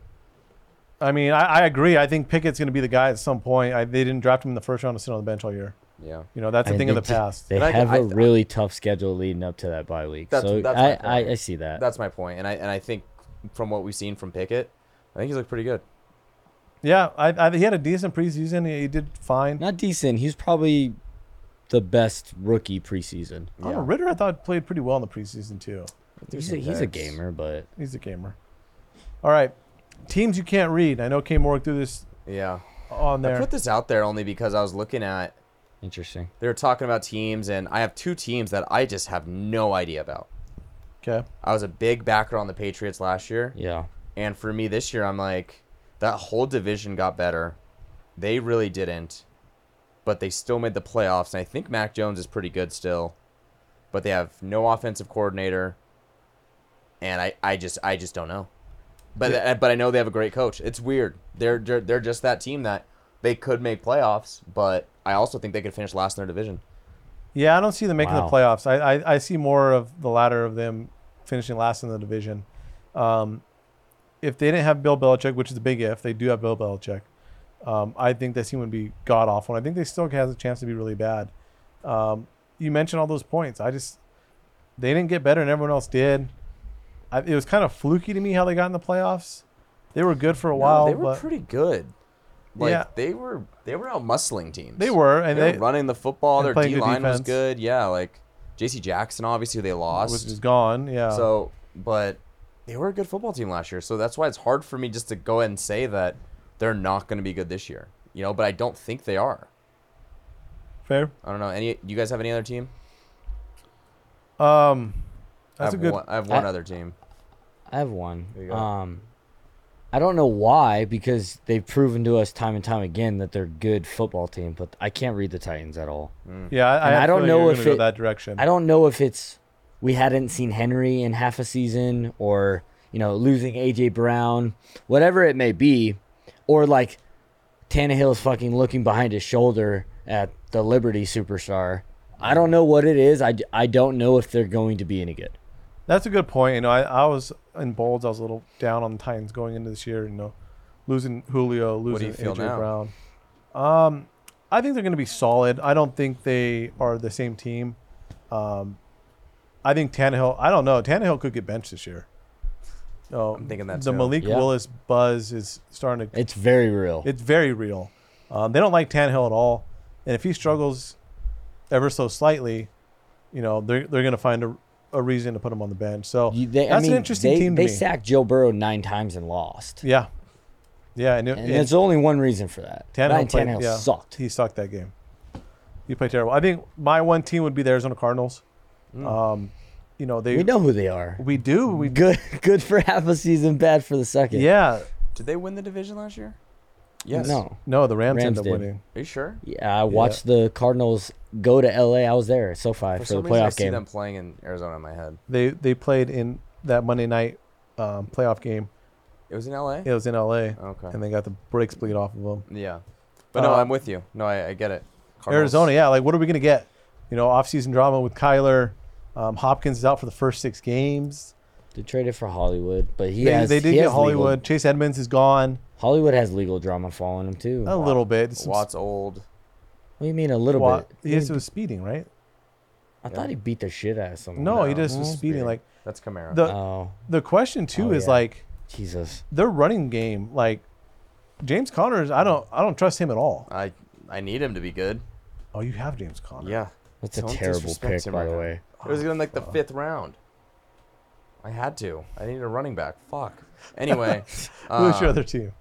[SPEAKER 4] I mean, I, I agree. I think Pickett's going to be the guy at some point. I, they didn't draft him in the first round to sit on the bench all year.
[SPEAKER 5] Yeah.
[SPEAKER 4] You know, that's a
[SPEAKER 2] And
[SPEAKER 4] thing of
[SPEAKER 2] they
[SPEAKER 4] the
[SPEAKER 2] ju-
[SPEAKER 4] past.
[SPEAKER 2] They
[SPEAKER 5] And I-
[SPEAKER 2] have a
[SPEAKER 5] I-
[SPEAKER 2] really tough schedule leading up to that bye week.
[SPEAKER 5] That's-
[SPEAKER 2] so
[SPEAKER 5] that's my
[SPEAKER 2] I, I,
[SPEAKER 5] point.
[SPEAKER 2] I see that.
[SPEAKER 5] That's my point, and I and I think from what we've seen from Pickett, I think he's looked pretty good.
[SPEAKER 4] Yeah, I, I, he had a decent preseason. He, he did fine.
[SPEAKER 2] Not decent. He's probably the best rookie preseason.
[SPEAKER 4] I don't know,
[SPEAKER 5] Yeah.
[SPEAKER 4] Oh, Ritter, I thought played pretty well in the preseason too.
[SPEAKER 2] He's a,
[SPEAKER 5] some
[SPEAKER 2] he's a
[SPEAKER 5] picks.
[SPEAKER 2] gamer, but
[SPEAKER 4] He's a gamer. All right, teams you can't read. I know K. Morgan threw this
[SPEAKER 5] Yeah.
[SPEAKER 4] on
[SPEAKER 5] I
[SPEAKER 4] there.
[SPEAKER 5] put this out there only because I was looking at
[SPEAKER 2] interesting.
[SPEAKER 5] they were talking about teams, and I have two teams that I just have no idea about.
[SPEAKER 4] okay,
[SPEAKER 5] I was a big backer on the Patriots last year,
[SPEAKER 2] Yeah.
[SPEAKER 5] and for me this year, I'm like that whole division got better. They really didn't, but they still made the playoffs, and I think Mac Jones is pretty good still. But they have no offensive coordinator, and I, I just I just don't know. But but I know they have a great coach. It's weird. They're, they're they're just that team that they could make playoffs, but I also think they could finish last in their division.
[SPEAKER 4] yeah, I don't see them making
[SPEAKER 2] Wow.
[SPEAKER 4] the playoffs. I, I I see more of the latter of them finishing last in the division. Um, if they didn't have Bill Belichick, which is a big if, they do have Bill Belichick. Um, I think this team would be god awful. And I think they still has a chance to be really bad. Um, you mentioned all those points. I just they didn't get better, and everyone else did. I, it was kind of fluky to me how they got in the playoffs. They were good for a while,
[SPEAKER 5] No, they were
[SPEAKER 4] but
[SPEAKER 5] pretty good. Like
[SPEAKER 4] Yeah.
[SPEAKER 5] they were they were out muscling teams.
[SPEAKER 4] they were, and
[SPEAKER 5] they
[SPEAKER 4] they,
[SPEAKER 5] were running the football.
[SPEAKER 4] and
[SPEAKER 5] Their
[SPEAKER 4] playing
[SPEAKER 5] D
[SPEAKER 4] good
[SPEAKER 5] line was
[SPEAKER 4] defense.
[SPEAKER 5] good. Yeah, like J.C. Jackson, obviously who they
[SPEAKER 4] was
[SPEAKER 5] lost.
[SPEAKER 4] just uh, gone. Yeah.
[SPEAKER 5] So, but they were a good football team last year. So that's why it's hard for me just to go ahead and say that they're not going to be good this year. You know, but I don't think they are.
[SPEAKER 4] fair.
[SPEAKER 5] I don't know. Any you guys have any other team?
[SPEAKER 4] Um,
[SPEAKER 5] I
[SPEAKER 4] that's a
[SPEAKER 5] have
[SPEAKER 4] good.
[SPEAKER 5] One, I have one
[SPEAKER 2] I-
[SPEAKER 5] other team.
[SPEAKER 2] I have one.
[SPEAKER 5] you go.
[SPEAKER 2] Um, I don't know why because they've proven to us time and time again that they're a good football team, but I can't read the Titans at all.
[SPEAKER 4] Yeah, I, I,
[SPEAKER 2] And
[SPEAKER 4] had a
[SPEAKER 2] I don't
[SPEAKER 4] feeling
[SPEAKER 2] know
[SPEAKER 4] you were
[SPEAKER 2] if
[SPEAKER 4] gonna go
[SPEAKER 2] it-
[SPEAKER 4] that direction.
[SPEAKER 2] I don't know if it's we hadn't seen Henry in half a season or, you know, losing AJ Brown, whatever it may be, or like Tannehill's fucking looking behind his shoulder at the Liberty superstar. I don't know what it is. I, d- I don't know if they're going to be any good.
[SPEAKER 4] That's a good point. You know, I, I was in bolds. I was a little down on the Titans going into this year. You know, losing Julio, losing
[SPEAKER 5] do you feel
[SPEAKER 4] AJ
[SPEAKER 5] now?
[SPEAKER 4] Brown. Um, I think they're going to be solid. I don't think they are the same team. Um, I think Tannehill. I don't know. Tannehill could get benched this year. No, I'm
[SPEAKER 5] thinking that
[SPEAKER 4] the
[SPEAKER 5] too.
[SPEAKER 4] Malik
[SPEAKER 2] Yeah.
[SPEAKER 4] Willis buzz is starting to.
[SPEAKER 2] It's very real.
[SPEAKER 4] It's very real. Um, they don't like Tannehill at all, and if he struggles ever so slightly, you know they're they're going to find a, a reason to put him on the bench. So
[SPEAKER 2] You- they,
[SPEAKER 4] that's
[SPEAKER 2] I mean,
[SPEAKER 4] an interesting
[SPEAKER 2] they,
[SPEAKER 4] team to
[SPEAKER 2] They
[SPEAKER 4] me.
[SPEAKER 2] sacked Joe Burrow nine times and lost.
[SPEAKER 4] yeah, yeah, and, it-
[SPEAKER 2] And
[SPEAKER 4] and
[SPEAKER 2] there's only one reason for that. Ryan
[SPEAKER 4] played-
[SPEAKER 2] Tannehill
[SPEAKER 4] yeah,
[SPEAKER 2] sucked.
[SPEAKER 4] He sucked that game. He played terrible. I think my one team would be the Arizona Cardinals. Um, you know they
[SPEAKER 2] We know who they are.
[SPEAKER 4] we do we
[SPEAKER 2] Good, good for half a season, bad for the second.
[SPEAKER 4] yeah
[SPEAKER 5] Did they win the division last year? Yes.
[SPEAKER 2] No.
[SPEAKER 4] no the Rams,
[SPEAKER 2] Rams
[SPEAKER 4] end up
[SPEAKER 2] did.
[SPEAKER 4] winning.
[SPEAKER 5] Are you sure?
[SPEAKER 2] Yeah, I watched the Cardinals go to LA. I was there at SoFi for,
[SPEAKER 5] For
[SPEAKER 2] the
[SPEAKER 5] some reason, I
[SPEAKER 2] playoff
[SPEAKER 5] see
[SPEAKER 2] game.
[SPEAKER 5] them playing in Arizona in my head.
[SPEAKER 4] They they played in that Monday night um, playoff game.
[SPEAKER 5] It was in L.A.
[SPEAKER 4] It was in L.A.
[SPEAKER 5] Oh, Okay.
[SPEAKER 4] and they got the brakes bleed off of them.
[SPEAKER 5] Yeah. But no,
[SPEAKER 4] Uh,
[SPEAKER 5] I'm with you. No, I, I get it. Cardinals.
[SPEAKER 4] Arizona, yeah. Like, what are we going to get? You know, offseason drama with Kyler. Um, Hopkins is out for the first six games.
[SPEAKER 2] They traded for Hollywood, but he
[SPEAKER 4] They,
[SPEAKER 2] has.
[SPEAKER 4] they did
[SPEAKER 2] he
[SPEAKER 4] get
[SPEAKER 2] has
[SPEAKER 4] Hollywood.
[SPEAKER 2] Legal,
[SPEAKER 4] Chase Edmonds is gone
[SPEAKER 2] Hollywood has legal drama following him too.
[SPEAKER 5] Oh.
[SPEAKER 4] a little bit. Some
[SPEAKER 5] Watt's old.
[SPEAKER 2] what do you mean a little
[SPEAKER 4] wa-
[SPEAKER 2] bit?
[SPEAKER 4] yes, it was speeding, right?
[SPEAKER 2] I thought he beat the shit out of someone.
[SPEAKER 4] No, he
[SPEAKER 5] No.
[SPEAKER 4] just was
[SPEAKER 2] No.
[SPEAKER 4] speeding. Like
[SPEAKER 5] That's Camaro.
[SPEAKER 4] the
[SPEAKER 2] Oh,
[SPEAKER 4] the question too
[SPEAKER 2] Oh,
[SPEAKER 4] is
[SPEAKER 2] yeah.
[SPEAKER 4] like
[SPEAKER 2] Jesus.
[SPEAKER 4] their running game. Like James Conner is. I don't. I don't trust him at all.
[SPEAKER 5] I I need him to be good.
[SPEAKER 4] Oh, you have James Conner.
[SPEAKER 5] Yeah.
[SPEAKER 2] That's a
[SPEAKER 5] Don't
[SPEAKER 2] terrible
[SPEAKER 5] disrespect
[SPEAKER 2] pick,
[SPEAKER 5] him
[SPEAKER 2] by
[SPEAKER 5] right
[SPEAKER 2] the
[SPEAKER 5] now.
[SPEAKER 2] way.
[SPEAKER 5] It was in like the fifth round. I had to. I needed a running back. Fuck. Anyway,
[SPEAKER 4] Who's your
[SPEAKER 5] um,
[SPEAKER 4] other team?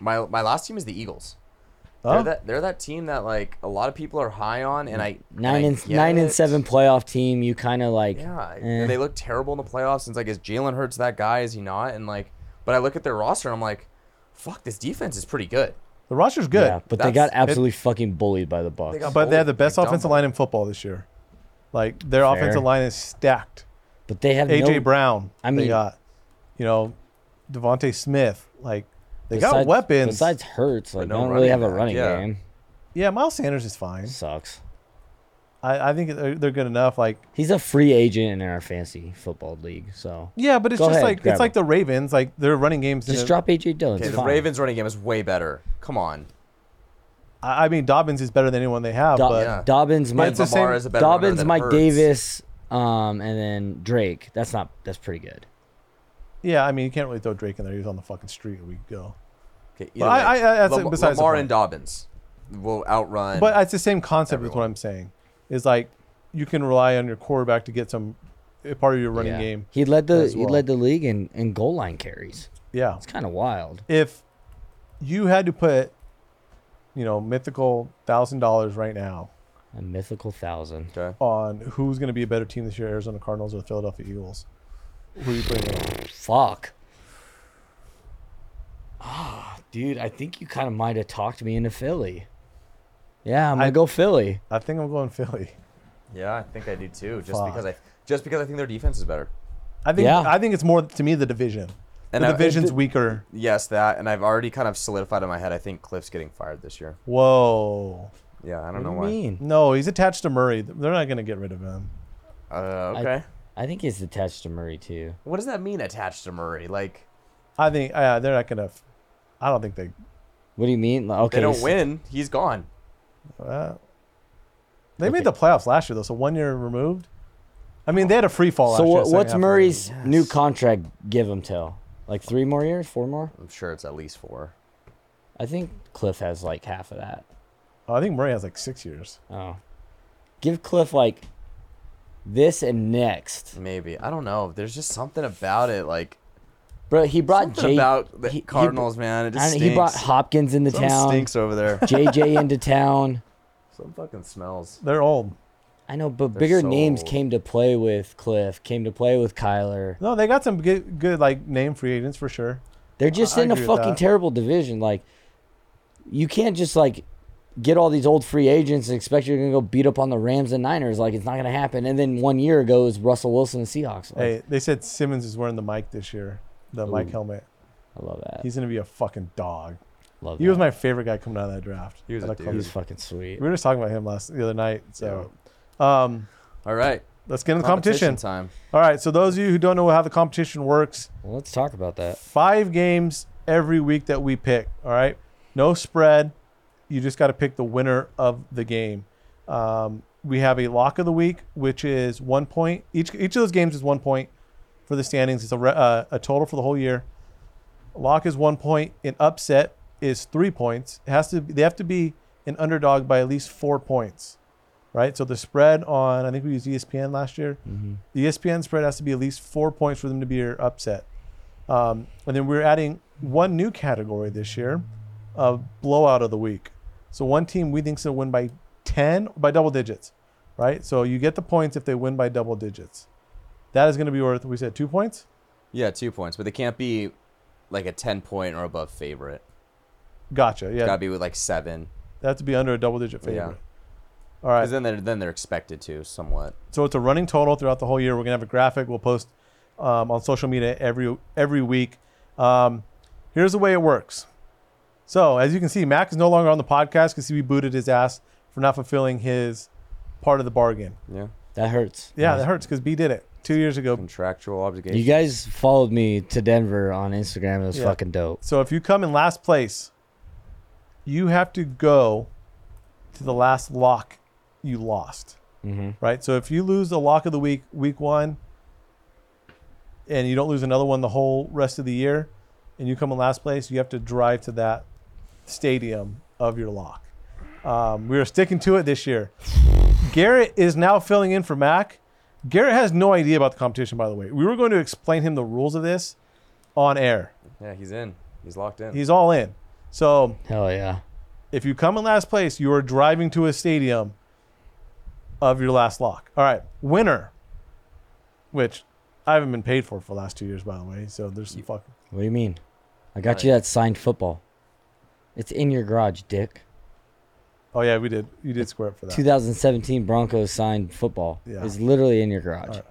[SPEAKER 5] my my last team is the Eagles.
[SPEAKER 4] Huh?
[SPEAKER 5] They're that they're that team that like a lot of people are high on, and I
[SPEAKER 2] Nine
[SPEAKER 5] I
[SPEAKER 2] and
[SPEAKER 5] get
[SPEAKER 2] nine
[SPEAKER 5] it.
[SPEAKER 2] and seven playoff team. You kind of like.
[SPEAKER 5] Yeah, I-
[SPEAKER 2] eh.
[SPEAKER 5] they look terrible in the playoffs. And it's like, is Jalen Hurts that guy? Is he not? And like, but I look at their roster, and I'm like, fuck, this defense is pretty good.
[SPEAKER 4] The roster's good,
[SPEAKER 2] Yeah, but they
[SPEAKER 5] That's-
[SPEAKER 2] got
[SPEAKER 5] it-
[SPEAKER 2] absolutely fucking bullied by the Bucks.
[SPEAKER 5] got-
[SPEAKER 4] but they have the
[SPEAKER 5] Holy
[SPEAKER 4] best
[SPEAKER 5] McDonald.
[SPEAKER 4] offensive line in football this year. Like their offensive line is stacked.
[SPEAKER 2] but they have
[SPEAKER 4] AJ
[SPEAKER 2] no,
[SPEAKER 4] Brown.
[SPEAKER 2] I
[SPEAKER 4] they
[SPEAKER 2] mean-
[SPEAKER 4] got you know Devonte Smith. Like they got
[SPEAKER 2] besides-
[SPEAKER 4] weapons.
[SPEAKER 2] Besides Hurts, like
[SPEAKER 5] no
[SPEAKER 2] they don't really have
[SPEAKER 5] running
[SPEAKER 2] a
[SPEAKER 5] back,
[SPEAKER 2] running
[SPEAKER 5] yeah.
[SPEAKER 2] game.
[SPEAKER 4] yeah, Miles Sanders is fine.
[SPEAKER 2] Sucks.
[SPEAKER 4] I, I think they're, they're good enough. Like
[SPEAKER 2] He's a free agent in our fantasy football league, so
[SPEAKER 4] yeah, but it's
[SPEAKER 2] Go
[SPEAKER 4] just
[SPEAKER 2] ahead,
[SPEAKER 4] like
[SPEAKER 2] grab
[SPEAKER 4] it's like the Ravens. Like their running games.
[SPEAKER 2] just
[SPEAKER 4] didn't-
[SPEAKER 2] drop AJ Dillon.
[SPEAKER 5] Okay,
[SPEAKER 2] it's
[SPEAKER 5] the
[SPEAKER 2] fine.
[SPEAKER 5] Ravens running game is way better. Come on.
[SPEAKER 4] I, I mean Dobbins is better than anyone they have.
[SPEAKER 2] Do-
[SPEAKER 4] but
[SPEAKER 5] yeah.
[SPEAKER 2] Dobbins, Mike,
[SPEAKER 4] it's the same-
[SPEAKER 5] Lamar is a better runner
[SPEAKER 2] Dobbins,
[SPEAKER 5] than
[SPEAKER 2] Mike
[SPEAKER 5] Hurts.
[SPEAKER 2] Davis, um, and then Drake. That's not. That's pretty good.
[SPEAKER 4] Yeah, I mean, you can't really throw Drake in there. He was on the fucking street a week ago.
[SPEAKER 5] Okay,
[SPEAKER 4] But I- I- I- that's
[SPEAKER 5] Lam-
[SPEAKER 4] besides the
[SPEAKER 5] Lamar
[SPEAKER 4] point.
[SPEAKER 5] and Dobbins will outrun.
[SPEAKER 4] But it's the same concept with what I'm saying. Is like you can rely on your quarterback to get some a part of your running
[SPEAKER 2] Yeah.
[SPEAKER 4] game.
[SPEAKER 2] He led the
[SPEAKER 4] as
[SPEAKER 2] he
[SPEAKER 4] well.
[SPEAKER 2] led the league in, in goal line carries.
[SPEAKER 4] Yeah.
[SPEAKER 2] It's kind of wild.
[SPEAKER 4] If you had to put, you know, mythical thousand dollars right now
[SPEAKER 2] A mythical thousand.
[SPEAKER 5] okay.
[SPEAKER 4] on who's going to be a better team this year, Arizona Cardinals or the Philadelphia Eagles, who are you putting it on?
[SPEAKER 2] Fuck. Ah, dude, I think you kind of might have talked me into Philly. Yeah, I'm gonna
[SPEAKER 4] I-
[SPEAKER 2] go Philly.
[SPEAKER 4] I think I'm going Philly.
[SPEAKER 5] Yeah, I think I do too. Just
[SPEAKER 4] Fuck.
[SPEAKER 5] because I just because I think their defense is better.
[SPEAKER 4] I think
[SPEAKER 2] Yeah.
[SPEAKER 4] I think it's more to me the division.
[SPEAKER 5] And
[SPEAKER 4] the
[SPEAKER 5] I-
[SPEAKER 4] division's
[SPEAKER 5] it-
[SPEAKER 4] weaker.
[SPEAKER 5] Yes, that, and I've already kind of solidified in my head. I think Cliff's getting fired this year.
[SPEAKER 4] Whoa.
[SPEAKER 5] Yeah, I don't know
[SPEAKER 2] What do you
[SPEAKER 5] why.
[SPEAKER 2] mean?
[SPEAKER 4] No, he's attached to Murray. They're not going to get rid of him.
[SPEAKER 5] Uh,
[SPEAKER 2] I-
[SPEAKER 5] okay,
[SPEAKER 2] I think he's attached to Murray too.
[SPEAKER 5] what does that mean attached to Murray? Like
[SPEAKER 4] I think uh, they're not going to. I don't think they.
[SPEAKER 2] What do you mean? Like, Okay,
[SPEAKER 5] they don't
[SPEAKER 2] so-
[SPEAKER 5] win, he's gone.
[SPEAKER 4] Uh, they
[SPEAKER 2] Okay.
[SPEAKER 4] made the playoffs last year though, so one year removed. I mean, they had a free fall.
[SPEAKER 2] So
[SPEAKER 4] last year,
[SPEAKER 2] what,
[SPEAKER 4] second
[SPEAKER 2] what's
[SPEAKER 4] half of the
[SPEAKER 2] Murray's
[SPEAKER 4] year.
[SPEAKER 2] new contract give him till? Like three more years, four more?
[SPEAKER 5] I'm sure it's at least four.
[SPEAKER 2] I think Cliff has like half of that.
[SPEAKER 4] Oh, I think Murray has like six years.
[SPEAKER 2] Oh, give Cliff like this and next,
[SPEAKER 5] Maybe I don't know. There's just something about it, like
[SPEAKER 2] bro. He brought
[SPEAKER 5] something
[SPEAKER 2] J-
[SPEAKER 5] about the
[SPEAKER 2] he- he-
[SPEAKER 5] Cardinals, man. It
[SPEAKER 2] I
[SPEAKER 5] just
[SPEAKER 2] don't-
[SPEAKER 5] stinks.
[SPEAKER 2] he brought Hopkins into
[SPEAKER 5] Something
[SPEAKER 2] town.
[SPEAKER 5] stinks over there.
[SPEAKER 2] JJ into town.
[SPEAKER 5] Some fucking smells.
[SPEAKER 4] They're old.
[SPEAKER 2] I know, but bigger names
[SPEAKER 5] so-
[SPEAKER 2] came to play with Cliff, came to play with Kyler.
[SPEAKER 4] No, they got some good, good like name free agents for sure.
[SPEAKER 2] They're just
[SPEAKER 4] I
[SPEAKER 2] in a
[SPEAKER 4] agree with
[SPEAKER 2] fucking
[SPEAKER 4] that.
[SPEAKER 2] terrible division. Like, you can't just like get all these old free agents and expect you're gonna go beat up on the Rams and Niners. Like, it's not gonna happen. And then one year ago is Russell Wilson and Seahawks. Like,
[SPEAKER 4] Hey, they said Simmons is wearing the mic this year, the mic helmet.
[SPEAKER 2] I love that.
[SPEAKER 4] He's gonna be a fucking dog.
[SPEAKER 2] Love
[SPEAKER 4] He
[SPEAKER 2] that.
[SPEAKER 4] was my favorite guy coming out of that draft.
[SPEAKER 5] He was
[SPEAKER 4] I
[SPEAKER 5] a
[SPEAKER 4] like
[SPEAKER 5] dude.
[SPEAKER 2] He
[SPEAKER 4] Clemson.
[SPEAKER 2] was fucking sweet.
[SPEAKER 4] We were just talking about him last the other night. So, um,
[SPEAKER 5] All right,
[SPEAKER 4] let's get into the competition.
[SPEAKER 5] time.
[SPEAKER 4] All right. So those of you who don't know how the competition works,
[SPEAKER 2] Well, let's talk about that.
[SPEAKER 4] five games every week that we pick. All right, no spread. You just got to pick the winner of the game. Um, we have a lock of the week, which is one point. Each each of those games is one point for the standings. It's a re, uh, a total for the whole year. Lock is one point. An upset is three points. It has to they have to be an underdog by at least four points, right? So the spread on I think we used E ESPN last year. The E ESPN spread has to be at least four points for them to be your upset. Um, and then we're adding one new category this year of blowout of the week. So one team we think is going to win by 10, by double digits, right? So you get the points if they win by double digits. That is going to be worth, we said two points?
[SPEAKER 5] Yeah, two points, but they can't be like a ten point or above favorite.
[SPEAKER 4] Gotcha. Yeah.
[SPEAKER 5] Gotta be with like seven,
[SPEAKER 4] They have to be under a double digit favorite.
[SPEAKER 5] Yeah.
[SPEAKER 4] All right.
[SPEAKER 5] because then they're then they're expected to somewhat.
[SPEAKER 4] So it's a running total throughout the whole year. We're gonna have a graphic. We'll post um, on social media every every week. Um, here's the way it works. So as you can see, Mac is no longer on the podcast because we booted his ass for not fulfilling his part of the bargain.
[SPEAKER 5] Yeah,
[SPEAKER 2] That hurts.
[SPEAKER 4] Yeah, that hurts because B did it two years ago.
[SPEAKER 5] contractual obligation.
[SPEAKER 2] You guys followed me to Denver on Instagram. It was
[SPEAKER 4] Yeah.
[SPEAKER 2] fucking dope.
[SPEAKER 4] So if you come in last place, you have to go to the last lock you lost. Right. So if you lose the lock of the week, week one, and you don't lose another one the whole rest of the year, and you come in last place, you have to drive to that stadium of your lock. Um, we are sticking to it this year. Garrett is now filling in for Mac. Garrett has no idea about the competition, by the way. We were going to explain him the rules of this on air.
[SPEAKER 5] yeah, he's in. He's locked in.
[SPEAKER 4] He's all in. So
[SPEAKER 2] Hell yeah.
[SPEAKER 4] if you come in last place, you are driving to a stadium of your last lock. All right, winner, which I haven't been paid for for the last two years, by the way. So there's some fuck.
[SPEAKER 2] What do you mean? I got you that signed football. It's in your garage, dick.
[SPEAKER 4] Oh yeah, we did. You did square up for that.
[SPEAKER 2] 2017 Broncos signed football.
[SPEAKER 4] Yeah.
[SPEAKER 2] It's literally in your garage.
[SPEAKER 4] Alright.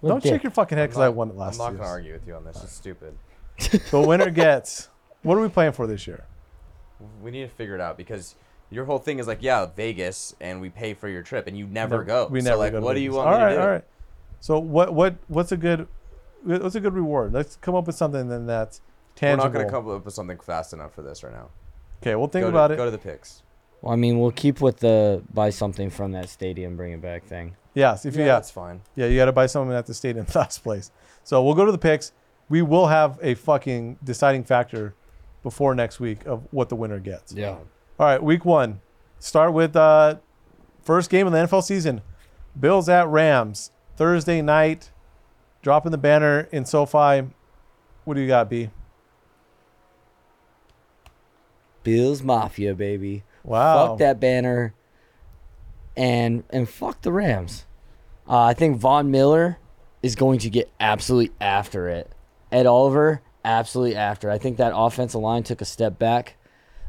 [SPEAKER 2] What
[SPEAKER 4] Don't shake
[SPEAKER 2] dick?
[SPEAKER 4] your fucking head because I won it
[SPEAKER 5] I'm
[SPEAKER 4] last
[SPEAKER 5] not gonna
[SPEAKER 4] year.
[SPEAKER 5] argue with you on this. It's stupid.
[SPEAKER 4] The winner gets. What are we playing for this year?
[SPEAKER 5] We need to figure it out because your whole thing is like, yeah, Vegas, and we pay for your trip, and you never
[SPEAKER 4] Never-
[SPEAKER 5] go.
[SPEAKER 4] We
[SPEAKER 5] So,
[SPEAKER 4] never
[SPEAKER 5] like,
[SPEAKER 4] go to
[SPEAKER 5] what do you
[SPEAKER 4] Vegas.
[SPEAKER 5] want
[SPEAKER 4] All
[SPEAKER 5] me
[SPEAKER 4] right,
[SPEAKER 5] to do?
[SPEAKER 4] all right. So what what what's a good what's a good reward? Let's come up with something then that's
[SPEAKER 5] We're
[SPEAKER 4] tangible.
[SPEAKER 5] not gonna come up with something fast enough for this right now.
[SPEAKER 4] okay, we'll think
[SPEAKER 5] go
[SPEAKER 4] about
[SPEAKER 5] to,
[SPEAKER 4] it.
[SPEAKER 5] Go to the picks.
[SPEAKER 2] Well, I mean, we'll keep with the buy something from that stadium, bring it back thing.
[SPEAKER 4] yes, if you
[SPEAKER 5] yeah,
[SPEAKER 4] yeah,
[SPEAKER 5] that's fine.
[SPEAKER 4] Yeah, you got to buy something at the stadium last place. So we'll go to the picks. we will have a fucking deciding factor before next week of what the winner gets.
[SPEAKER 2] Yeah.
[SPEAKER 4] All right, week one. Start with uh, first game of the NFL season. Bills at Rams Thursday night. Dropping the banner in SoFi. What do you got, B?
[SPEAKER 2] Bills Mafia, baby.
[SPEAKER 4] Wow.
[SPEAKER 2] Fuck that banner. And and fuck the Rams. Uh, I think Von Miller is going to get absolutely after it. Ed Oliver, absolutely after. I think that offensive line took a step back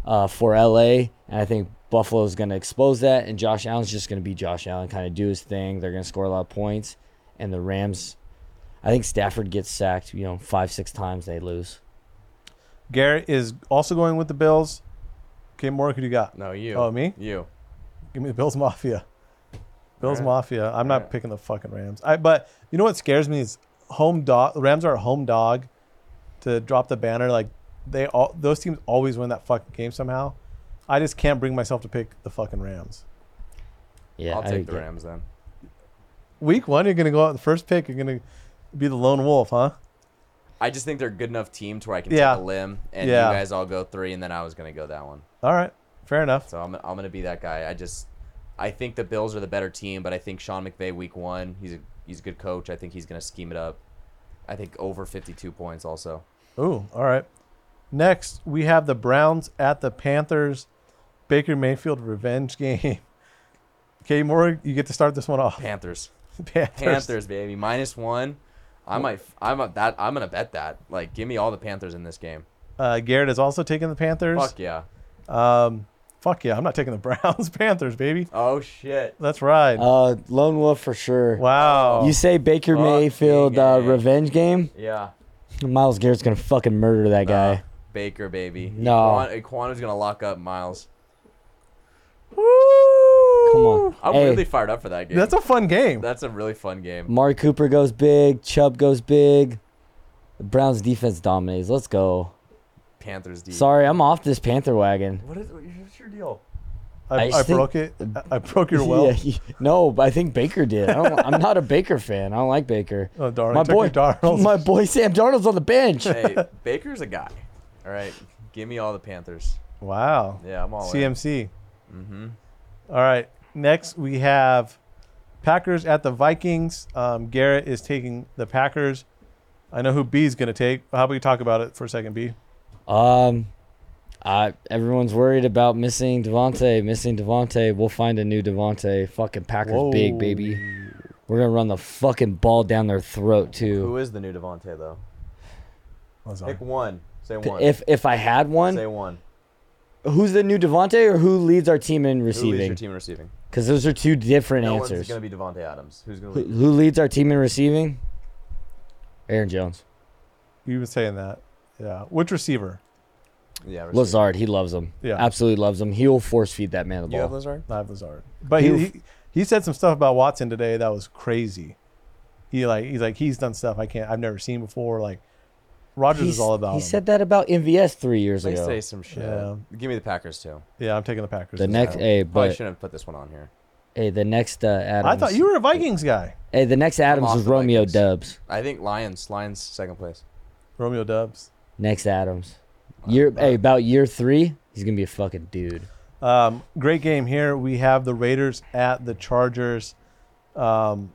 [SPEAKER 2] uh, for LA, and I think Buffalo's going to expose that. And Josh Allen's just going to be Josh Allen, kind of do his thing. They're going to score a lot of points, and the Rams. I think Stafford gets sacked, you know, five six times they lose.
[SPEAKER 4] Garrett is also going with the Bills. Okay, more. Who do you got?
[SPEAKER 5] No, you.
[SPEAKER 4] Oh, me?
[SPEAKER 5] You.
[SPEAKER 4] Give me the Bills Mafia. Bills
[SPEAKER 5] Alright.
[SPEAKER 4] Mafia. I'm not
[SPEAKER 5] Alright.
[SPEAKER 4] picking the fucking Rams. I but you know what scares me is home dog. The Rams are a home dog to drop the banner. Like they all those teams always win that fucking game somehow. I just can't bring myself to pick the fucking Rams.
[SPEAKER 2] Yeah,
[SPEAKER 5] I'll
[SPEAKER 2] I
[SPEAKER 5] take the
[SPEAKER 2] get-
[SPEAKER 5] Rams then.
[SPEAKER 4] Week one, you're gonna go out the first pick. You're gonna be the lone wolf, huh?
[SPEAKER 5] I just think they're a good enough team to where I can
[SPEAKER 4] Yeah.
[SPEAKER 5] take a limb, and
[SPEAKER 4] Yeah.
[SPEAKER 5] you guys all go three, and then I was gonna go that one.
[SPEAKER 4] All right, fair enough.
[SPEAKER 5] So I'm, I'm gonna be that guy. I just, I think the Bills are the better team, but I think Sean McVay week one, he's a he's a good coach. I think he's gonna scheme it up. I think over 52 points also.
[SPEAKER 4] Ooh, all right. Next, we have the Browns at the Panthers. Baker Mayfield revenge game. Okay, Morgan, you get to start this one off.
[SPEAKER 5] Panthers.
[SPEAKER 4] Panthers.
[SPEAKER 5] Panthers, baby, minus one. I might, I'm a, that. I'm gonna bet that. Like, give me all the Panthers in this game.
[SPEAKER 4] Uh, Garrett is also taking the Panthers.
[SPEAKER 5] Fuck yeah.
[SPEAKER 4] Um, fuck yeah, I'm not taking the Browns. Panthers, baby.
[SPEAKER 5] Oh shit.
[SPEAKER 4] That's right.
[SPEAKER 2] Uh, lone wolf for sure.
[SPEAKER 4] wow.
[SPEAKER 2] You say Baker
[SPEAKER 5] Oh, Fucking
[SPEAKER 2] Mayfield uh,
[SPEAKER 5] A.
[SPEAKER 2] revenge game?
[SPEAKER 5] Yeah.
[SPEAKER 2] Miles Garrett's gonna fucking murder that
[SPEAKER 5] Nah,
[SPEAKER 2] guy.
[SPEAKER 5] Baker, baby.
[SPEAKER 2] No.
[SPEAKER 5] Quan, Quanu's gonna lock up Miles.
[SPEAKER 2] Come on.
[SPEAKER 5] I'm
[SPEAKER 2] hey,
[SPEAKER 5] really fired up for that game.
[SPEAKER 4] That's a fun game.
[SPEAKER 5] That's a really fun game.
[SPEAKER 2] Mari Cooper goes big. Chubb goes big. The Browns defense dominates. Let's go.
[SPEAKER 5] Panthers D.
[SPEAKER 2] Sorry, I'm off this Panther wagon.
[SPEAKER 5] What is what's your deal?
[SPEAKER 4] I,
[SPEAKER 2] I
[SPEAKER 4] I,
[SPEAKER 2] just think-
[SPEAKER 4] broke it. I I broke your well.
[SPEAKER 2] Yeah, you- no, but I think Baker did. I don't, I'm not a Baker fan. I don't like Baker.
[SPEAKER 4] Oh, darn.
[SPEAKER 2] my
[SPEAKER 4] took
[SPEAKER 2] boy,
[SPEAKER 4] your Darnold.
[SPEAKER 2] my boy Sam Darnold's on the bench.
[SPEAKER 5] Oh. Hey, Baker's a guy. All right, give me all the Panthers.
[SPEAKER 4] Wow.
[SPEAKER 5] Oh, Yeah, Mm-hmm. I'm all in.
[SPEAKER 4] CMC. All right. Next, we have Packers at the Vikings. Um, Garrett is taking the Packers. I know who B is going to take. How about you talk about it for a second, B?
[SPEAKER 2] Um, I everyone's worried about missing Devonte. Missing Devonte. We'll find a new Devonte. Fucking Packers big
[SPEAKER 4] Whoa.
[SPEAKER 2] baby. We're gonna run the fucking ball down their throat too.
[SPEAKER 5] Who is the new Devonte though?
[SPEAKER 4] That's all.
[SPEAKER 5] Pick one. Say one.
[SPEAKER 2] If if I had
[SPEAKER 5] Say
[SPEAKER 2] one,
[SPEAKER 5] one.
[SPEAKER 2] who's the new Devonte or who leads our team in
[SPEAKER 5] Who leads your
[SPEAKER 2] receiving?
[SPEAKER 5] team in receiving?
[SPEAKER 2] Because those are two different
[SPEAKER 5] No one's
[SPEAKER 2] answers.
[SPEAKER 5] gonna be Devonte Adams. Who's gonna?
[SPEAKER 2] Who,
[SPEAKER 5] Lead?
[SPEAKER 2] who leads our team in receiving? Aaron Jones,
[SPEAKER 4] You've been saying that. Yeah. Which receiver?
[SPEAKER 5] Yeah. receiver.
[SPEAKER 2] Lazard. He loves him.
[SPEAKER 4] Yeah.
[SPEAKER 2] absolutely loves him. He will force feed that man the
[SPEAKER 5] You have
[SPEAKER 2] ball.
[SPEAKER 5] Lazard.
[SPEAKER 4] Not Lazard. But
[SPEAKER 2] He
[SPEAKER 4] he,
[SPEAKER 2] was-
[SPEAKER 4] he he said some stuff about Watson today that was crazy. He like he's like he's done stuff I can't I've never seen before. Like Rogers
[SPEAKER 2] He's-
[SPEAKER 4] is all about.
[SPEAKER 2] he
[SPEAKER 4] him.
[SPEAKER 2] said that about MVS three years
[SPEAKER 5] They
[SPEAKER 2] ago.
[SPEAKER 5] say some shit.
[SPEAKER 4] Yeah.
[SPEAKER 5] Give me the Packers too.
[SPEAKER 4] "Yeah, I'm taking the Packers."
[SPEAKER 2] The
[SPEAKER 4] this
[SPEAKER 2] next,
[SPEAKER 4] round.
[SPEAKER 2] hey,
[SPEAKER 5] Probably
[SPEAKER 2] but
[SPEAKER 5] shouldn't have put this one on here.
[SPEAKER 2] hey, the next uh, Adams.
[SPEAKER 4] I thought you were a Vikings guy,
[SPEAKER 2] Hey, the next Adams
[SPEAKER 5] off
[SPEAKER 2] was
[SPEAKER 5] the
[SPEAKER 2] Romeo
[SPEAKER 5] Vikings.
[SPEAKER 2] Dubs.
[SPEAKER 5] I think Lions. Lions second place.
[SPEAKER 4] Romeo Dubs.
[SPEAKER 2] Next Adams. Year hey, about year three, he's gonna be a fucking dude.
[SPEAKER 4] Um, great game here. We have the Raiders at the Chargers. Um,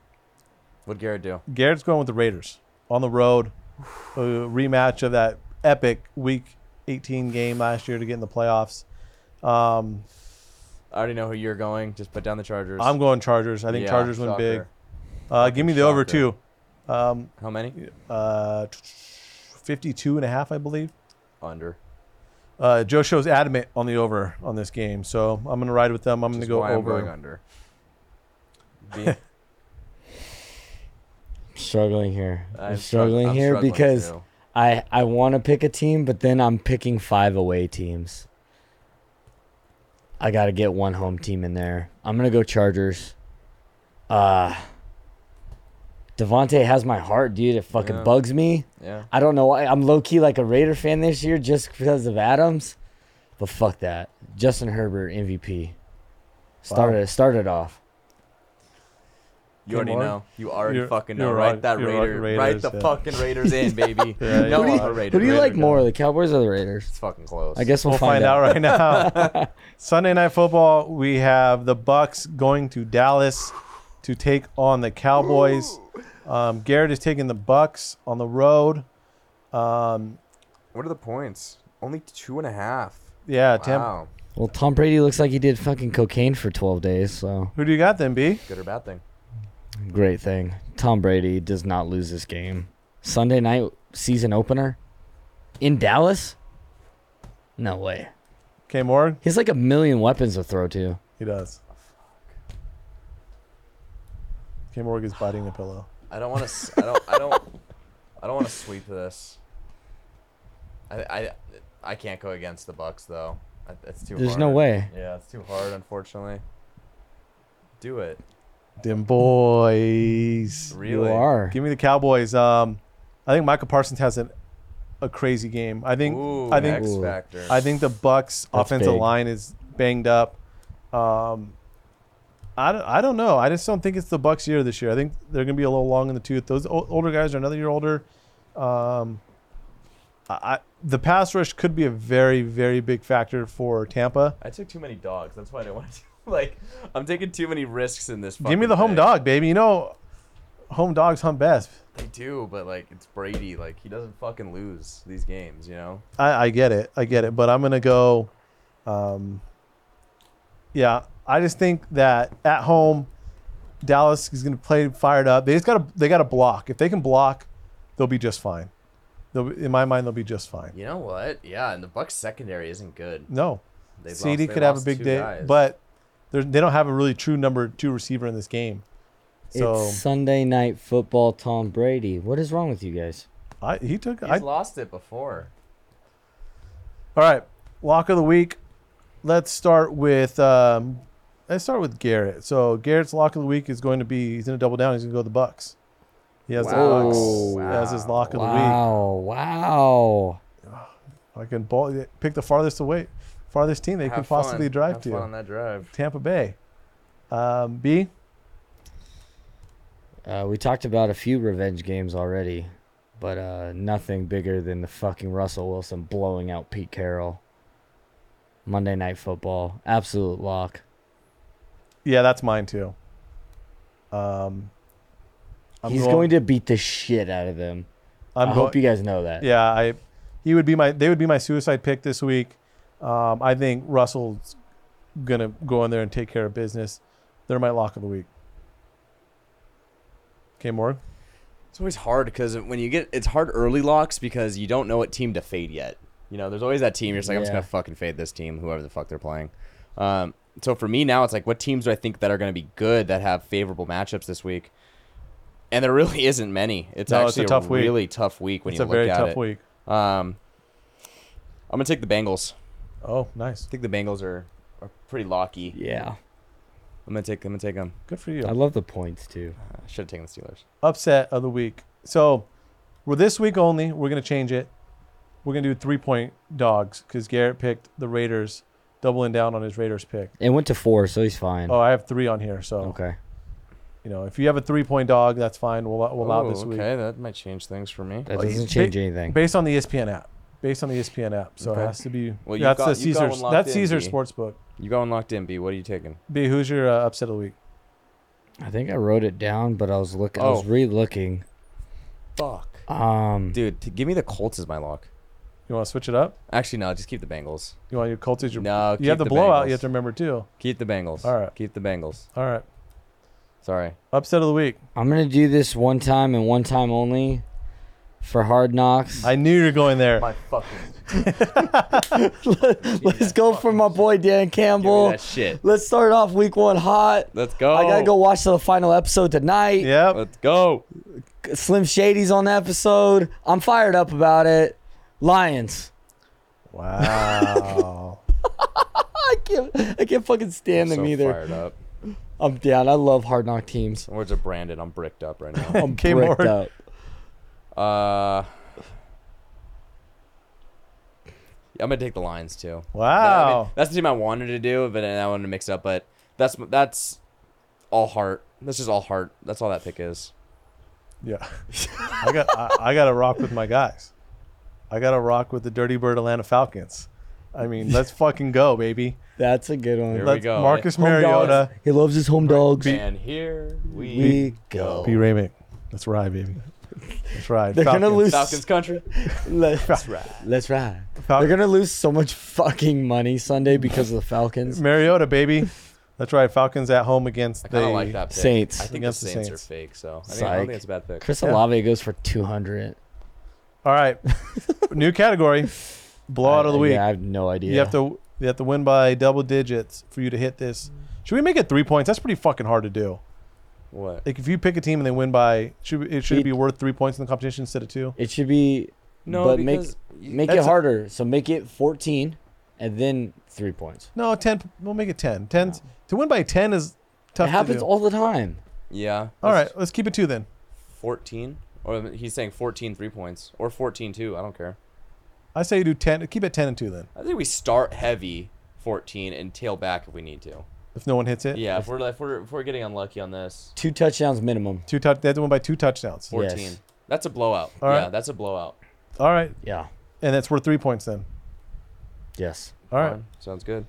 [SPEAKER 5] What Garrett do?
[SPEAKER 4] Garrett's going with the Raiders on the road. A rematch of that epic Week 18 game last year to get in the playoffs. Um,
[SPEAKER 5] I already know who you're going. Just put down the Chargers.
[SPEAKER 4] I'm going Chargers. I think
[SPEAKER 5] Yeah,
[SPEAKER 4] Chargers win big.
[SPEAKER 5] shocker.
[SPEAKER 4] Uh, give me the over
[SPEAKER 5] shocker.
[SPEAKER 4] two. Um,
[SPEAKER 5] How many?
[SPEAKER 4] uh, 52 and a half, I believe.
[SPEAKER 5] Under.
[SPEAKER 4] Uh, Joe shows adamant on the over on this game, so I'm going to ride with them. I'm going to
[SPEAKER 5] Just
[SPEAKER 4] go
[SPEAKER 5] why I'm going
[SPEAKER 4] over.
[SPEAKER 5] under. B-
[SPEAKER 2] I'm struggling here. I'm,
[SPEAKER 5] I'm strugg-
[SPEAKER 2] struggling
[SPEAKER 5] I'm
[SPEAKER 2] here
[SPEAKER 5] struggling
[SPEAKER 2] because
[SPEAKER 5] too.
[SPEAKER 2] I I want to pick a team, but then I'm picking five away teams. I gotta get one home team in there. I'm gonna go Chargers. Uh Devontae has my heart, dude. It fucking
[SPEAKER 5] Yeah.
[SPEAKER 2] bugs me.
[SPEAKER 5] yeah.
[SPEAKER 2] I don't know. why. I'm low key like a Raider fan this year just because of Adams, but fuck that. Justin Herbert MVP. Started started off.
[SPEAKER 5] You already
[SPEAKER 4] Come on.
[SPEAKER 5] know. You already
[SPEAKER 4] You're-
[SPEAKER 5] fucking know.
[SPEAKER 4] you're
[SPEAKER 5] Write
[SPEAKER 4] right.
[SPEAKER 5] that
[SPEAKER 4] You're
[SPEAKER 5] Raider.
[SPEAKER 4] right,
[SPEAKER 5] write the
[SPEAKER 4] Raiders, yeah.
[SPEAKER 5] fucking Raiders in, baby.
[SPEAKER 4] Yeah,
[SPEAKER 5] no,
[SPEAKER 4] you
[SPEAKER 5] I'm
[SPEAKER 4] are.
[SPEAKER 5] a Raider.
[SPEAKER 2] Who do you
[SPEAKER 5] Raider
[SPEAKER 2] like
[SPEAKER 5] guy.
[SPEAKER 2] more, the Cowboys or the Raiders?
[SPEAKER 5] It's fucking close.
[SPEAKER 2] I guess we'll,
[SPEAKER 4] We'll find out right now. Sunday night football. We have the Bucks going to Dallas to take on the Cowboys. Um, Garrett is taking the Bucks on the road. Um,
[SPEAKER 5] What are the points? Only two and a half.
[SPEAKER 4] yeah, Tim.
[SPEAKER 5] Wow.
[SPEAKER 2] Well, Tom Brady looks like he did fucking cocaine for 12 days, so
[SPEAKER 4] Who do you got then, B?
[SPEAKER 5] Good or bad thing.
[SPEAKER 2] great thing. Tom Brady does not lose this game. Sunday night season opener in Dallas? No way.
[SPEAKER 4] K. Morgan.
[SPEAKER 2] He has like a million weapons to throw to.
[SPEAKER 4] He does. K. Morgan is biting the pillow.
[SPEAKER 5] I don't want to. I don't. I don't. I don't want to sweep this. I, I. I can't go against the Bucks though. I- That's too.
[SPEAKER 2] There's
[SPEAKER 5] hard.
[SPEAKER 2] no way.
[SPEAKER 5] Yeah, it's too hard. Unfortunately. Do it.
[SPEAKER 4] Them boys.
[SPEAKER 5] Really.
[SPEAKER 2] You are.
[SPEAKER 4] Give me the Cowboys. Um, I think Michael Parsons has an, a crazy game. I think.
[SPEAKER 5] Ooh,
[SPEAKER 4] I think.
[SPEAKER 5] X
[SPEAKER 2] Ooh.
[SPEAKER 5] factor.
[SPEAKER 4] I think the Bucks
[SPEAKER 2] That's
[SPEAKER 4] offensive
[SPEAKER 2] big.
[SPEAKER 4] line is banged up. Um, I don't, I don't know. I just don't think it's the Bucks year this year. I think they're going to be a little long in the tooth. Those o- older guys are another year older. Um, I, I the pass rush could be a very very big factor for Tampa.
[SPEAKER 5] I took too many dogs. That's why I don't want to. Like, I'm taking too many risks in this.
[SPEAKER 4] Give me
[SPEAKER 5] fucking
[SPEAKER 4] the home
[SPEAKER 5] thing.
[SPEAKER 4] dog, baby. You know, home dogs hunt best.
[SPEAKER 5] They do, but like, it's Brady. Like, he doesn't fucking lose these games. You know.
[SPEAKER 4] I, I get it. I get it. But I'm gonna go. Um, yeah, I just think that at home, Dallas is gonna play fired up. They just gotta they gotta block. If they can block, they'll be just fine. They'll be, in my mind, they'll be just fine.
[SPEAKER 5] You know what? Yeah, and the Bucks secondary isn't good.
[SPEAKER 4] No,
[SPEAKER 5] They've
[SPEAKER 4] CD
[SPEAKER 5] lost- they
[SPEAKER 4] could have a
[SPEAKER 5] lost
[SPEAKER 4] big
[SPEAKER 5] two
[SPEAKER 4] day,
[SPEAKER 5] guys.
[SPEAKER 4] but they're- they don't have a really true number two receiver in this game. So
[SPEAKER 2] It's Sunday night football, Tom Brady. What is wrong with you guys?
[SPEAKER 4] I, he took.
[SPEAKER 5] he's
[SPEAKER 4] I,
[SPEAKER 5] lost it before.
[SPEAKER 4] all right, lock of the week. Let's start with um, let's start with Garrett. So Garrett's lock of the week is going to be he's going to double down. He's going to go the Bucks. He has
[SPEAKER 5] Wow.
[SPEAKER 4] the Bucks
[SPEAKER 5] Wow.
[SPEAKER 4] as his lock of the week.
[SPEAKER 2] Wow, wow.
[SPEAKER 4] I can ball, pick the farthest away, farthest team they
[SPEAKER 5] Have
[SPEAKER 4] can possibly
[SPEAKER 5] fun.
[SPEAKER 4] drive
[SPEAKER 5] Have
[SPEAKER 4] to.
[SPEAKER 5] fun on that drive.
[SPEAKER 4] Tampa Bay. Um, B.
[SPEAKER 2] Uh, we talked about a few revenge games already, but uh, nothing bigger than the fucking Russell Wilson blowing out Pete Carroll. Monday Night Football, absolute lock.
[SPEAKER 4] Yeah, that's mine too. Um, I'm
[SPEAKER 2] He's going, to beat the shit out of them. i
[SPEAKER 4] I'm going.
[SPEAKER 2] hope you guys know that.
[SPEAKER 4] Yeah, I. He would be my. They would be my suicide pick this week. Um, I think Russell's gonna go in there and take care of business. They're my lock of the week. Okay, Morgan.
[SPEAKER 5] It's always hard because when you get it's hard early locks because you don't know what team to fade yet. You know, there's always that team. You're just like, I'm just
[SPEAKER 2] Yeah.
[SPEAKER 5] gonna fucking fade this team, whoever the fuck they're playing. Um, so for me now, it's like, what teams do I think that are gonna be good that have favorable matchups this week? And there really isn't many. It's
[SPEAKER 4] No,
[SPEAKER 5] actually
[SPEAKER 4] it's a tough week.
[SPEAKER 5] really tough week when
[SPEAKER 4] It's
[SPEAKER 5] you
[SPEAKER 4] a
[SPEAKER 5] look
[SPEAKER 4] very
[SPEAKER 5] at
[SPEAKER 4] tough
[SPEAKER 5] it.
[SPEAKER 4] week.
[SPEAKER 5] Um, I'm gonna take the Bengals.
[SPEAKER 4] Oh, nice.
[SPEAKER 5] I think the Bengals are, are pretty locky.
[SPEAKER 2] Yeah.
[SPEAKER 5] I'm gonna take. I'm gonna take them.
[SPEAKER 4] Good for you.
[SPEAKER 2] I love the points too.
[SPEAKER 5] I should have taken the Steelers.
[SPEAKER 4] Upset of the week. So, we're this week only. We're gonna change it. We're gonna do three point dogs because Garrett picked the Raiders, doubling down on his Raiders pick.
[SPEAKER 2] It went to four, so he's fine.
[SPEAKER 4] Oh, I have three on here. So,
[SPEAKER 2] okay.
[SPEAKER 4] you know, if you have a three point dog, that's fine. We'll we'll allow
[SPEAKER 5] Ooh,
[SPEAKER 4] this week.
[SPEAKER 5] Oh, okay, that might change things for me.
[SPEAKER 2] That
[SPEAKER 4] Well,
[SPEAKER 2] doesn't
[SPEAKER 4] ba-
[SPEAKER 2] change anything.
[SPEAKER 4] based on the E ESPN app. Based on the E ESPN app, so
[SPEAKER 5] Okay.
[SPEAKER 4] it has to be.
[SPEAKER 5] Well, you've
[SPEAKER 4] that's
[SPEAKER 5] got-
[SPEAKER 4] the
[SPEAKER 5] you've got one
[SPEAKER 4] Caesar's.
[SPEAKER 5] locked
[SPEAKER 4] That's
[SPEAKER 5] in,
[SPEAKER 4] Caesar's
[SPEAKER 5] B.
[SPEAKER 4] sportsbook.
[SPEAKER 5] You going locked in, B? What are you taking?
[SPEAKER 4] B, who's your uh, upset of the week?
[SPEAKER 2] I think I wrote it down, but I was looking. I was
[SPEAKER 5] Oh.
[SPEAKER 2] re-looking.
[SPEAKER 5] Fuck,
[SPEAKER 2] Um,
[SPEAKER 5] dude. T- give me the Colts as my lock.
[SPEAKER 4] You want to switch it up?
[SPEAKER 5] Actually, no. Just keep the Bengals.
[SPEAKER 4] You want your Colts as your?
[SPEAKER 5] No,
[SPEAKER 4] you have
[SPEAKER 5] keep
[SPEAKER 4] the,
[SPEAKER 5] the
[SPEAKER 4] blowout.
[SPEAKER 5] Bengals.
[SPEAKER 4] You have to remember too.
[SPEAKER 5] Keep the Bengals.
[SPEAKER 4] All right.
[SPEAKER 5] Keep the Bengals.
[SPEAKER 4] All right,
[SPEAKER 5] Sorry.
[SPEAKER 4] upset of the week.
[SPEAKER 2] I'm gonna do this one time and one time only for Hard Knocks.
[SPEAKER 4] I knew you were going there.
[SPEAKER 5] fucking.
[SPEAKER 2] Let's go for my boy Dan Campbell.
[SPEAKER 5] that shit.
[SPEAKER 2] Let's start off week one hot.
[SPEAKER 5] Let's go.
[SPEAKER 2] I
[SPEAKER 4] Oh.
[SPEAKER 2] gotta go watch the final episode tonight.
[SPEAKER 4] Yep.
[SPEAKER 5] Let's go.
[SPEAKER 2] Slim Shady's on the episode. I'm fired up about it. Lions.
[SPEAKER 4] Wow.
[SPEAKER 2] I can't. I can't fucking stand them
[SPEAKER 5] so
[SPEAKER 2] either.
[SPEAKER 5] fired up.
[SPEAKER 2] I'm down. I love Hard Knock teams.
[SPEAKER 5] Words are branded. I'm bricked up right now.
[SPEAKER 2] I'm
[SPEAKER 4] K.
[SPEAKER 2] bricked
[SPEAKER 4] Morton.
[SPEAKER 2] up.
[SPEAKER 5] uh, I'm gonna take the Lions too.
[SPEAKER 4] Wow.
[SPEAKER 5] I mean, that's the team I wanted to do, but then I wanted to mix up. But that's that's all heart. That's just all heart. That's all that pick is.
[SPEAKER 4] Yeah, I got I, I got to rock with my guys. I got to rock with the Dirty Bird Atlanta Falcons. I mean, let's fucking go, baby.
[SPEAKER 2] That's a good
[SPEAKER 5] Here
[SPEAKER 2] one.
[SPEAKER 5] we
[SPEAKER 4] Let's
[SPEAKER 5] go.
[SPEAKER 4] Marcus
[SPEAKER 2] Home
[SPEAKER 4] Mariota,
[SPEAKER 2] dogs. He loves his home dogs.
[SPEAKER 5] And here we,
[SPEAKER 2] we go.
[SPEAKER 4] P. Ramick. Let's ride, baby. Let's ride.
[SPEAKER 2] They're gonna
[SPEAKER 4] Falcons.
[SPEAKER 2] lose.
[SPEAKER 5] Falcons country.
[SPEAKER 2] Let's, let's ride. They're gonna lose so much fucking money Sunday because of the Falcons.
[SPEAKER 4] Mariota, baby. That's right. Falcons at home against
[SPEAKER 5] I
[SPEAKER 4] the
[SPEAKER 5] kind of like that pick.
[SPEAKER 2] Saints.
[SPEAKER 5] I think the
[SPEAKER 4] Against the
[SPEAKER 5] Saints,
[SPEAKER 4] Saints.
[SPEAKER 5] are fake, so I, think, I don't
[SPEAKER 2] Psych.
[SPEAKER 5] think it's a bad pick.
[SPEAKER 2] Chris
[SPEAKER 4] Yeah.
[SPEAKER 2] Olave goes for two hundred.
[SPEAKER 4] All right. New category. Blowout of the week.
[SPEAKER 2] I have no idea.
[SPEAKER 4] You have to you have to win by double digits for you to hit this. Should we make it three points? That's pretty fucking hard to do.
[SPEAKER 5] What?
[SPEAKER 4] Like if you pick a team and they win by, should it should it
[SPEAKER 2] It-
[SPEAKER 4] be worth three points in the competition instead of two?
[SPEAKER 2] It should be
[SPEAKER 5] No,
[SPEAKER 2] But make-
[SPEAKER 5] because you-
[SPEAKER 2] make it
[SPEAKER 4] That's a-
[SPEAKER 2] harder. so make it fourteen, and then three points.
[SPEAKER 4] No, ten. We'll make it ten. Ten to win by ten is tough.
[SPEAKER 2] It happens
[SPEAKER 4] To do.
[SPEAKER 2] all the time.
[SPEAKER 5] yeah.
[SPEAKER 4] all
[SPEAKER 5] that's
[SPEAKER 4] right, let's keep it two then.
[SPEAKER 5] Fourteen. Or he's saying 14 three points or 14 two. I don't care.
[SPEAKER 4] I say you do ten. Keep it ten and two then.
[SPEAKER 5] I think we start heavy 14 and tail back if we need to.
[SPEAKER 4] If no one hits it,
[SPEAKER 5] Yeah, if we're if we're, if we're getting unlucky on this,
[SPEAKER 2] Two touchdowns minimum.
[SPEAKER 4] Two touch. They have to win by two touchdowns.
[SPEAKER 5] 14.
[SPEAKER 2] Yes.
[SPEAKER 5] That's a blowout.
[SPEAKER 4] All right.
[SPEAKER 5] Yeah, that's a blowout.
[SPEAKER 4] All right,
[SPEAKER 2] Yeah.
[SPEAKER 4] and that's worth three points then.
[SPEAKER 2] Yes.
[SPEAKER 4] All right.
[SPEAKER 5] Fine. Sounds good.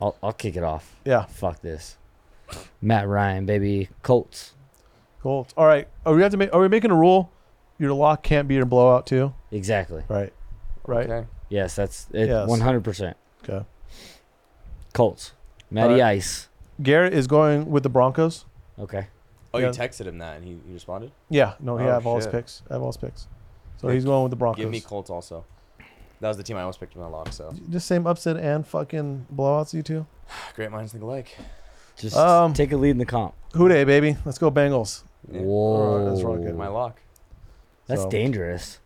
[SPEAKER 2] I'll I'll kick it off.
[SPEAKER 4] Yeah.
[SPEAKER 2] Fuck this. Matt Ryan, baby, Colts.
[SPEAKER 4] Cool. All right. Are we have to make? Are we making a rule? Your lock can't be your blowout too.
[SPEAKER 2] Exactly.
[SPEAKER 4] Right. Right.
[SPEAKER 5] Okay.
[SPEAKER 2] Yes, that's it.
[SPEAKER 4] Yes.
[SPEAKER 2] One hundred percent.
[SPEAKER 4] Okay.
[SPEAKER 2] Colts. Matty
[SPEAKER 4] Alright.
[SPEAKER 2] Ice.
[SPEAKER 4] Garrett is going with the Broncos.
[SPEAKER 2] Okay.
[SPEAKER 5] Oh,
[SPEAKER 4] Yeah.
[SPEAKER 5] you texted him that and he, he responded?
[SPEAKER 4] Yeah. No, yeah,
[SPEAKER 5] Oh,
[SPEAKER 4] I have all his
[SPEAKER 5] shit.
[SPEAKER 4] picks. I have all his picks. So
[SPEAKER 5] Yeah,
[SPEAKER 4] he's going with the Broncos.
[SPEAKER 5] Give me Colts also. That was the team I almost picked in my lock, so.
[SPEAKER 4] Just same upset and fucking blowouts, you two.
[SPEAKER 5] Great minds think alike.
[SPEAKER 2] Just
[SPEAKER 4] Um,
[SPEAKER 2] take a lead in the comp.
[SPEAKER 4] Who day, baby? Let's go Bengals.
[SPEAKER 5] Yeah.
[SPEAKER 2] Whoa.
[SPEAKER 4] that's
[SPEAKER 2] That's,
[SPEAKER 4] rocket.
[SPEAKER 5] My lock.
[SPEAKER 4] So-
[SPEAKER 2] dangerous.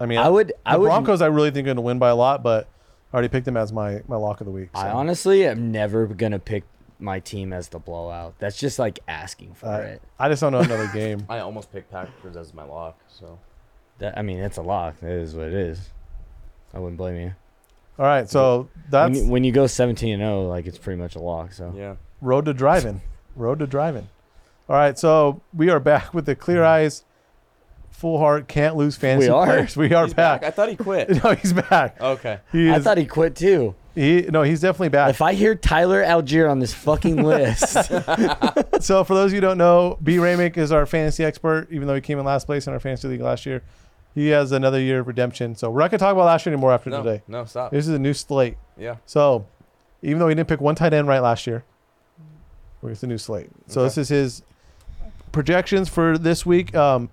[SPEAKER 4] I mean,
[SPEAKER 2] I would. I
[SPEAKER 4] the
[SPEAKER 2] would.
[SPEAKER 4] Broncos. I really think are going to win by a lot, but I already picked them as my my lock of the week.
[SPEAKER 2] I
[SPEAKER 4] so.
[SPEAKER 2] honestly am never gonna pick my team as the blowout. That's just like asking for
[SPEAKER 4] Uh,
[SPEAKER 2] it.
[SPEAKER 4] I just don't know another game.
[SPEAKER 5] I almost picked Packers as my lock, so.
[SPEAKER 2] That, I mean, it's a lock. It is what it is. I wouldn't blame you.
[SPEAKER 4] All right, so
[SPEAKER 2] When,
[SPEAKER 4] that's
[SPEAKER 2] you. when you go seventeen and zero, like it's pretty much a lock. So
[SPEAKER 5] Yeah.
[SPEAKER 4] road to driving. Road to driving. All right, so we are back with the clear eyes, full heart, can't lose fantasy
[SPEAKER 2] Mm-hmm. We are.
[SPEAKER 4] players. We are
[SPEAKER 5] He's back.
[SPEAKER 4] back.
[SPEAKER 5] I thought he quit.
[SPEAKER 4] No, he's back.
[SPEAKER 5] okay.
[SPEAKER 4] He
[SPEAKER 2] I
[SPEAKER 4] is.
[SPEAKER 2] thought he quit too.
[SPEAKER 4] he, no, he's definitely back.
[SPEAKER 2] If I hear Tyler Algier on this fucking list,
[SPEAKER 4] so for those of you who don't know, B Ramick is our fantasy expert, even though he came in last place in our fantasy league last year. He has another year of redemption. So we're not gonna talk about last year anymore after
[SPEAKER 5] No,
[SPEAKER 4] today.
[SPEAKER 5] no, stop.
[SPEAKER 4] This is a new slate.
[SPEAKER 5] Yeah.
[SPEAKER 4] So even though he didn't pick one tight end right last year, it's a new slate. So
[SPEAKER 5] Okay.
[SPEAKER 4] this is his projections for this week. Um,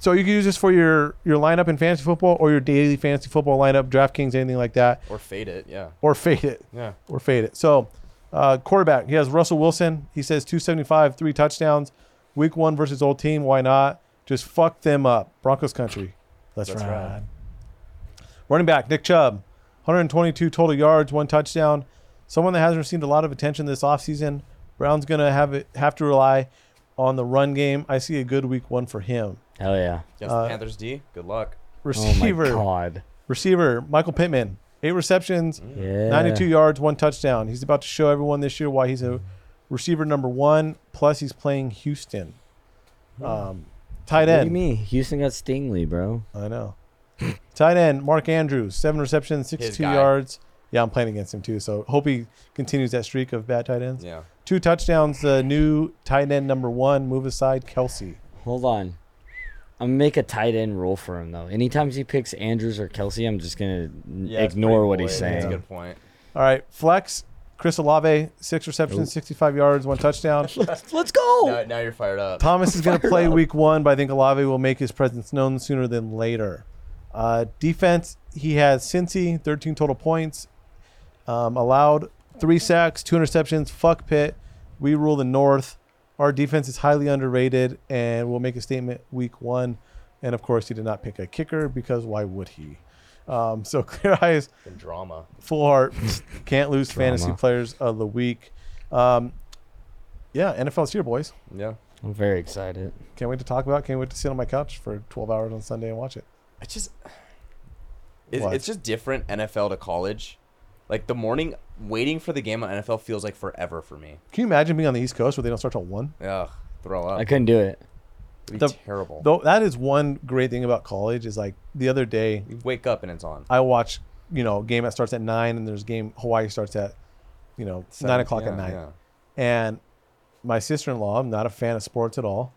[SPEAKER 4] so you can use this for your your lineup in fantasy football or your daily fantasy football lineup, DraftKings, anything like that,
[SPEAKER 5] Or fade it. Yeah.
[SPEAKER 4] or fade it
[SPEAKER 5] Yeah.
[SPEAKER 4] or fade it. So, uh, quarterback, he has Russell Wilson. He says 275, three touchdowns. Week one versus old team. Why not? Just fuck them up. Broncos country. Let's
[SPEAKER 5] That's
[SPEAKER 4] ride.
[SPEAKER 5] right.
[SPEAKER 4] Running back, Nick Chubb, 122 total yards, one touchdown. Someone that hasn't received a lot of attention this offseason. Brown's going to have it, have to rely on the run game. I see a good week one for him.
[SPEAKER 2] hell yeah.
[SPEAKER 5] Against
[SPEAKER 4] Uh,
[SPEAKER 5] the Panthers D. Good luck.
[SPEAKER 4] Receiver,
[SPEAKER 2] Oh my god. Mm.
[SPEAKER 4] receiver, Michael Pittman, eight receptions,
[SPEAKER 2] Yeah.
[SPEAKER 4] 92 yards, one touchdown. He's about to show everyone this year why he's a receiver number one. Plus, he's playing Houston. Um,
[SPEAKER 2] Hmm. What
[SPEAKER 4] tight
[SPEAKER 2] do you
[SPEAKER 4] end.
[SPEAKER 2] mean? Houston got Stingley, bro.
[SPEAKER 4] I know. tight end, Mark Andrews, seven receptions,
[SPEAKER 5] His
[SPEAKER 4] 62
[SPEAKER 5] guy.
[SPEAKER 4] yards. Yeah, I'm playing against him too, so hope he continues that streak of bad tight ends.
[SPEAKER 5] Yeah.
[SPEAKER 4] Two touchdowns, the new tight end number one, move aside Kelsey.
[SPEAKER 2] Hold on. I'm gonna make a tight end rule for him though. Anytime he picks Andrews or Kelsey, I'm just gonna n-
[SPEAKER 5] Yeah, it's
[SPEAKER 2] ignore
[SPEAKER 5] pretty
[SPEAKER 2] what he's
[SPEAKER 5] void.
[SPEAKER 2] saying.
[SPEAKER 5] That's a good point.
[SPEAKER 4] All right, flex, Chris Olave, six receptions, 65 yards, one touchdown.
[SPEAKER 2] Let's go.
[SPEAKER 5] Now, now you're fired up.
[SPEAKER 4] Thomas is going to play week one, but I think Olave will make his presence known sooner than later. Uh, defense, he has Cincy, 13 total points, um, allowed three sacks, two interceptions. Fuck Pitt. We rule the North. Our defense is highly underrated, and we'll make a statement week one. And of course, he did not pick a kicker because why would he? Um, so clear eyes,
[SPEAKER 5] Fucking drama.
[SPEAKER 4] full heart, can't lose fantasy
[SPEAKER 2] Drama.
[SPEAKER 4] players of the week. Um, yeah, NFL's here, boys.
[SPEAKER 5] Yeah.
[SPEAKER 2] I'm very excited.
[SPEAKER 4] Can't wait to talk about. it. Can't wait to sit on my couch for 12 hours on Sunday and watch it.
[SPEAKER 5] It's just. It's,
[SPEAKER 4] What?
[SPEAKER 5] it's just different NFL to college. Like the morning waiting for the game on NFL feels like forever for me.
[SPEAKER 4] Can you imagine being on the East Coast where they don't start till one?
[SPEAKER 5] Ugh, throw up.
[SPEAKER 2] I couldn't do it.
[SPEAKER 5] It'd be
[SPEAKER 4] the-
[SPEAKER 5] terrible.
[SPEAKER 4] Though that is one great thing about college is like the other day
[SPEAKER 5] you wake up and it's on.
[SPEAKER 4] I watch, you know, game that starts at nine and there's game Hawaii starts at, you know, nine
[SPEAKER 5] Seven-
[SPEAKER 4] o'clock
[SPEAKER 5] yeah,
[SPEAKER 4] at night.
[SPEAKER 5] yeah.
[SPEAKER 4] And my sister in law, I'm not a fan of sports at all,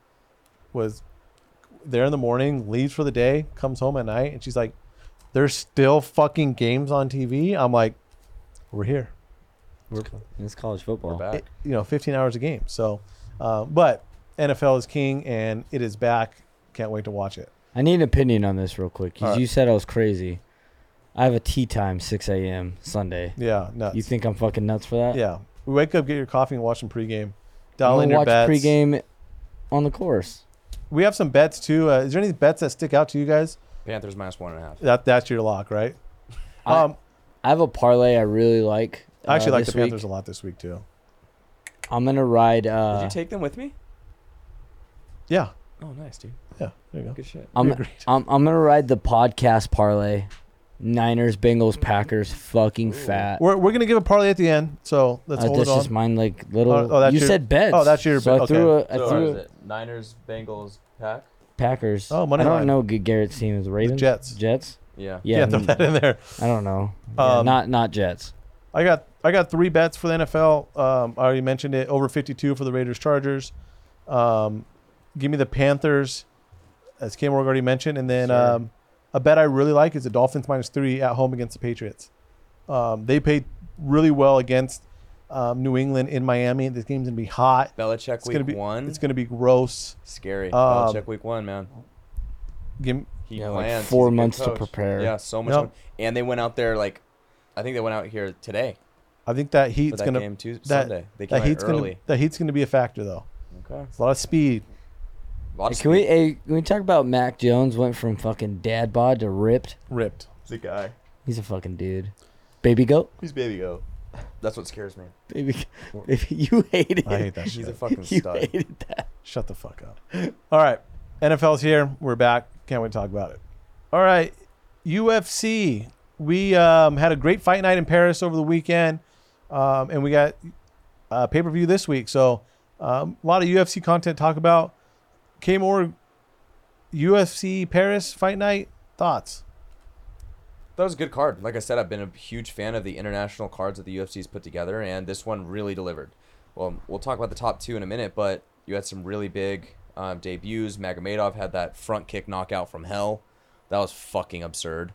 [SPEAKER 4] was there in the morning, leaves for the day, comes home at night, and she's like, There's still fucking games on TV. I'm like, We're here. We're,
[SPEAKER 2] It's college
[SPEAKER 5] We're
[SPEAKER 2] football.
[SPEAKER 5] back.
[SPEAKER 4] it- you know, 15 hours a game. So, uh, but NFL is king and it is back. Can't wait to watch it.
[SPEAKER 2] I need an opinion on this real quick because
[SPEAKER 4] Alright.
[SPEAKER 2] you said I was crazy. I have a tea time, 6 a.m. Sunday.
[SPEAKER 4] Yeah, nuts.
[SPEAKER 2] You think I'm fucking nuts for that?
[SPEAKER 4] yeah. We wake up, get your coffee, and watch some pregame.
[SPEAKER 2] I'm
[SPEAKER 4] Dial
[SPEAKER 2] gonna
[SPEAKER 4] in your
[SPEAKER 2] watch
[SPEAKER 4] bets.
[SPEAKER 2] pregame on the course.
[SPEAKER 4] We have some bets too. Uh, is there any bets that stick out to you guys?
[SPEAKER 5] Panthers minus one and a half.
[SPEAKER 4] That that's your lock, right?
[SPEAKER 2] I-
[SPEAKER 4] um,
[SPEAKER 2] I have a parlay I really like.
[SPEAKER 4] I actually
[SPEAKER 2] uh,
[SPEAKER 4] like the
[SPEAKER 2] this
[SPEAKER 4] Panthers
[SPEAKER 2] Week.
[SPEAKER 4] a lot this week too.
[SPEAKER 2] I'm gonna ride. Uh,
[SPEAKER 5] Did you take them with me?
[SPEAKER 4] Yeah,
[SPEAKER 5] Oh, nice, dude.
[SPEAKER 4] yeah. There you go.
[SPEAKER 5] Good shit.
[SPEAKER 2] I'm,
[SPEAKER 4] We agreed.
[SPEAKER 2] I'm I'm gonna ride the podcast parlay. Niners, Bengals, Packers, fucking fat.
[SPEAKER 4] We're, we're gonna give a parlay at the end, so let's
[SPEAKER 2] Uh,
[SPEAKER 4] hold
[SPEAKER 2] that's
[SPEAKER 4] it on.
[SPEAKER 2] just mine, like little.
[SPEAKER 4] Oh, oh, that's
[SPEAKER 2] you
[SPEAKER 4] your-
[SPEAKER 2] said bets.
[SPEAKER 4] oh, that's your
[SPEAKER 2] So
[SPEAKER 4] bet,
[SPEAKER 2] I threw a, I
[SPEAKER 5] So,
[SPEAKER 2] threw
[SPEAKER 5] what
[SPEAKER 2] a-
[SPEAKER 5] is it? Niners, Bengals, Pack.
[SPEAKER 2] Packers.
[SPEAKER 4] Oh, money
[SPEAKER 2] I don't
[SPEAKER 4] line.
[SPEAKER 2] know G- Garrett's team is Ravens.
[SPEAKER 4] Jets.
[SPEAKER 2] Jets.
[SPEAKER 5] Yeah.
[SPEAKER 2] Yeah,
[SPEAKER 4] yeah, throw that in there.
[SPEAKER 2] I don't know.
[SPEAKER 4] Um,
[SPEAKER 2] Yeah, not not Jets.
[SPEAKER 4] I got I got three bets for the NFL. Um, I already mentioned it. Over 52 for the Raiders Chargers. Um, give me the Panthers, as Kim already mentioned, and then
[SPEAKER 5] Sure.
[SPEAKER 4] um, a bet I really like is the Dolphins minus three at home against the Patriots. Um, they played really well against um, New England in Miami. This game's gonna be hot.
[SPEAKER 5] Belichick
[SPEAKER 4] It's
[SPEAKER 5] week
[SPEAKER 4] gonna be
[SPEAKER 5] one.
[SPEAKER 4] It's gonna be gross.
[SPEAKER 5] Scary.
[SPEAKER 4] Um,
[SPEAKER 5] Belichick week one, man.
[SPEAKER 4] Give,
[SPEAKER 5] He
[SPEAKER 2] Yeah, like
[SPEAKER 5] plans. He's
[SPEAKER 2] four
[SPEAKER 5] a good
[SPEAKER 2] months to
[SPEAKER 5] coach.
[SPEAKER 2] prepare.
[SPEAKER 5] Yeah, so much.
[SPEAKER 4] Yep.
[SPEAKER 5] fun. And they went out there like, I think they went out here today
[SPEAKER 4] I think that
[SPEAKER 5] for
[SPEAKER 4] Heat's
[SPEAKER 5] that
[SPEAKER 4] gonna
[SPEAKER 5] game Tuesday,
[SPEAKER 4] that-
[SPEAKER 5] Sunday. They came
[SPEAKER 4] that
[SPEAKER 5] out
[SPEAKER 4] Heat's gonna
[SPEAKER 5] early.
[SPEAKER 4] that Heat's gonna be a factor though.
[SPEAKER 5] Okay.
[SPEAKER 4] It's a lot of speed.
[SPEAKER 5] Lot
[SPEAKER 2] Hey,
[SPEAKER 5] of
[SPEAKER 2] can we
[SPEAKER 5] speed.
[SPEAKER 2] hey, can we talk about Mac Jones? Went from fucking dad bod to ripped.
[SPEAKER 4] Ripped.
[SPEAKER 5] The guy.
[SPEAKER 2] He's a fucking dude. Baby goat.
[SPEAKER 5] He's baby goat. That's what scares me.
[SPEAKER 2] Baby, baby you hate it.
[SPEAKER 4] I hate that shit.
[SPEAKER 5] He's a fucking
[SPEAKER 2] you
[SPEAKER 5] stud.
[SPEAKER 2] hated that.
[SPEAKER 4] Shut the fuck up. All right. NFL's here. We're back. Can't wait to talk about it. All right. UFC. We um, had a great fight night in Paris over the weekend, um, and we got uh, pay per view this week. So um, a lot of UFC content to talk about. K Moore, UFC Paris fight night. Thoughts?
[SPEAKER 5] That was a good card. Like I said, I've been a huge fan of the international cards that the UFC's put together, and this one really delivered. Well, we'll talk about the top two in a minute, but you had some really big um, debuts. Magomedov had that front kick knockout from hell. That was fucking absurd.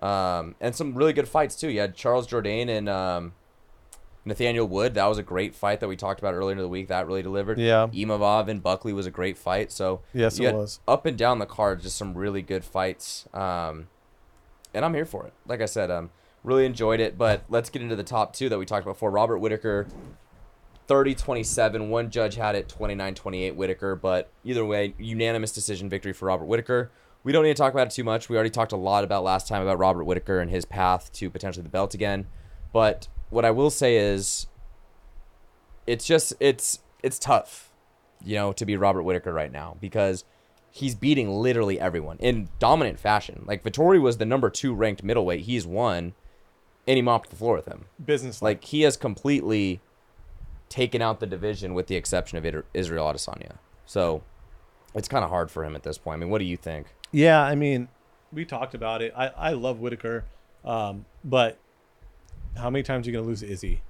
[SPEAKER 5] Um, and some really good fights, too. You had Charles Jourdain and um, Nathaniel Wood. That was a great fight that we talked about earlier in the week. That really delivered.
[SPEAKER 4] Yeah.
[SPEAKER 5] Imavov and Buckley was a great fight. So
[SPEAKER 4] Yes,
[SPEAKER 5] you
[SPEAKER 4] it
[SPEAKER 5] had
[SPEAKER 4] was.
[SPEAKER 5] Up and down the card, just some really good fights. Um, and I'm here for it. Like I said, um, really enjoyed it. But let's get into the top two that we talked about before. Robert Whitaker, 30-27. One judge had it 29-28 Whitaker, but either way, unanimous decision victory for Robert Whitaker. We don't need to talk about it too much. We already talked a lot about last time about Robert Whitaker and his path to potentially the belt again. But what I will say is it's just it's it's tough, you know, to be Robert Whitaker right now because he's beating literally everyone in dominant fashion. Like Vittori was the number two ranked middleweight. He's won, and he mopped the floor with him.
[SPEAKER 4] Business.
[SPEAKER 5] Like he has completely taken out the division with the exception of Iter- Israel Adesanya. So it's kind of hard for him at this point. I mean, what do you think?
[SPEAKER 4] Yeah, I mean, we talked about it. I, I love Whitaker, um, but how many times are you going to lose to Izzy?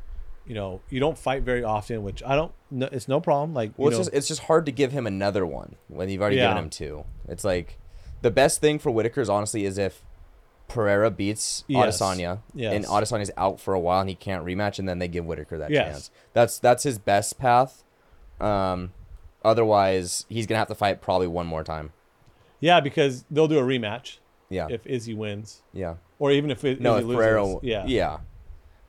[SPEAKER 4] You know, you don't fight very often, which I don't. No, it's no problem. Like,
[SPEAKER 5] Well,
[SPEAKER 4] you
[SPEAKER 5] it's
[SPEAKER 4] know,
[SPEAKER 5] just it's just hard to give him another one when you've already
[SPEAKER 4] Yeah.
[SPEAKER 5] given him two. It's like the best thing for Whitaker's honestly is if Pereira beats
[SPEAKER 4] Yes.
[SPEAKER 5] Adesanya and
[SPEAKER 4] Yes.
[SPEAKER 5] Adesanya's out for a while and he can't rematch, and then they give Whitaker that
[SPEAKER 4] Yes.
[SPEAKER 5] chance. That's that's his best path. Um, otherwise, he's gonna have to fight probably one more time.
[SPEAKER 4] yeah, because they'll do a rematch
[SPEAKER 5] Yeah,
[SPEAKER 4] if Izzy wins,
[SPEAKER 5] yeah.
[SPEAKER 4] or even if it,
[SPEAKER 5] No,
[SPEAKER 4] Izzy
[SPEAKER 5] if
[SPEAKER 4] loses.
[SPEAKER 5] Pereira,
[SPEAKER 4] yeah,
[SPEAKER 5] yeah.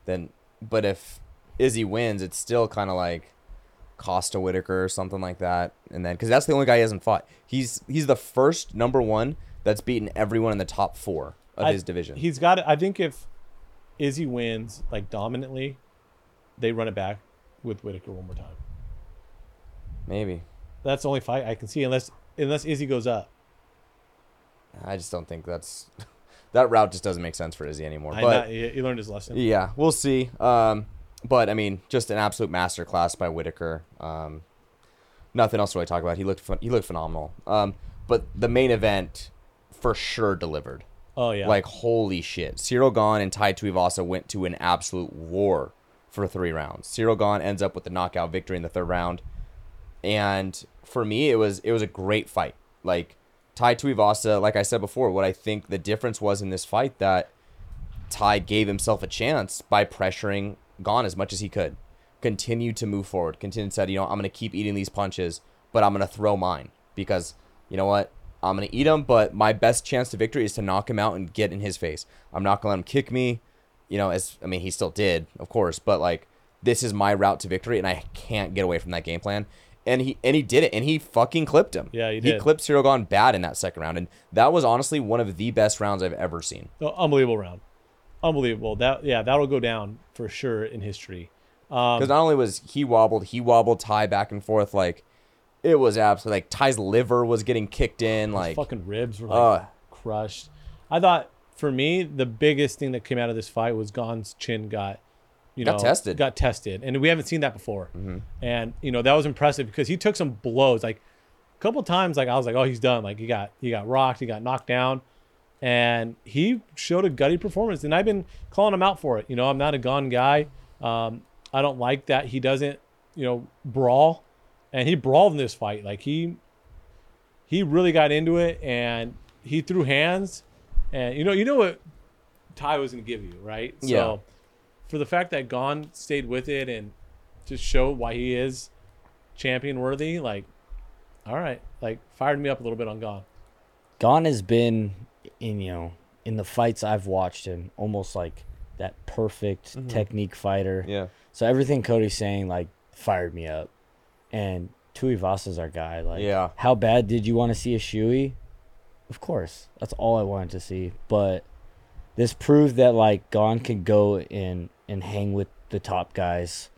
[SPEAKER 5] Then, but if Izzy wins, it's still kind of like Costa Whitaker or something like that, and then because that's the only guy he hasn't fought. He's he's the first number one that's beaten everyone in the top four of
[SPEAKER 4] I-
[SPEAKER 5] his division.
[SPEAKER 4] He's got. it. I think if Izzy wins like dominantly, they run it back with Whitaker one more time.
[SPEAKER 5] Maybe
[SPEAKER 4] That's the only fight I can see, unless unless Izzy goes up.
[SPEAKER 5] I just don't think that's that route just doesn't make sense for Izzy anymore.
[SPEAKER 4] I,
[SPEAKER 5] But
[SPEAKER 4] not- he he learned his lesson.
[SPEAKER 5] yeah, we'll see. Um, but I mean, just an absolute masterclass by Whitaker. Um, nothing else to really talk about. He looked phen- he looked phenomenal. Um, but the main event for sure delivered.
[SPEAKER 4] Oh yeah.
[SPEAKER 5] Like holy shit, Cyril Gahn and Tai Tuivasa went to an absolute war for three rounds. Cyril Gahn ends up with the knockout victory in the third round, and for me, it was it was a great fight. Like Tai Tuivasa, like I said before, what I think the difference was in this fight that Tai gave himself a chance by pressuring Gone as much as he could. Continued to move forward. Continued said, you know, I'm gonna keep eating these punches, but I'm gonna throw mine because you know what? I'm gonna eat him, but my best chance to victory is to knock him out and get in his face. I'm not gonna let him kick me. You know, as I mean, he still did, of course, but like this is my route to victory, and I can't get away from that game plan. And he and he did it, and he fucking clipped him.
[SPEAKER 4] Yeah, he
[SPEAKER 5] He
[SPEAKER 4] did.
[SPEAKER 5] clipped Cyril Gone bad in that second round, and that was honestly one of the best rounds I've ever seen.
[SPEAKER 4] No, unbelievable round. Unbelievable. That yeah, that'll go down for sure in history.
[SPEAKER 5] Because not only was he wobbled, he wobbled Ty back and forth. Like it was absolutely like Ty's liver was getting kicked in. Like uh,
[SPEAKER 4] Fucking ribs were like
[SPEAKER 5] Ugh.
[SPEAKER 4] crushed. I thought for me the biggest thing that came out of this fight was Gon's chin got you know
[SPEAKER 5] Got tested. Mm-hmm.
[SPEAKER 4] got tested, and we haven't seen that before. And you know that was impressive because he took some blows. Like a couple times, like I was like, oh, he's done. Like he got he got rocked, he got knocked down. and he showed a gutty performance. And I've been calling him out for it. You know, I'm not a gone guy. Um, I don't like that he doesn't, you know, brawl, and he brawled in this fight. Like he, he really got into it, and he threw hands, and you know, you know what Ty was gonna give you, right? So
[SPEAKER 5] Yeah.
[SPEAKER 4] for the fact that Gone stayed with it and just showed why he is champion worthy, like, all right, like fired me up a little bit on Gone.
[SPEAKER 2] Gone has been in you know in the fights I've watched him almost like that perfect technique fighter.
[SPEAKER 5] yeah,
[SPEAKER 2] So everything Cody's saying like fired me up, and Tui Vasa's our guy. Like,
[SPEAKER 5] Yeah.
[SPEAKER 2] How bad did you want to see a Shui? Of course, that's all I wanted to see. But this proved that like Gone can go and and hang with the top guys,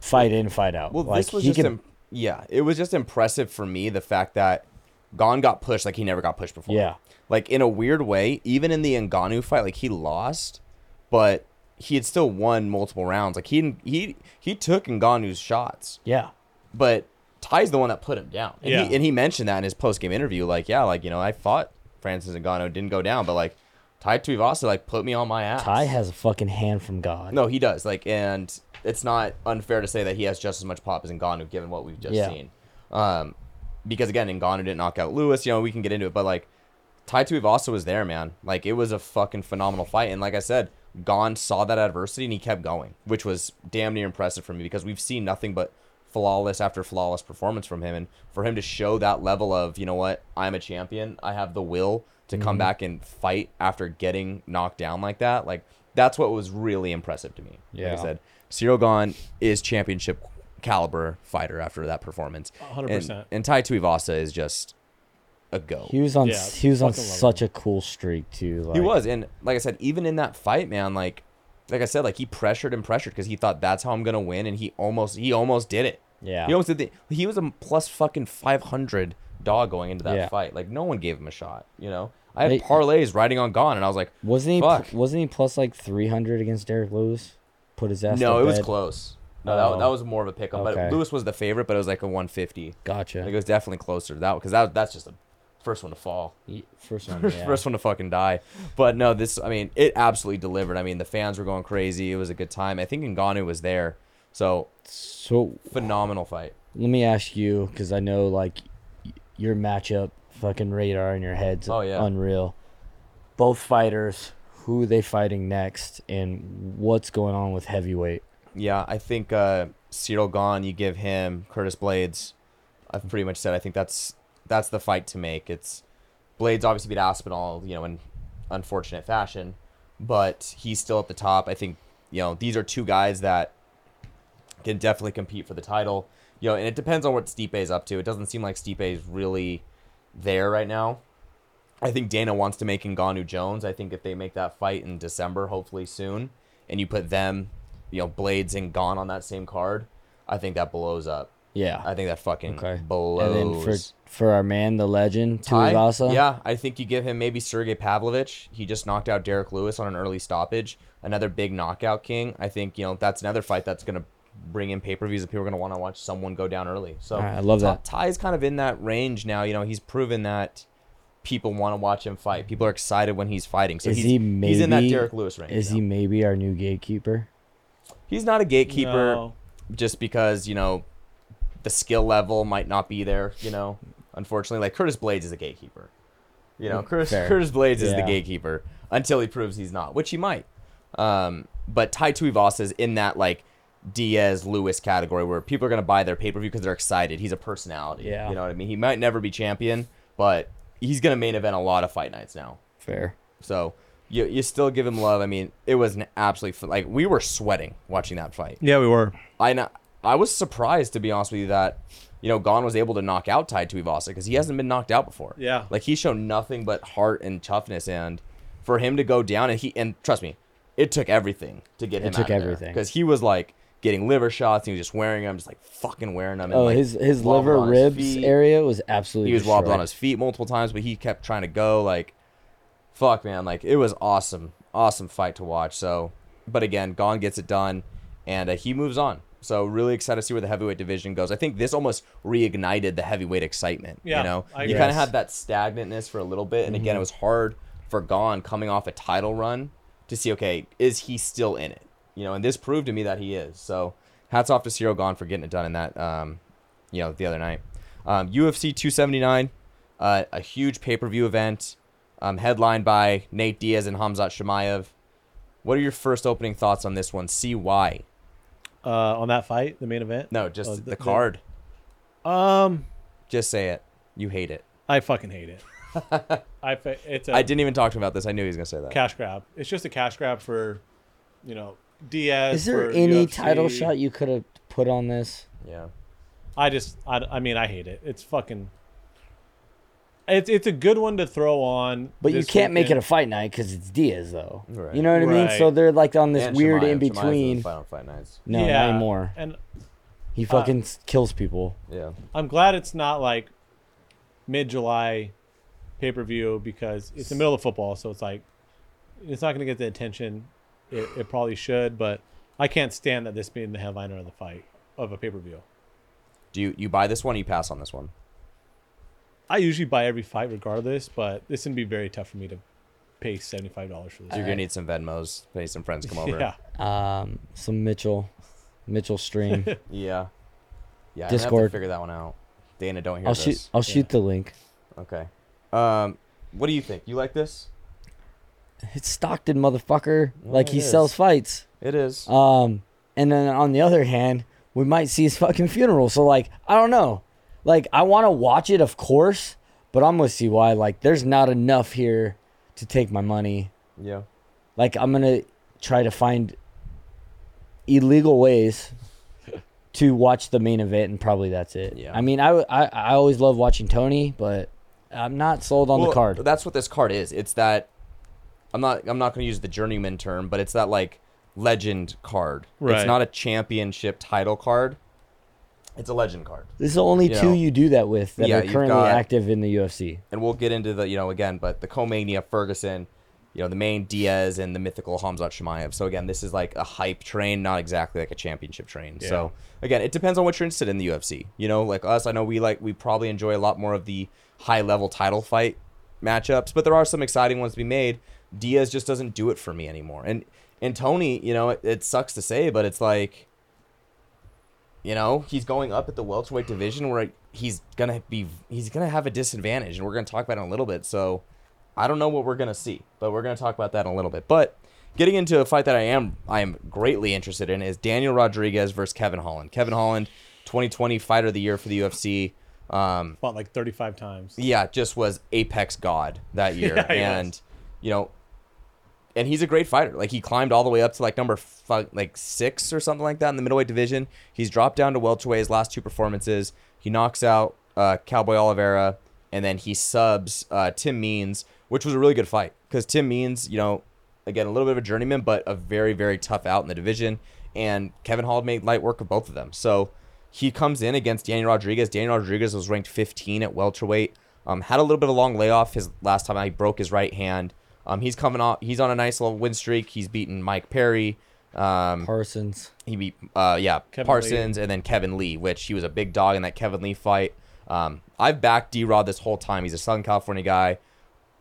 [SPEAKER 2] fight in, fight out.
[SPEAKER 5] Well,
[SPEAKER 2] like,
[SPEAKER 5] this was
[SPEAKER 2] he
[SPEAKER 5] just
[SPEAKER 2] can-
[SPEAKER 5] im- yeah, it was just impressive for me the fact that Gon got pushed like he never got pushed before.
[SPEAKER 2] Yeah.
[SPEAKER 5] like in a weird way, even in the Ngannou fight, like he lost, but he had still won multiple rounds. Like he he he took Ngannou's shots,
[SPEAKER 2] yeah.
[SPEAKER 5] but Ty's the one that put him down. And,
[SPEAKER 4] Yeah.
[SPEAKER 5] he, and he mentioned that in his post game interview. Like, yeah, like you know, I fought Francis Ngannou, didn't go down, but like Ty Tuivasa like put me on my ass.
[SPEAKER 2] Ty has a fucking hand from God.
[SPEAKER 5] No, he does. Like, and it's not unfair to say that he has just as much pop as Ngannou, given what we've just
[SPEAKER 2] Yeah.
[SPEAKER 5] seen. Um, because again, Ngannou didn't knock out Lewis. You know, we can get into it, but like, Tai Tuivasa was there, man. Like, it was a fucking phenomenal fight, and like I said, Gon saw that adversity and he kept going, which was damn near impressive for me because we've seen nothing but flawless after flawless performance from him, and for him to show that level of, you know what, I'm a champion. I have the will to come back and fight after getting knocked down like that. Like, that's what was really impressive to me. Like
[SPEAKER 2] Yeah.
[SPEAKER 5] I said, Cyril Gahn is championship caliber fighter after that performance.
[SPEAKER 4] 100%.
[SPEAKER 5] And, and Tai Tuivasa is just a go.
[SPEAKER 2] He was on
[SPEAKER 4] Yeah,
[SPEAKER 2] he was on
[SPEAKER 4] fucking love
[SPEAKER 2] such a cool streak too. Like,
[SPEAKER 5] He was, and like I said, even in that fight, man, like, like I said, like he pressured and pressured because he thought that's how I'm gonna win, and he almost, he almost did it.
[SPEAKER 2] Yeah.
[SPEAKER 5] he almost did the. He was a plus fucking 500 dog going into that
[SPEAKER 2] Yeah.
[SPEAKER 5] fight. Like no one gave him a shot. You know, I had
[SPEAKER 2] They-
[SPEAKER 5] parlays riding on gone, and I was like,
[SPEAKER 2] Wasn't he? pl-
[SPEAKER 5] Fuck.
[SPEAKER 2] wasn't he plus like three hundred against Derek Lewis? Put his ass.
[SPEAKER 5] no,
[SPEAKER 2] to
[SPEAKER 5] it was
[SPEAKER 2] bed?
[SPEAKER 5] close. No, that,
[SPEAKER 2] Oh.
[SPEAKER 5] that was more of a pick 'em,
[SPEAKER 2] Okay.
[SPEAKER 5] but Lewis was the favorite, but it was like a 150. Like it
[SPEAKER 2] Gotcha.
[SPEAKER 5] was definitely closer to that because that that's just the first one to fall,
[SPEAKER 2] Ye- First one.
[SPEAKER 5] first,
[SPEAKER 2] Yeah.
[SPEAKER 5] first one to fucking die. But no, this I mean it absolutely delivered. I mean the fans were going crazy. It was a good time. I think Ngannou was there, so
[SPEAKER 2] So
[SPEAKER 5] phenomenal fight.
[SPEAKER 2] let me ask you, because I know like y- your matchup fucking radar in your head's
[SPEAKER 5] Oh, yeah.
[SPEAKER 2] unreal. Both fighters, who are they fighting next, and what's going on with heavyweight?
[SPEAKER 5] Yeah, I think uh, Cyril Gahn, you give him Curtis Blades. I've pretty much said I think that's that's the fight to make. It's Blades obviously beat Aspinall, you know, in unfortunate fashion, but he's still at the top. I think you know these are two guys that can definitely compete for the title. You know, and it depends on what Stipe is up to. It doesn't seem like Stipe is really there right now. I think Dana wants to make Ngannou Jones. I think if they make that fight in December, hopefully soon, and you put them, you know, Blades and Gone on that same card, I think that blows up.
[SPEAKER 2] Yeah.
[SPEAKER 5] I think that fucking
[SPEAKER 2] okay.
[SPEAKER 5] blows.
[SPEAKER 2] And then for for our man, the legend, Tuivasa.
[SPEAKER 5] Yeah, I think you give him maybe Sergey Pavlovich. He just knocked out Derek Lewis on an early stoppage. Another big knockout king. I think you know that's another fight that's gonna bring in pay per views that people are gonna want to watch someone go down early. So
[SPEAKER 2] Alright, I love
[SPEAKER 5] Ta-
[SPEAKER 2] that.
[SPEAKER 5] Ty's kind of in that range now. You know, he's proven that people want to watch him fight. People are excited when he's fighting. So
[SPEAKER 2] is
[SPEAKER 5] he's,
[SPEAKER 2] he maybe?
[SPEAKER 5] he's in that Derek Lewis range.
[SPEAKER 2] Is
[SPEAKER 5] now.
[SPEAKER 2] he maybe our new gatekeeper?
[SPEAKER 5] He's not a gatekeeper
[SPEAKER 4] No.
[SPEAKER 5] just because you know the skill level might not be there. You know, unfortunately, like Curtis Blades is a gatekeeper. You know, Curtis
[SPEAKER 2] Fair.
[SPEAKER 5] Curtis Blades is the
[SPEAKER 2] Yeah.
[SPEAKER 5] gatekeeper until he proves he's not, which he might. Um, but Tai Tuivasa is in that like Diaz Lewis category where people are gonna buy their pay per view because they're excited. He's a personality.
[SPEAKER 2] Yeah.
[SPEAKER 5] you know what I mean. He might never be champion, but he's gonna main event a lot of fight nights now.
[SPEAKER 2] Fair.
[SPEAKER 5] So. You, you still give him love. I mean, it was an absolute f- like we were sweating watching that fight.
[SPEAKER 4] Yeah, we were.
[SPEAKER 5] I kn- I was surprised to be honest with you that you know Gon was able to knock out Tai Tuivasa because he hasn't been knocked out before.
[SPEAKER 4] Yeah.
[SPEAKER 5] like he's shown nothing but heart and toughness, and for him to go down and he and trust me, it took everything to get him.
[SPEAKER 2] took everything.
[SPEAKER 5] because he was like getting liver shots and he was just wearing them, just like fucking wearing them. And,
[SPEAKER 2] Oh,
[SPEAKER 5] like,
[SPEAKER 2] his his
[SPEAKER 5] wobbling
[SPEAKER 2] liver
[SPEAKER 5] on his
[SPEAKER 2] ribs
[SPEAKER 5] feet.
[SPEAKER 2] area was absolutely.
[SPEAKER 5] He was wobbling
[SPEAKER 2] destroyed.
[SPEAKER 5] on his feet multiple times, but he kept trying to go. Like, fuck, man, like it was awesome, awesome fight to watch. So, but again, Gon gets it done, and uh, he moves on. So really excited to see where the heavyweight division goes. I think this almost reignited the heavyweight excitement.
[SPEAKER 4] Yeah,
[SPEAKER 5] you know,
[SPEAKER 4] I
[SPEAKER 5] you
[SPEAKER 4] agree. Mm-hmm.
[SPEAKER 5] kind of
[SPEAKER 2] Yes.
[SPEAKER 5] had that stagnantness for a little bit, and again, it was hard for Gon coming off a title run to see, okay, is he still in it? You know, and this proved to me that he is. So, hats off to Ciro Gon for getting it done in that, um, you know, the other night. Um, UFC 279, uh, a huge pay per view event, um, headlined by Nate Diaz and Hamzat Shemaev. What are your first opening thoughts on this one? See why?
[SPEAKER 4] Uh, on that fight, the main event.
[SPEAKER 5] No, just
[SPEAKER 4] Oh,
[SPEAKER 5] the,
[SPEAKER 4] the- the-
[SPEAKER 5] card.
[SPEAKER 4] Um,
[SPEAKER 5] Just say it. You hate it.
[SPEAKER 4] I fucking hate it. I fa- it's a
[SPEAKER 5] I didn't even talk to him about this. I knew he was gonna say that.
[SPEAKER 4] cash grab. It's just a cash grab for, you know, Diaz.
[SPEAKER 2] Is there
[SPEAKER 4] for
[SPEAKER 2] any
[SPEAKER 4] UFC.
[SPEAKER 2] title shot you could have put on this?
[SPEAKER 5] yeah.
[SPEAKER 4] I just, I, I mean, I hate it. It's fucking. It's it's a good one to throw on,
[SPEAKER 2] But you
[SPEAKER 4] this
[SPEAKER 2] can't make it
[SPEAKER 4] weekend.
[SPEAKER 2] a fight night because it's Diaz, though.
[SPEAKER 5] Right.
[SPEAKER 2] You know what I mean? So
[SPEAKER 4] Right.
[SPEAKER 2] they're like on this
[SPEAKER 5] And
[SPEAKER 2] weird
[SPEAKER 5] Shemaev.
[SPEAKER 2] in
[SPEAKER 5] Shemaev's been
[SPEAKER 2] between.
[SPEAKER 5] Fight on fight nights.
[SPEAKER 2] No,
[SPEAKER 4] Yeah, Uh,
[SPEAKER 2] not anymore.
[SPEAKER 4] And
[SPEAKER 2] He fucking s kills people.
[SPEAKER 5] Yeah.
[SPEAKER 4] I'm glad it's not like mid July pay per view because it's the middle of football, so it's like it's not going to get the attention it, it probably should. But I can't stand that this being the headliner of the fight of a pay per view.
[SPEAKER 5] Do you you buy this one? Or you pass on this one?
[SPEAKER 4] I usually buy every fight regardless, but this would be very tough for me to pay seventy five dollars for this.
[SPEAKER 5] You're gonna need some Venmos. Pay some friends come over.
[SPEAKER 4] Uh, yeah,
[SPEAKER 2] Um, some Mitchell, Mitchell stream.
[SPEAKER 5] Yeah. Yeah. I'm gonna have to
[SPEAKER 2] Discord.
[SPEAKER 5] figure that one out. Dana, don't hear
[SPEAKER 2] I'll
[SPEAKER 5] this.
[SPEAKER 2] shoot. I'll shoot the link.
[SPEAKER 5] Okay. Um, what do you think? You like this?
[SPEAKER 2] It's Stockton, motherfucker.
[SPEAKER 5] Well,
[SPEAKER 2] like
[SPEAKER 5] it
[SPEAKER 2] he
[SPEAKER 5] is.
[SPEAKER 2] sells fights.
[SPEAKER 5] It is.
[SPEAKER 2] Um, and then on the other hand, we might see his fucking funeral. So like, I don't know. Like, I want to watch it, of course, but I'm gonna see why. Like, there's not enough here to take my money.
[SPEAKER 5] yeah.
[SPEAKER 2] Like, I'm gonna try to find illegal ways to watch the main event, and probably that's it.
[SPEAKER 5] Yeah.
[SPEAKER 2] I mean, I w- I, I always love watching Tony, but I'm not sold on
[SPEAKER 5] Well,
[SPEAKER 2] the card.
[SPEAKER 5] That's what this card is. It's that. I'm not. I'm not gonna use the journeyman term, but it's that like legend card. It's
[SPEAKER 4] Right.
[SPEAKER 5] not a championship title card. It's a legend card.
[SPEAKER 2] This is the only
[SPEAKER 5] You
[SPEAKER 2] two
[SPEAKER 5] know.
[SPEAKER 2] you do that with that
[SPEAKER 5] Yeah,
[SPEAKER 2] are
[SPEAKER 5] you've
[SPEAKER 2] currently
[SPEAKER 5] got-
[SPEAKER 2] active in the UFC.
[SPEAKER 5] and we'll get into the you know again, but the Comania Ferguson, you know the main Diaz and the mythical Hamzat Shemaev. So again, this is like a hype train, not exactly like a championship train. So again, it depends on what you're interested in the UFC. You know, like us, I know we like we probably enjoy a lot more of the high level title fight matchups, but there are some exciting ones to be made. Diaz just doesn't do it for me anymore, and and Tony, you know, it, it sucks to say, but it's like. You know, he's going up at the welterweight division where he's gonna be he's gonna have a disadvantage, and we're gonna talk about it in a little bit. So I don't know what we're gonna see, but we're gonna talk about that in a little bit. But getting into a fight that I am I am greatly interested in is Daniel Rodriguez versus Kevin Holland. Kevin Holland, 2020 Fighter of the Year for the UFC. Um,
[SPEAKER 4] fought like thirty five times.
[SPEAKER 5] yeah, just was apex god that year,
[SPEAKER 4] Yeah, he
[SPEAKER 5] and
[SPEAKER 4] was.
[SPEAKER 5] you know, and he's a great fighter. Like he climbed all the way up to like number five, like six or something like that in the middleweight division. He's dropped down to welterweight his last two performances. He knocks out uh, Cowboy Oliveira, and then he subs uh, Tim Means, which was a really good fight because Tim Means, you know, again a little bit of a journeyman, but a very very tough out in the division. And Kevin Hall made light work of both of them. So He comes in against Daniel Rodriguez. Daniel Rodriguez was ranked 15 at welterweight. Um, had a little bit of a long layoff his last time. out. He broke his right hand. Um, he's coming off. He's on a nice little win streak. He's beaten Mike Perry. Um,
[SPEAKER 2] Parsons.
[SPEAKER 5] he beat uh yeah
[SPEAKER 4] Kevin
[SPEAKER 5] Parsons and then Kevin Lee, which he was a big dog in that Kevin Lee fight. Um, I've backed D Rod this whole time. He's a Southern California guy.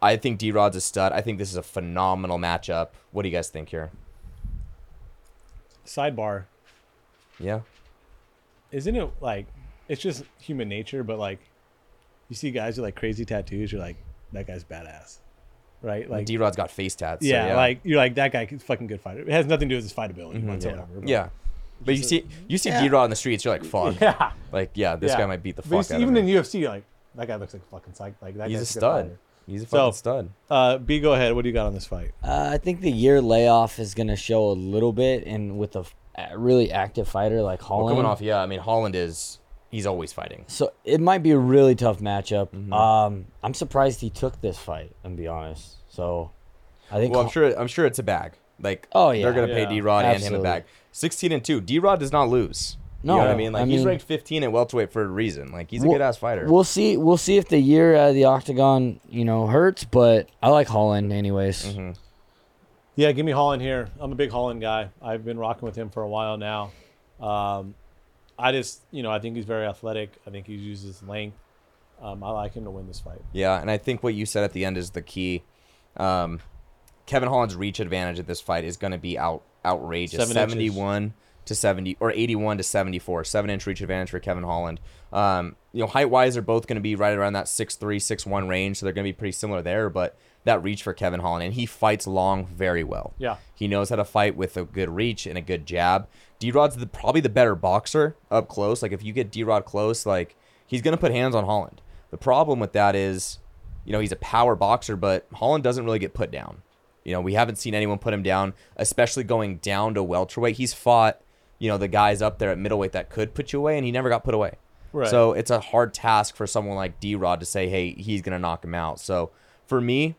[SPEAKER 5] I think D Rod's a stud. I think this is a phenomenal matchup. What do you guys think here?
[SPEAKER 3] Sidebar.
[SPEAKER 5] Yeah.
[SPEAKER 3] Isn't it like it's just human nature, but like you see guys with like crazy tattoos, you're like, that guy's badass. Right? Like
[SPEAKER 5] D Rod's got face tats. so
[SPEAKER 3] yeah,
[SPEAKER 5] yeah, Mm-hmm,
[SPEAKER 3] like you're like that guy can fucking good fighter. It has nothing to do with his fightability whatsoever. but-
[SPEAKER 5] yeah. But you see, you see D Rod on the streets, you're like, fuck.
[SPEAKER 3] Yeah.
[SPEAKER 5] Like, yeah, this
[SPEAKER 3] Yeah.
[SPEAKER 5] guy might beat the
[SPEAKER 3] But you
[SPEAKER 5] fuck
[SPEAKER 3] see,
[SPEAKER 5] out
[SPEAKER 3] even
[SPEAKER 5] of
[SPEAKER 3] in
[SPEAKER 5] him.
[SPEAKER 3] UFC, you're like, that guy looks like a fucking psych. Like that
[SPEAKER 5] He's a
[SPEAKER 3] guy's
[SPEAKER 5] stud.
[SPEAKER 3] good
[SPEAKER 5] He's a
[SPEAKER 3] So-
[SPEAKER 5] fucking stud.
[SPEAKER 3] fighter. Uh, B, go ahead. What do you got on this fight?
[SPEAKER 2] Uh, I think the year layoff is going to show a little bit, and with a f- a really active fighter like
[SPEAKER 5] Well,
[SPEAKER 2] Holland.
[SPEAKER 5] coming off, yeah. I mean, Holland is he's always fighting.
[SPEAKER 2] So it might be a really tough matchup.
[SPEAKER 5] Mm-hmm.
[SPEAKER 2] Um, I'm surprised he took this fight, and be honest. So I think
[SPEAKER 5] Well, I'm
[SPEAKER 2] Ho-
[SPEAKER 5] sure. I'm sure it's a bag. Like,
[SPEAKER 2] Oh, yeah.
[SPEAKER 5] they're gonna
[SPEAKER 3] Yeah.
[SPEAKER 5] pay D Rod and him a
[SPEAKER 2] Absolutely.
[SPEAKER 5] bag. Sixteen and two. D Rod does not lose.
[SPEAKER 2] No,
[SPEAKER 5] you know what I mean. Like,
[SPEAKER 2] I
[SPEAKER 5] he's
[SPEAKER 2] mean-
[SPEAKER 5] ranked 15 at welterweight for a reason. Like, he's a
[SPEAKER 2] Well-
[SPEAKER 5] good ass fighter.
[SPEAKER 2] we'll see. We'll see if the year uh, the octagon, you know, hurts. But I like Holland, anyways.
[SPEAKER 5] Mm-hmm.
[SPEAKER 3] Yeah, give me Holland here. I'm a big Holland guy. I've been rocking with him for a while now. Um, I just, you know, I think he's very athletic. I think he uses length. Um, I like him to win this fight.
[SPEAKER 5] yeah, and I think what you said at the end is the key. Um, Kevin Holland's reach advantage at this fight is gonna be out outrageous.
[SPEAKER 3] Seven inches.
[SPEAKER 5] 71 to 70 or 81 to 74. Seven inch reach advantage for Kevin Holland. Um, you know, height wise, they're both gonna be right around that 6'3", 6'1 range, so they're gonna be pretty similar there. But that reach for Kevin Holland, and he fights long very well.
[SPEAKER 3] Yeah.
[SPEAKER 5] He knows how to fight with a good reach and a good jab. D Rod's the, probably the better boxer up close. Like if you get D Rod close, like he's gonna put hands on Holland. The problem with that is, you know, he's a power boxer, but Holland doesn't really get put down. You know, we haven't seen anyone put him down, especially going down to welterweight. He's fought, you know, the guys up there at middleweight that could put you away, and he never got put away.
[SPEAKER 3] Right.
[SPEAKER 5] So it's a hard task for someone like D Rod to say, hey, he's gonna knock him out. So for me,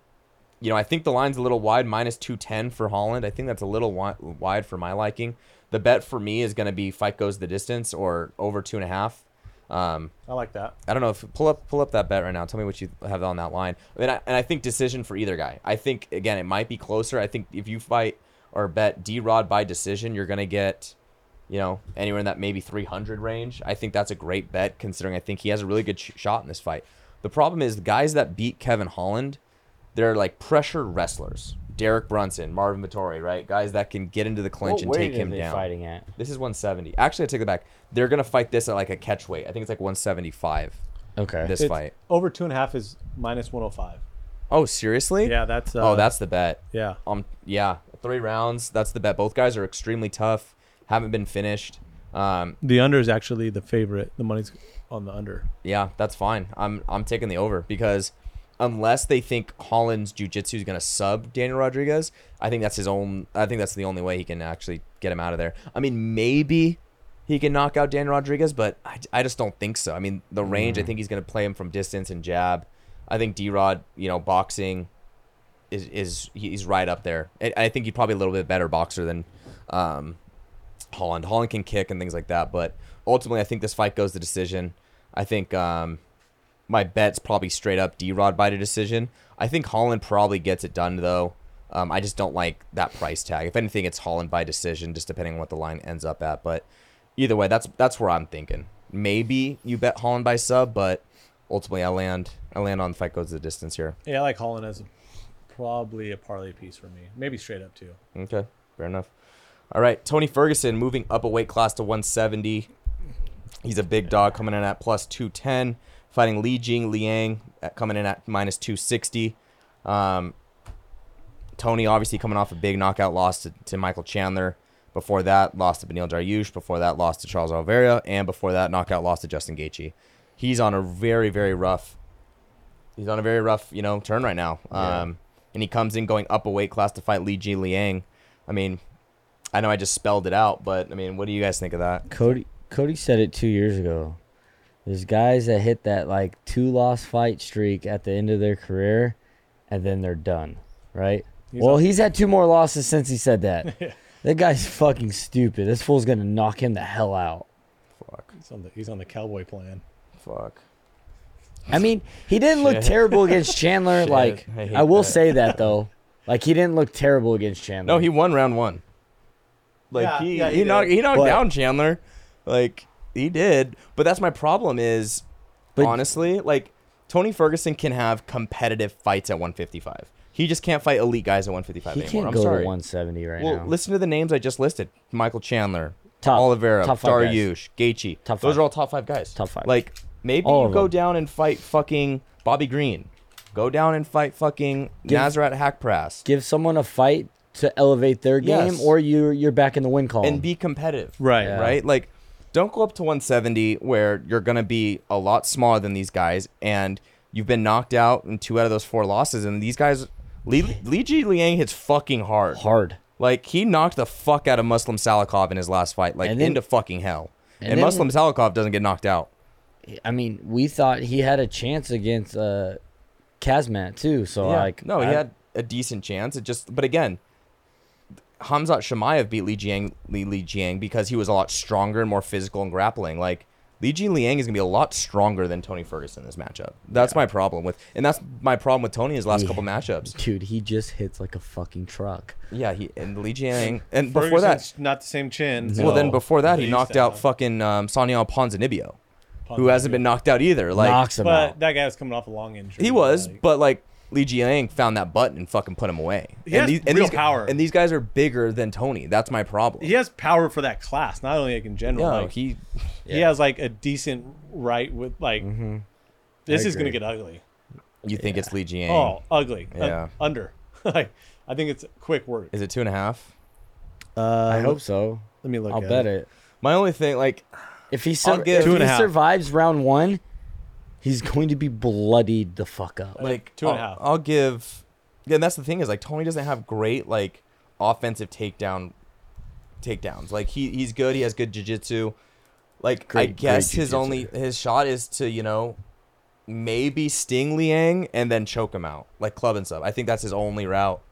[SPEAKER 5] you know, I think the line's a little wide, minus 210 for Holland. I think that's a little wi- wide for my liking. The bet for me is going to be fight goes the distance or over two and a half. Um,
[SPEAKER 3] I like that.
[SPEAKER 5] I don't know if pull up pull up that bet right now. Tell me what you have on that line. I mean, I, and I think decision for either guy. I think again it might be closer. I think if you fight or bet D Rod by decision, you're gonna get, you know, anywhere in that maybe 300 range. I think that's a great bet considering I think he has a really good sh- shot in this fight. The problem is the guys that beat Kevin Holland, they're like pressure wrestlers. Derek Brunson, Marvin Vittori, right? Guys that can get into the clinch and take him down.
[SPEAKER 2] fighting at?
[SPEAKER 5] This is 170. Actually, I take it back. They're gonna fight this at like a catch weight. I think it's like 175.
[SPEAKER 2] Okay.
[SPEAKER 5] This
[SPEAKER 3] It's
[SPEAKER 5] fight.
[SPEAKER 3] over two and a half is minus 105.
[SPEAKER 5] Oh, seriously?
[SPEAKER 3] Yeah, that's. Uh,
[SPEAKER 5] oh, that's the bet.
[SPEAKER 3] yeah.
[SPEAKER 5] Um, yeah, three rounds. That's the bet. Both guys are extremely tough. Haven't been finished. Um,
[SPEAKER 3] The under is actually the favorite. The money's on the under.
[SPEAKER 5] yeah, that's fine. I'm I'm taking the over because unless they think Holland's jiu-jitsu is going to sub Daniel Rodriguez, I think that's his own I think that's the only way he can actually get him out of there. I mean, maybe he can knock out Daniel Rodriguez, but I, I just don't think so. I mean, the range, I think he's going to play him from distance and jab. I think D-Rod, you know, boxing is is he's right up there. And I think he's probably a little bit better boxer than um, Holland. Holland can kick and things like that, but ultimately, I think this fight goes to decision. I think um, my bet's probably straight up D Rod by the decision. I think Holland probably gets it done though. Um, I just don't like that price tag. If anything, it's Holland by decision, just depending on what the line ends up at. But either way, that's that's where I'm thinking. Maybe you bet Holland by sub, but ultimately, I land I land on fight goes the distance here.
[SPEAKER 3] Yeah, I like Holland as probably a parlay piece for me. Maybe straight up too.
[SPEAKER 5] Okay, fair enough. All right, Tony Ferguson moving up a weight class to 170. He's a big dog coming in at plus 210, fighting Li Jing Liang at, coming in at minus 260. Um, Tony obviously coming off a big knockout loss to, to Michael Chandler. Before that, lost to Benil Dariush. Before that, lost to Charles Oliveira. And before that, knockout loss to Justin Gaethje. He's on a very, very rough he's on a very rough, you know, turn right now. Um, and he comes in going up a weight class to fight Li Ji Liang. I mean, I know I just spelled it out, but I mean, what do you guys think of that?
[SPEAKER 2] Cody Cody said it two years ago. There's guys that hit that like two loss fight streak at the end of their career, and then they're done, right? well, he's had two more losses since he said that. that guy's fucking stupid. This fool's gonna knock him the hell out.
[SPEAKER 5] Fuck.
[SPEAKER 4] He's on the he's on the cowboy plan.
[SPEAKER 5] Fuck.
[SPEAKER 2] I mean, he didn't look
[SPEAKER 5] Shit.
[SPEAKER 2] terrible against Chandler.
[SPEAKER 5] Shit,
[SPEAKER 2] Like
[SPEAKER 5] I hate
[SPEAKER 2] I, will
[SPEAKER 5] that.
[SPEAKER 2] say that though, like he didn't look terrible against Chandler.
[SPEAKER 5] No, he won round one. Like
[SPEAKER 6] Yeah,
[SPEAKER 5] he,
[SPEAKER 6] yeah,
[SPEAKER 5] he,
[SPEAKER 6] he
[SPEAKER 5] knocked
[SPEAKER 6] did.
[SPEAKER 5] he knocked
[SPEAKER 2] But-
[SPEAKER 5] down Chandler. Like he did. But that's my problem is
[SPEAKER 2] But-
[SPEAKER 5] honestly, like Tony Ferguson can have competitive fights at 155. He just can't fight elite guys at 155
[SPEAKER 2] he
[SPEAKER 5] anymore.
[SPEAKER 2] can't
[SPEAKER 5] I'm
[SPEAKER 2] go
[SPEAKER 5] sorry.
[SPEAKER 2] to 170 right
[SPEAKER 5] well,
[SPEAKER 2] now.
[SPEAKER 5] listen to the names I just listed: Michael Chandler,
[SPEAKER 2] Top-
[SPEAKER 5] Oliveira,
[SPEAKER 2] top five guys.
[SPEAKER 5] Dariush, Gaethje.
[SPEAKER 2] Top
[SPEAKER 5] Those
[SPEAKER 2] five.
[SPEAKER 5] are all top five guys.
[SPEAKER 2] Top five.
[SPEAKER 5] Like maybe
[SPEAKER 2] All
[SPEAKER 5] you
[SPEAKER 2] of
[SPEAKER 5] go
[SPEAKER 2] them.
[SPEAKER 5] down and fight fucking Bobby Green. Go down and fight fucking
[SPEAKER 2] Give-
[SPEAKER 5] Nazareth Hackprass.
[SPEAKER 2] Give someone a fight to elevate their game,
[SPEAKER 5] Yes.
[SPEAKER 2] or you you're back in the win column.
[SPEAKER 5] and be competitive.
[SPEAKER 6] Right.
[SPEAKER 2] Yeah.
[SPEAKER 5] Right? Like don't go up to 170 where you're going to be a lot smaller than these guys and you've been knocked out in two out of those four losses and these guys Li, Li Ji Liang hits fucking hard.
[SPEAKER 2] hard.
[SPEAKER 5] Like he knocked the fuck out of Muslim Salikov in his last fight like
[SPEAKER 2] And then-
[SPEAKER 5] into fucking hell. And,
[SPEAKER 2] and then-
[SPEAKER 5] Muslim Salikov doesn't get knocked out.
[SPEAKER 2] I mean, we thought he had a chance against uh, Kazmat too. So like,
[SPEAKER 5] no, he
[SPEAKER 2] I-
[SPEAKER 5] had a decent chance. It just, but again, Hamzat Shemaev beat Li Jiang, Li, Li Jiang because he was a lot stronger and more physical and grappling. Like Li Jiang Liang is gonna be a lot stronger than Tony Ferguson in this matchup. That's my problem with, and that's my problem with Tony in his last
[SPEAKER 2] Yeah.
[SPEAKER 5] couple matchups.
[SPEAKER 2] dude. He just hits like a fucking truck.
[SPEAKER 5] Yeah, he and Li Jiang, and before that,
[SPEAKER 4] Ferguson's not the same chin. so-
[SPEAKER 5] well, then before that, he
[SPEAKER 4] He's
[SPEAKER 5] knocked
[SPEAKER 4] down.
[SPEAKER 5] out fucking um, Soniel Ponzinibbio, who
[SPEAKER 4] Ponzinibbio.
[SPEAKER 5] hasn't been knocked out either. Like
[SPEAKER 2] Knocks him
[SPEAKER 4] But
[SPEAKER 2] out.
[SPEAKER 4] that guy was coming off a long injury.
[SPEAKER 5] He was,
[SPEAKER 4] like-
[SPEAKER 5] but like Li Jiang found that button and fucking put him away.
[SPEAKER 4] He
[SPEAKER 5] and
[SPEAKER 4] has
[SPEAKER 5] these, and
[SPEAKER 4] real
[SPEAKER 5] these,
[SPEAKER 4] power.
[SPEAKER 5] And these guys are bigger than Tony. That's my problem.
[SPEAKER 4] he has power for that class. Not only like in general,
[SPEAKER 5] No,
[SPEAKER 4] like, he,
[SPEAKER 5] he. Mm-hmm.
[SPEAKER 4] has like a decent right with like. This is gonna get ugly.
[SPEAKER 5] You think it's Li Jiang?
[SPEAKER 4] Oh, ugly. Un-
[SPEAKER 5] Yeah.
[SPEAKER 4] under. like, I think it's quick work.
[SPEAKER 5] Is it two and a half?
[SPEAKER 4] Uh,
[SPEAKER 2] I hope so.
[SPEAKER 4] Let me look.
[SPEAKER 2] I'll
[SPEAKER 4] at
[SPEAKER 2] bet it.
[SPEAKER 5] My only thing, like,
[SPEAKER 2] If he, sur-
[SPEAKER 5] give-
[SPEAKER 2] if
[SPEAKER 5] Two
[SPEAKER 4] and
[SPEAKER 2] he
[SPEAKER 4] a half.
[SPEAKER 2] survives round one, he's going to be bloodied the fuck up.
[SPEAKER 5] like
[SPEAKER 4] two and a
[SPEAKER 5] I'll-
[SPEAKER 4] half.
[SPEAKER 5] I'll give. And that's the thing is like Tony doesn't have great like offensive takedown, takedowns. Like he he's good. He has good jujitsu. Like I
[SPEAKER 2] Great-
[SPEAKER 5] guess
[SPEAKER 2] great
[SPEAKER 5] his
[SPEAKER 2] jujitsu.
[SPEAKER 5] only his shot is to you know maybe sting Liang and then choke him out like club and stuff. I think that's his only route.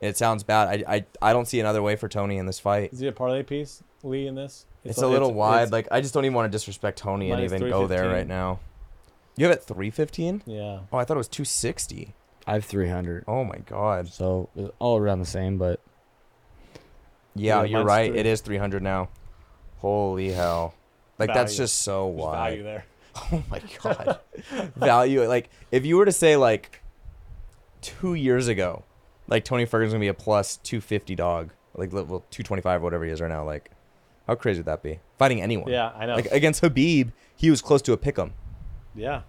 [SPEAKER 5] And it sounds bad. I I, I don't see another way for Tony in this fight.
[SPEAKER 4] Is he a parlay piece, Lee? In this,
[SPEAKER 5] It's, a little wide.
[SPEAKER 4] it's-
[SPEAKER 5] like I just don't even want to disrespect Tony and
[SPEAKER 4] Minus
[SPEAKER 5] even go there
[SPEAKER 4] 315.
[SPEAKER 5] right now. You have it three fifteen.
[SPEAKER 4] yeah,
[SPEAKER 5] Oh, I thought it was two sixty.
[SPEAKER 2] I have 300.
[SPEAKER 5] Oh my god.
[SPEAKER 2] So uh, all around the same, but
[SPEAKER 4] Yeah,
[SPEAKER 5] Yeah, you're
[SPEAKER 4] mine's
[SPEAKER 5] right.
[SPEAKER 4] three.
[SPEAKER 5] It is 300 now. Holy hell. Like that's
[SPEAKER 4] Value.
[SPEAKER 5] just so
[SPEAKER 4] there's value
[SPEAKER 5] wide.
[SPEAKER 4] there.
[SPEAKER 5] Oh my god. value like if you were to say like 2 years ago, like Tony Ferguson's going to be a plus 250 dog, like li- well 225 or whatever he is right now, like how crazy would that be? Fighting anyone.
[SPEAKER 4] Yeah, I know.
[SPEAKER 5] Like against Habib, he was close to a pick 'em.
[SPEAKER 4] yeah,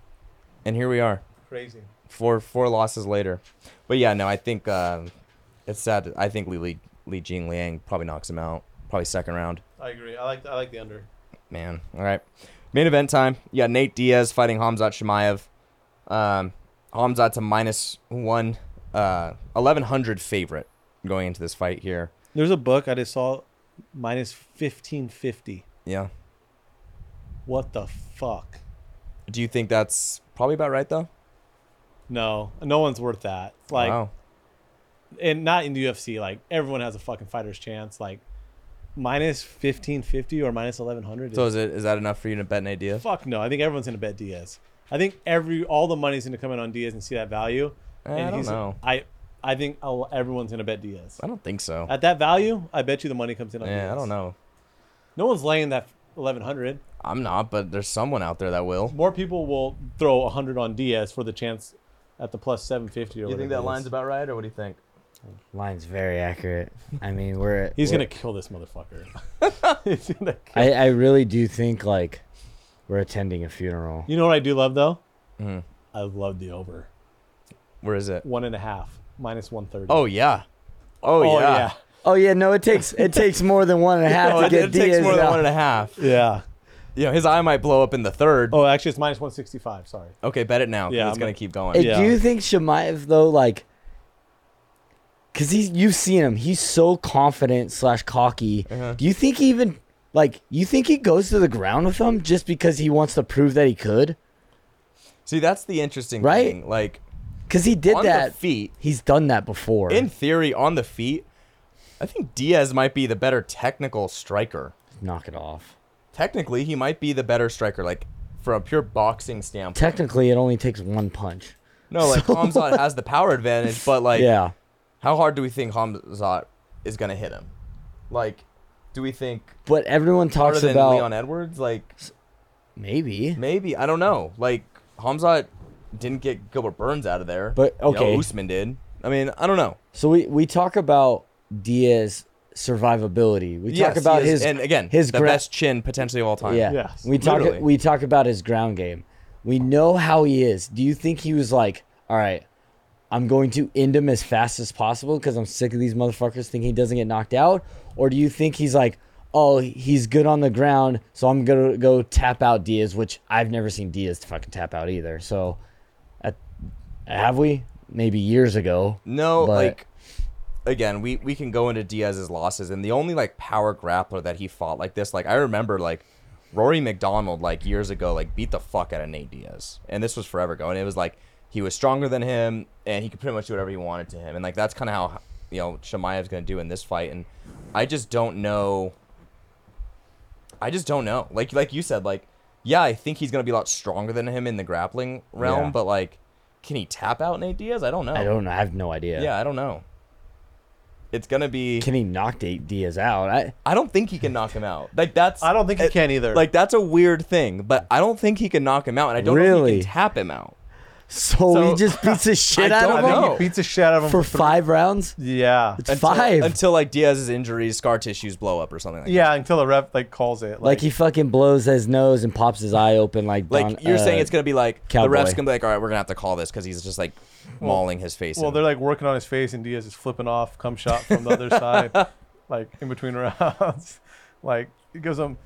[SPEAKER 5] And here we are
[SPEAKER 4] crazy.
[SPEAKER 5] four four losses later. But yeah, no, I think um, it's sad. I think Li Li Li Jing Liang probably knocks him out. Probably second round.
[SPEAKER 4] I agree. I like I like the under.
[SPEAKER 5] Man, all right. Main event time. Yeah, Nate Diaz fighting Hamzat Shemaev. Um, Hamzat's a minus one, uh, eleven hundred favorite going into this fight here.
[SPEAKER 4] There's a book I just saw, minus fifteen fifty.
[SPEAKER 5] Yeah.
[SPEAKER 4] What the fuck?
[SPEAKER 5] Do you think that's probably about right though?
[SPEAKER 4] No, no one's worth that. Like,
[SPEAKER 5] wow.
[SPEAKER 4] and not in the UFC. Like everyone has a fucking fighter's chance. Like minus fifteen fifty or minus eleven hundred.
[SPEAKER 5] So is it is that enough for you to bet Nate Diaz?
[SPEAKER 4] fuck no. I think everyone's gonna bet Diaz. I think every all the money's gonna come in on Diaz and see that value.
[SPEAKER 5] Eh, I don't know.
[SPEAKER 4] I I think I'll, everyone's gonna bet Diaz.
[SPEAKER 5] I don't think so.
[SPEAKER 4] At that value, I bet you the money comes in on Diaz.
[SPEAKER 5] Yeah, I don't know.
[SPEAKER 4] No one's laying that eleven hundred.
[SPEAKER 5] I'm not, but there's someone out there that will.
[SPEAKER 4] More people will throw hundred on Diaz for the chance at the plus seven fifty.
[SPEAKER 5] You think that line's about right, or what do you think?
[SPEAKER 2] line's very accurate. I mean, we're
[SPEAKER 4] He's
[SPEAKER 2] we're-
[SPEAKER 4] gonna kill this motherfucker. He's gonna kill-
[SPEAKER 2] I, I really do think like we're attending a funeral.
[SPEAKER 4] you know what I do love though?
[SPEAKER 5] Mm-hmm.
[SPEAKER 4] I love the over
[SPEAKER 5] Where is it?
[SPEAKER 4] one and a half minus one thirty.
[SPEAKER 5] Oh yeah. Oh,
[SPEAKER 4] Oh,
[SPEAKER 5] yeah.
[SPEAKER 2] Oh yeah, no, it takes it takes more than one and a half
[SPEAKER 5] Oh,
[SPEAKER 2] to
[SPEAKER 5] it,
[SPEAKER 2] get
[SPEAKER 5] it takes more
[SPEAKER 2] Diaz
[SPEAKER 5] than
[SPEAKER 2] out.
[SPEAKER 5] one and a half.
[SPEAKER 4] yeah, yeah.
[SPEAKER 5] You know, his eye might blow up in the third.
[SPEAKER 4] Oh, actually, it's minus one sixty five. Sorry.
[SPEAKER 5] Okay, bet it now. 'cause
[SPEAKER 4] Yeah,
[SPEAKER 5] it's
[SPEAKER 4] I'm
[SPEAKER 5] gonna
[SPEAKER 4] gonna-
[SPEAKER 5] keep going.
[SPEAKER 2] Hey,
[SPEAKER 4] Yeah.
[SPEAKER 2] Do you think Shemaev though, like, cause he's you've seen him, he's so confident slash cocky.
[SPEAKER 5] Uh-huh.
[SPEAKER 2] Do you think he even like you think he goes to the ground with him just because he wants to prove that he could?
[SPEAKER 5] See, that's the interesting
[SPEAKER 2] Right?
[SPEAKER 5] thing. Like
[SPEAKER 2] Cause he did
[SPEAKER 5] on
[SPEAKER 2] that.
[SPEAKER 5] the feet,
[SPEAKER 2] He's done that before.
[SPEAKER 5] in theory, on the feet, I think Diaz might be the better technical striker.
[SPEAKER 2] Knock it off.
[SPEAKER 5] technically he might be the better striker, like from a pure boxing standpoint.
[SPEAKER 2] Technically, it only takes one punch.
[SPEAKER 5] no, like Hamzat has the power advantage, but like
[SPEAKER 2] yeah.
[SPEAKER 5] how hard do we think Hamzat is gonna hit him? Like, do we think
[SPEAKER 2] But everyone
[SPEAKER 5] harder
[SPEAKER 2] talks
[SPEAKER 5] than
[SPEAKER 2] about
[SPEAKER 5] Leon Edwards? Like
[SPEAKER 2] maybe.
[SPEAKER 5] maybe I don't know. Like Hamzat didn't get Gilbert Burns out of there,
[SPEAKER 2] But,
[SPEAKER 5] You know,
[SPEAKER 2] okay.
[SPEAKER 5] Usman did. I mean, I don't know.
[SPEAKER 2] So we, we talk about Diaz survivability. We
[SPEAKER 5] Yes,
[SPEAKER 2] talk
[SPEAKER 5] he
[SPEAKER 2] about
[SPEAKER 5] is-
[SPEAKER 2] his
[SPEAKER 5] and again
[SPEAKER 2] his
[SPEAKER 5] the
[SPEAKER 2] gra-
[SPEAKER 5] best chin potentially of all time.
[SPEAKER 2] Yeah.
[SPEAKER 4] Yes,
[SPEAKER 2] we talk
[SPEAKER 5] literally.
[SPEAKER 2] we talk about his ground game. We know how he is. Do you think he was like, all right, I'm going to end him as fast as possible because I'm sick of these motherfuckers thinking he doesn't get knocked out? Or do you think he's like, oh, he's good on the ground, so I'm gonna go tap out Diaz, which I've never seen Diaz fucking tap out either. So, at, have we? Maybe years ago.
[SPEAKER 5] No,
[SPEAKER 2] But-
[SPEAKER 5] like again, we we can go into Diaz's losses, and the only like power grappler that he fought like this, like I remember like Rory McDonald like years ago, like beat the fuck out of Nate Diaz, and this was forever ago, and it was like he was stronger than him, and he could pretty much do whatever he wanted to him, and like that's kind of how you know Shamayev's gonna do in this fight, and I just don't know. I just don't know. Like like you said, like yeah, I think he's gonna be a lot stronger than him in the grappling realm,
[SPEAKER 2] Yeah.
[SPEAKER 5] but like, can he tap out Nate Diaz? I don't know.
[SPEAKER 2] I don't know. I have no idea.
[SPEAKER 5] Yeah, I don't know. It's gonna be.
[SPEAKER 2] Can he knock Da- Diaz out? I,
[SPEAKER 5] I don't think he can knock him out. Like that's.
[SPEAKER 4] I don't think he
[SPEAKER 5] it-
[SPEAKER 4] can either.
[SPEAKER 5] Eh, Like that's a weird thing, but I don't think he can knock him out, and I don't know if he
[SPEAKER 2] Really?
[SPEAKER 5] can tap him out.
[SPEAKER 2] so,
[SPEAKER 5] So-
[SPEAKER 2] he just beats the shit
[SPEAKER 5] I
[SPEAKER 2] out
[SPEAKER 5] don't
[SPEAKER 2] of
[SPEAKER 4] I
[SPEAKER 2] him
[SPEAKER 4] think
[SPEAKER 5] No.
[SPEAKER 4] he beats the shit out of him
[SPEAKER 2] for
[SPEAKER 4] three-
[SPEAKER 2] five rounds.
[SPEAKER 4] Yeah,
[SPEAKER 2] It's
[SPEAKER 5] Until,
[SPEAKER 2] five.
[SPEAKER 5] until like Diaz's injuries, scar tissues blow up or something like
[SPEAKER 4] yeah, until the ref like calls it.
[SPEAKER 2] like he fucking blows his nose and pops his eye open like
[SPEAKER 5] that. Like
[SPEAKER 2] Don-
[SPEAKER 5] you're saying,
[SPEAKER 2] uh,
[SPEAKER 5] it's gonna be like the
[SPEAKER 2] Cowboy.
[SPEAKER 5] refs gonna be like, all right, we're gonna have to call this because he's just like mauling his face.
[SPEAKER 4] Well,
[SPEAKER 5] in.
[SPEAKER 4] they're like working on his face, and Diaz is flipping off come shot from the other side, like in between rounds. like it goes him.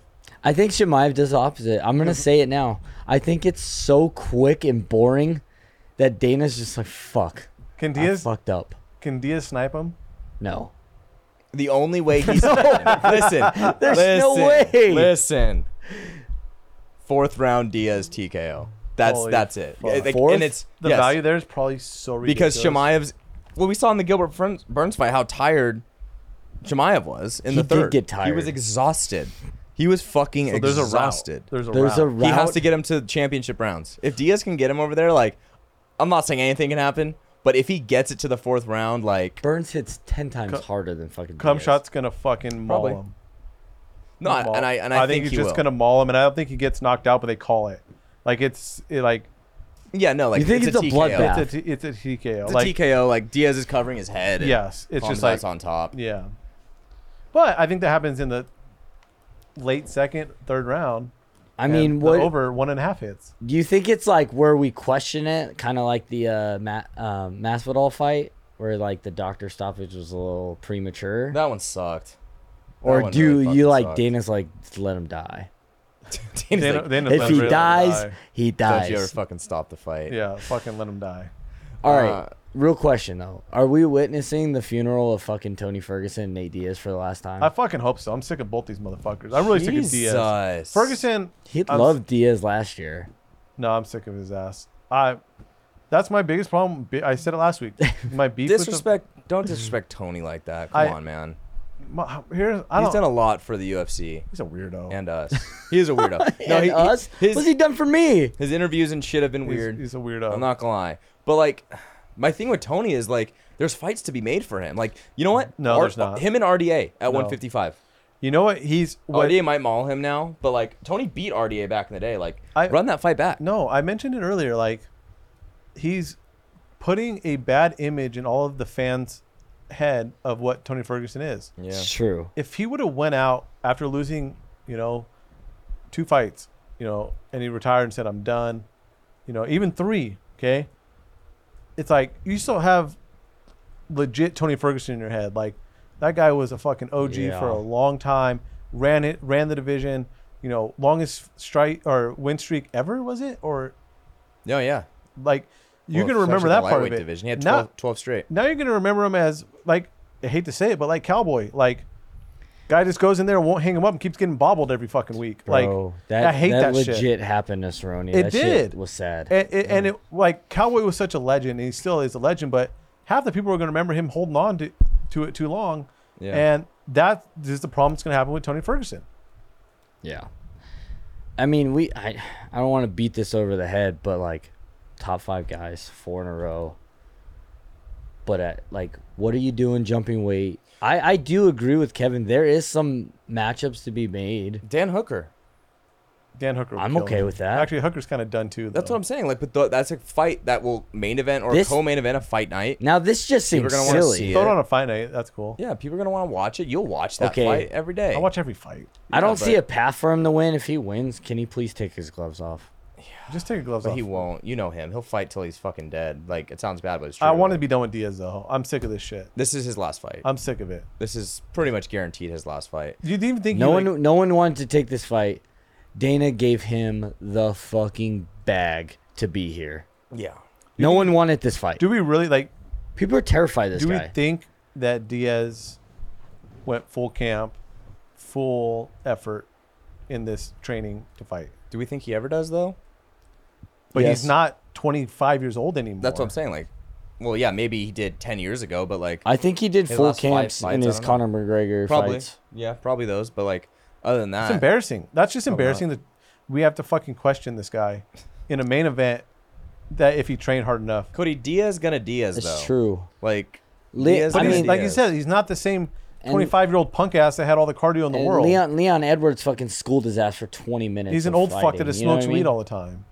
[SPEAKER 2] I think Shemaev does the opposite. I'm
[SPEAKER 5] Mm-hmm.
[SPEAKER 2] gonna say it now. I think it's so quick and boring that Dana's just like fuck.
[SPEAKER 4] Can
[SPEAKER 2] I
[SPEAKER 4] Diaz
[SPEAKER 2] fucked up.
[SPEAKER 4] can Diaz snipe him?
[SPEAKER 2] No.
[SPEAKER 5] the only way he's listen.
[SPEAKER 2] There's no
[SPEAKER 5] listen,
[SPEAKER 2] way.
[SPEAKER 5] Listen. Fourth round Diaz TKO. That's
[SPEAKER 4] Holy
[SPEAKER 5] that's it.
[SPEAKER 4] fuck.
[SPEAKER 5] Like,
[SPEAKER 2] Fourth?
[SPEAKER 5] and it's
[SPEAKER 4] The
[SPEAKER 5] yes.
[SPEAKER 4] value there is probably so ridiculous.
[SPEAKER 5] because Shemaev's. Well, we saw in the Gilbert Burns, Burns fight how tired Shemaev was in
[SPEAKER 2] He
[SPEAKER 5] the
[SPEAKER 2] did
[SPEAKER 5] third.
[SPEAKER 2] get
[SPEAKER 5] He was
[SPEAKER 2] tired.
[SPEAKER 5] exhausted. He was fucking
[SPEAKER 4] So there's a
[SPEAKER 5] exhausted.
[SPEAKER 4] route. There's a
[SPEAKER 2] There's a
[SPEAKER 4] route.
[SPEAKER 2] route.
[SPEAKER 5] He has to get him to championship rounds. If Diaz can get him over there, like, I'm not saying anything can happen, but if he gets it to the fourth round, like,
[SPEAKER 2] Burns hits ten times harder than fucking.
[SPEAKER 4] Cum
[SPEAKER 2] Diaz.
[SPEAKER 4] shot's gonna fucking maul
[SPEAKER 5] Probably.
[SPEAKER 4] him.
[SPEAKER 5] no, I-
[SPEAKER 4] Maul.
[SPEAKER 5] and I and I,
[SPEAKER 4] think,
[SPEAKER 5] think,
[SPEAKER 4] he's
[SPEAKER 5] he
[SPEAKER 4] just
[SPEAKER 5] will.
[SPEAKER 4] gonna maul him, and I don't think he gets knocked out, but they call it. Like it's it, like
[SPEAKER 5] yeah, no, like,
[SPEAKER 2] You think
[SPEAKER 5] it's,
[SPEAKER 2] it's
[SPEAKER 5] a,
[SPEAKER 2] a
[SPEAKER 5] TKO.
[SPEAKER 2] bloodbath.
[SPEAKER 4] it's a, t- it's a TKO.
[SPEAKER 5] It's a
[SPEAKER 4] like
[SPEAKER 5] TKO. Like Diaz is covering his head. and
[SPEAKER 4] yes, it's just
[SPEAKER 5] Hamzat's
[SPEAKER 4] like
[SPEAKER 5] on top.
[SPEAKER 4] yeah. But I think that happens in the late second, third round.
[SPEAKER 2] I
[SPEAKER 4] and
[SPEAKER 2] mean,
[SPEAKER 4] the
[SPEAKER 2] what
[SPEAKER 4] over one and a half hits?
[SPEAKER 2] do you think? It's like where we question it, kind of like the uh, Matt um, Masvidal fight, where like the doctor stoppage was a little premature,
[SPEAKER 5] That one sucked.
[SPEAKER 2] or
[SPEAKER 5] one
[SPEAKER 2] do
[SPEAKER 5] really fucking
[SPEAKER 2] you like
[SPEAKER 5] sucked.
[SPEAKER 2] Dana's like "Just let him die?
[SPEAKER 5] Dana's
[SPEAKER 4] They
[SPEAKER 5] like,
[SPEAKER 4] don't- they don't
[SPEAKER 2] If
[SPEAKER 4] let
[SPEAKER 2] he
[SPEAKER 4] him
[SPEAKER 2] dies,
[SPEAKER 4] die.
[SPEAKER 2] he
[SPEAKER 5] don't
[SPEAKER 2] dies.
[SPEAKER 5] you ever fucking stop the fight?
[SPEAKER 4] yeah, fucking let him die.
[SPEAKER 2] All right.
[SPEAKER 5] Uh,
[SPEAKER 2] Real question though. Are we witnessing the funeral of fucking Tony Ferguson and Nate Diaz for the last time?
[SPEAKER 4] I fucking hope so. I'm sick of both these motherfuckers. I'm really sick of Diaz.
[SPEAKER 5] Jesus.
[SPEAKER 4] Ferguson,
[SPEAKER 2] he
[SPEAKER 4] I'm-
[SPEAKER 2] loved Diaz last year.
[SPEAKER 4] no, I'm sick of his ass. I, that's my biggest problem. Bi- I said it last week. My beef
[SPEAKER 5] disrespect. Don't disrespect Tony like that. Come
[SPEAKER 4] I-
[SPEAKER 5] on, man.
[SPEAKER 4] with the, my, here's I
[SPEAKER 5] He's
[SPEAKER 4] don't.
[SPEAKER 5] done a lot for the UFC
[SPEAKER 4] he's a weirdo.
[SPEAKER 5] and us. He is a weirdo.
[SPEAKER 2] and
[SPEAKER 5] he,
[SPEAKER 2] us?
[SPEAKER 5] His,
[SPEAKER 2] What's he done for me?
[SPEAKER 5] his interviews and shit have been
[SPEAKER 4] he's,
[SPEAKER 5] weird.
[SPEAKER 4] he's a weirdo.
[SPEAKER 5] I'm not gonna lie, but like, my thing with Tony is like, there's fights to be made for him. Like, you know what?
[SPEAKER 4] No, there's not.
[SPEAKER 5] Him and RDA at 155.
[SPEAKER 4] you know what? He's
[SPEAKER 2] Oh,
[SPEAKER 4] what?
[SPEAKER 5] RDA might maul him now, but like, Tony beat RDA back in the day. Like,
[SPEAKER 4] I-
[SPEAKER 5] run that fight back.
[SPEAKER 4] No, I mentioned it earlier. Like, he's putting a bad image in all of the fans' head of what Tony Ferguson is.
[SPEAKER 5] Yeah.
[SPEAKER 2] It's true.
[SPEAKER 4] if he would have went out after losing, you know, two fights, you know, and he retired and said, "I'm done," you know, even three, okay. It's like you still have legit Tony Ferguson in your head. Like that guy was a fucking OG for
[SPEAKER 2] Yeah.
[SPEAKER 4] a long time. Ran it, ran the division. You know, longest strike or win streak ever was it? Or
[SPEAKER 5] No, yeah.
[SPEAKER 4] like you're
[SPEAKER 5] Well,
[SPEAKER 4] gonna remember
[SPEAKER 5] especially the
[SPEAKER 4] that part of
[SPEAKER 5] lightweight
[SPEAKER 4] it.
[SPEAKER 5] Division. He had
[SPEAKER 4] Now-
[SPEAKER 5] 12, 12 straight.
[SPEAKER 4] now you're gonna remember him as like I hate to say it, but like cowboy, like guy just goes in there, won't hang him up, and keeps getting bobbled every fucking week.
[SPEAKER 2] Bro,
[SPEAKER 4] like
[SPEAKER 2] that,
[SPEAKER 4] I hate that,
[SPEAKER 2] legit
[SPEAKER 4] shit.
[SPEAKER 2] happened to Cerrone.
[SPEAKER 4] It
[SPEAKER 2] that
[SPEAKER 4] did.
[SPEAKER 2] Shit was sad.
[SPEAKER 4] And, and, and it like cowboy was such a legend, and he still is a legend, but half the people are gonna remember him holding on to, to it too long,
[SPEAKER 5] Yeah.
[SPEAKER 4] and that is the problem that's gonna happen with Tony Ferguson.
[SPEAKER 2] yeah. I mean, we I I don't want to beat this over the head, but like top 5 guys, four in a row. But at like what are you doing jumping weight? I I do agree with Kevin. There is some matchups to be made.
[SPEAKER 5] Dan Hooker.
[SPEAKER 4] Dan Hooker. would
[SPEAKER 2] I'm
[SPEAKER 4] kill
[SPEAKER 2] okay
[SPEAKER 4] him.
[SPEAKER 2] with that.
[SPEAKER 4] Actually, Hooker's kind of done too. Though.
[SPEAKER 5] That's what I'm saying. Like, but th- that's a fight that will main event or
[SPEAKER 2] This-
[SPEAKER 5] co-main event a fight night.
[SPEAKER 2] Now this just
[SPEAKER 5] People are
[SPEAKER 2] seems
[SPEAKER 5] gonna wanna
[SPEAKER 2] silly.
[SPEAKER 5] see
[SPEAKER 4] Throw it
[SPEAKER 5] Yeah.
[SPEAKER 4] on a fight night. That's cool.
[SPEAKER 5] Yeah, people are gonna want to watch it. You'll watch that
[SPEAKER 2] Okay.
[SPEAKER 5] fight every day.
[SPEAKER 4] I watch every fight.
[SPEAKER 2] I don't
[SPEAKER 5] Yeah,
[SPEAKER 2] see
[SPEAKER 5] but-
[SPEAKER 2] a path for him to win. If he wins, can he please take his gloves off?
[SPEAKER 4] Just take your gloves
[SPEAKER 5] but
[SPEAKER 4] off.
[SPEAKER 5] he won't. You know him. He'll fight till he's fucking dead. Like it sounds bad, but it's true.
[SPEAKER 4] I Uh, want to
[SPEAKER 5] Like,
[SPEAKER 4] be done with Diaz though. I'm sick of this shit.
[SPEAKER 5] This is his last fight.
[SPEAKER 4] I'm sick of it.
[SPEAKER 5] this is pretty much guaranteed his last fight.
[SPEAKER 4] Do you even think
[SPEAKER 2] No
[SPEAKER 4] he,
[SPEAKER 2] one,
[SPEAKER 4] like,
[SPEAKER 2] no one wanted to take this fight. Dana gave him the fucking bag to be here.
[SPEAKER 5] Yeah.
[SPEAKER 2] No one wanted this fight.
[SPEAKER 4] Do we really like?
[SPEAKER 2] People are terrified of this
[SPEAKER 4] do
[SPEAKER 2] guy.
[SPEAKER 4] we think that Diaz went full camp, full effort in this training to fight?
[SPEAKER 5] Do we think he ever does though?
[SPEAKER 4] But
[SPEAKER 2] Yes.
[SPEAKER 4] he's not 25 years old anymore.
[SPEAKER 5] That's what I'm saying. Like, well, yeah, maybe he did ten years ago, but like
[SPEAKER 2] I think he did
[SPEAKER 5] His
[SPEAKER 2] full
[SPEAKER 5] last five
[SPEAKER 2] camps
[SPEAKER 5] fights,
[SPEAKER 2] in
[SPEAKER 5] I
[SPEAKER 2] his
[SPEAKER 5] don't know.
[SPEAKER 2] Conor McGregor
[SPEAKER 5] probably,
[SPEAKER 2] fights.
[SPEAKER 5] yeah, probably those. But like, other than
[SPEAKER 4] It's
[SPEAKER 5] that,
[SPEAKER 4] embarrassing. That's just
[SPEAKER 5] Probably not.
[SPEAKER 4] embarrassing that we have to fucking question this guy in a main event. That if he trained hard enough,
[SPEAKER 5] Cody Diaz gonna Diaz
[SPEAKER 2] That's
[SPEAKER 5] though.
[SPEAKER 2] true.
[SPEAKER 5] Like,
[SPEAKER 2] Le-
[SPEAKER 5] Diaz
[SPEAKER 2] I
[SPEAKER 4] But
[SPEAKER 5] gonna
[SPEAKER 4] he's-
[SPEAKER 2] mean,
[SPEAKER 4] like you
[SPEAKER 5] Diaz.
[SPEAKER 4] said, he's not the same
[SPEAKER 2] And-
[SPEAKER 4] 25 year old punk ass that had all the cardio in the
[SPEAKER 2] And
[SPEAKER 4] world.
[SPEAKER 2] Leon Leon Edwards fucking schooled his ass for 20 minutes.
[SPEAKER 4] he's an
[SPEAKER 2] of
[SPEAKER 4] old fuck
[SPEAKER 2] fighting,
[SPEAKER 4] that just
[SPEAKER 2] you know what
[SPEAKER 4] smokes
[SPEAKER 2] I mean?
[SPEAKER 4] weed all the time.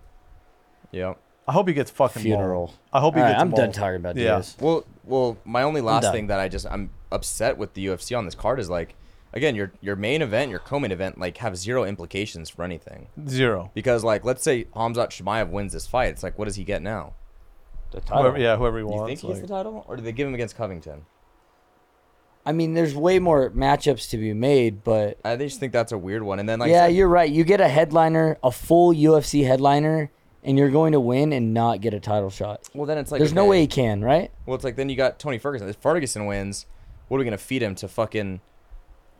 [SPEAKER 5] yeah.
[SPEAKER 4] I hope he gets fucking mauled.
[SPEAKER 2] Funeral.
[SPEAKER 4] I hope he
[SPEAKER 2] All right,
[SPEAKER 4] gets.
[SPEAKER 2] I'm done
[SPEAKER 4] mauled.
[SPEAKER 2] talking about
[SPEAKER 4] Yeah.
[SPEAKER 2] Diaz.
[SPEAKER 5] Well, well, my only last
[SPEAKER 2] done.
[SPEAKER 5] thing that I just I'm upset with the UFC on this card is like, again, your your main event, your co-main event, like have zero implications for anything
[SPEAKER 4] Zero.
[SPEAKER 5] because like let's say Hamzat Shmaev wins this fight, it's like what does he get now?
[SPEAKER 2] The
[SPEAKER 4] Whoever,
[SPEAKER 2] title.
[SPEAKER 4] yeah, whoever he
[SPEAKER 5] Do you
[SPEAKER 4] wants.
[SPEAKER 5] think he gets the
[SPEAKER 4] like-
[SPEAKER 5] title, or do they give him against Covington?
[SPEAKER 2] I mean, there's way more matchups to be made, but
[SPEAKER 5] I just think that's a weird one. And then like
[SPEAKER 2] yeah, you're right. You get a headliner, a full UFC headliner, and you're going to win and not get a title shot.
[SPEAKER 5] well then it's like
[SPEAKER 2] There's no
[SPEAKER 5] okay,
[SPEAKER 2] way he can, right?
[SPEAKER 5] Well, it's like then you got Tony Ferguson. If Ferguson wins, what are we gonna feed him to fucking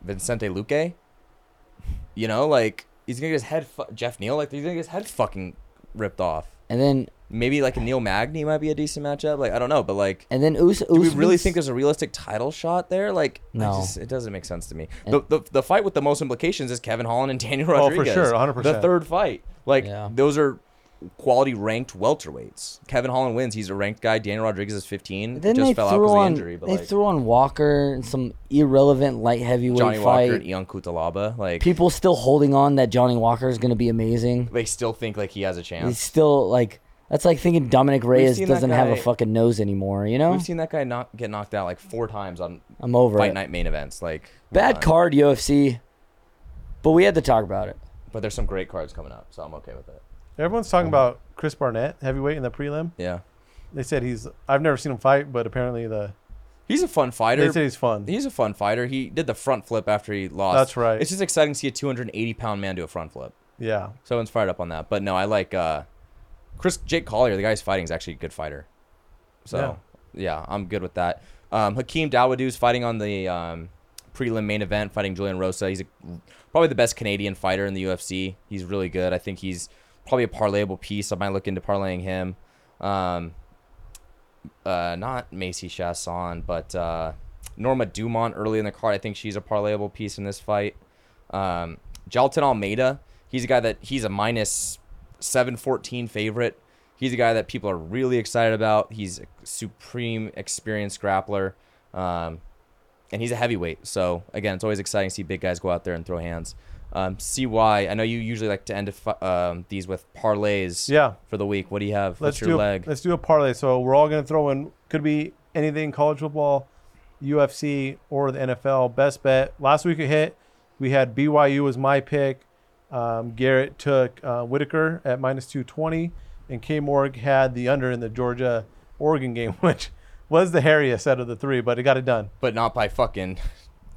[SPEAKER 5] Vincente Luque? You know, like he's gonna get his head fu- Jeff Neal. Like he's gonna get his head fucking ripped off.
[SPEAKER 2] And then
[SPEAKER 5] Maybe like a Neil Magny might be a decent matchup. Like I don't know, but like,
[SPEAKER 2] and then Us-
[SPEAKER 5] do we really think there's a realistic title shot there? Like, I
[SPEAKER 2] No.
[SPEAKER 5] just- it doesn't make sense to me.
[SPEAKER 2] And-
[SPEAKER 5] The, the the fight with the most implications is Kevin Holland and Daniel
[SPEAKER 4] Oh, for
[SPEAKER 5] Rodriguez.
[SPEAKER 4] sure, 100%.
[SPEAKER 5] The third fight, like
[SPEAKER 2] Yeah.
[SPEAKER 5] those are quality ranked welterweights. Kevin Holland wins. He's a ranked guy. Daniel Rodriguez is 15.
[SPEAKER 2] Then
[SPEAKER 5] just
[SPEAKER 2] they
[SPEAKER 5] fell out
[SPEAKER 2] threw
[SPEAKER 5] because of the
[SPEAKER 2] on
[SPEAKER 5] injury. But
[SPEAKER 2] they
[SPEAKER 5] like,
[SPEAKER 2] threw on Walker and some irrelevant light heavyweight
[SPEAKER 5] Johnny
[SPEAKER 2] fight.
[SPEAKER 5] Walker and Ian Kutalaba, like
[SPEAKER 2] People still holding on that Johnny Walker is going to be amazing.
[SPEAKER 5] they still think like he has a
[SPEAKER 2] He's
[SPEAKER 5] chance.
[SPEAKER 2] still like that's like thinking Dominic Reyes
[SPEAKER 5] seen that
[SPEAKER 2] doesn't have a
[SPEAKER 5] guy-
[SPEAKER 2] fucking nose anymore. You know,
[SPEAKER 5] We've seen that guy knock, get knocked out like four times on
[SPEAKER 2] I'm over
[SPEAKER 5] fight
[SPEAKER 2] it.
[SPEAKER 5] night main events. Like we're
[SPEAKER 2] Bad
[SPEAKER 5] done.
[SPEAKER 2] card UFC, but we had to talk about it.
[SPEAKER 5] but there's some great cards coming up, so I'm okay with it.
[SPEAKER 4] Everyone's talking about Chris Barnett, heavyweight in the prelim.
[SPEAKER 5] Yeah,
[SPEAKER 4] They said he's. I've never seen him fight, but apparently the
[SPEAKER 5] he's a fun
[SPEAKER 4] they
[SPEAKER 5] fighter.
[SPEAKER 4] said he's fun.
[SPEAKER 5] He's a fun fighter. He did the front flip after he lost.
[SPEAKER 4] That's right.
[SPEAKER 5] It's just exciting to see a 280 pound man do a front flip.
[SPEAKER 4] yeah,
[SPEAKER 5] So Someone's fired up on that. But no, I like uh, Chris Jake Collier. The guy who's fighting is actually a good fighter. So yeah, I'm good with that. Um, Hakeem Dawodu's fighting on the um, prelim main event, fighting Julian Rosa. He's a, probably the best Canadian fighter in the UFC. He's really good. I think he's probably a parlayable piece. I might look into parlaying him. Um, uh, not Macy Chasson, but uh, Norma Dumont early in the card. I think she's a parlayable piece in this fight. Um, Jalton Almeida, he's a guy that he's a minus 714 favorite. He's a guy that people are really excited about. He's a supreme experienced grappler. Um, and he's a heavyweight. So, again, it's always exciting to see big guys go out there and throw hands. Um, CY, I know you usually like to end a fi- um, these with parlays
[SPEAKER 4] yeah.
[SPEAKER 5] for the week. What do you have?
[SPEAKER 4] Let's
[SPEAKER 5] What's your
[SPEAKER 4] do.
[SPEAKER 5] leg?
[SPEAKER 4] Let's do a parlay. So we're all gonna throw in. Could be anything: college football, UFC, or the NFL. Best bet. Last week it hit. We had BYU was my pick. Um, Garrett took uh, Whitaker at minus two twenty, and K Morg had the under in the Georgia Oregon game, which was the hairiest out of the three, but it got it done.
[SPEAKER 5] but not by fucking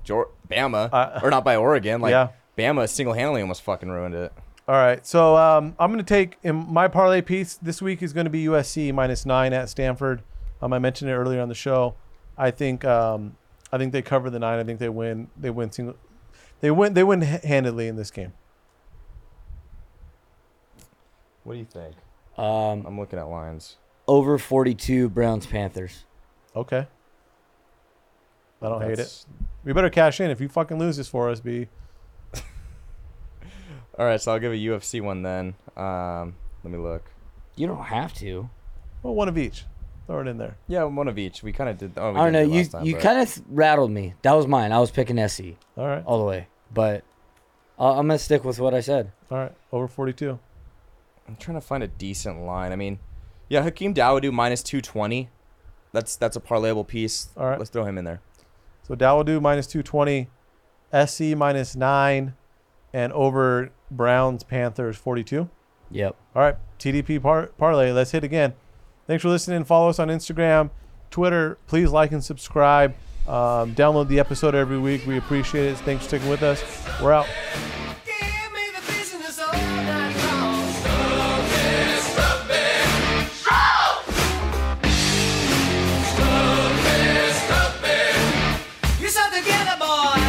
[SPEAKER 5] Geor- Bama
[SPEAKER 4] Uh,
[SPEAKER 5] or not by Oregon. Like
[SPEAKER 4] yeah.
[SPEAKER 5] Bama single handedly almost fucking ruined it.
[SPEAKER 4] All right, so um, I'm going to take in my parlay piece this week is going to be USC minus nine at Stanford. Um, I mentioned it earlier on the show. I think um, I think they cover the nine. I think they win. They win single. They win. They win ha- handedly in this game.
[SPEAKER 5] What do you think?
[SPEAKER 2] Um,
[SPEAKER 5] I'm looking at lines.
[SPEAKER 2] over 42 Browns Panthers.
[SPEAKER 4] Okay. I don't hate it. We better cash in if you fucking lose this for us, B.
[SPEAKER 5] All right, so I'll give a UFC one then. Um, let me look.
[SPEAKER 2] You don't have to.
[SPEAKER 4] Well, one of each. Throw it in there.
[SPEAKER 5] Yeah, one of each. We kind of did. Oh, we
[SPEAKER 2] I don't know.
[SPEAKER 5] didn't
[SPEAKER 2] You
[SPEAKER 5] last time,
[SPEAKER 2] you
[SPEAKER 5] but-
[SPEAKER 2] kind of rattled me. That was mine. I was picking SE
[SPEAKER 4] All right.
[SPEAKER 2] all the way, but I I'm gonna stick with what I said.
[SPEAKER 4] All right. Over 42.
[SPEAKER 5] I'm trying to find a decent line. I mean, yeah, Hakeem Dawodu minus 220. That's that's a parlayable piece.
[SPEAKER 4] All right.
[SPEAKER 5] Let's throw him in there.
[SPEAKER 4] So Dowadu minus 220, SC minus 9, and over Browns Panthers 42.
[SPEAKER 2] Yep.
[SPEAKER 4] All right, TDP par- parlay. Let's hit again. Thanks for listening. Follow us on Instagram, Twitter. Please like and subscribe. Um, download the episode every week. We appreciate it. Thanks for sticking with us. We're out.
[SPEAKER 7] Give me the business all night long. Stuff it, stuff it. Strong. Stuff it, stuff it. You said together, boy.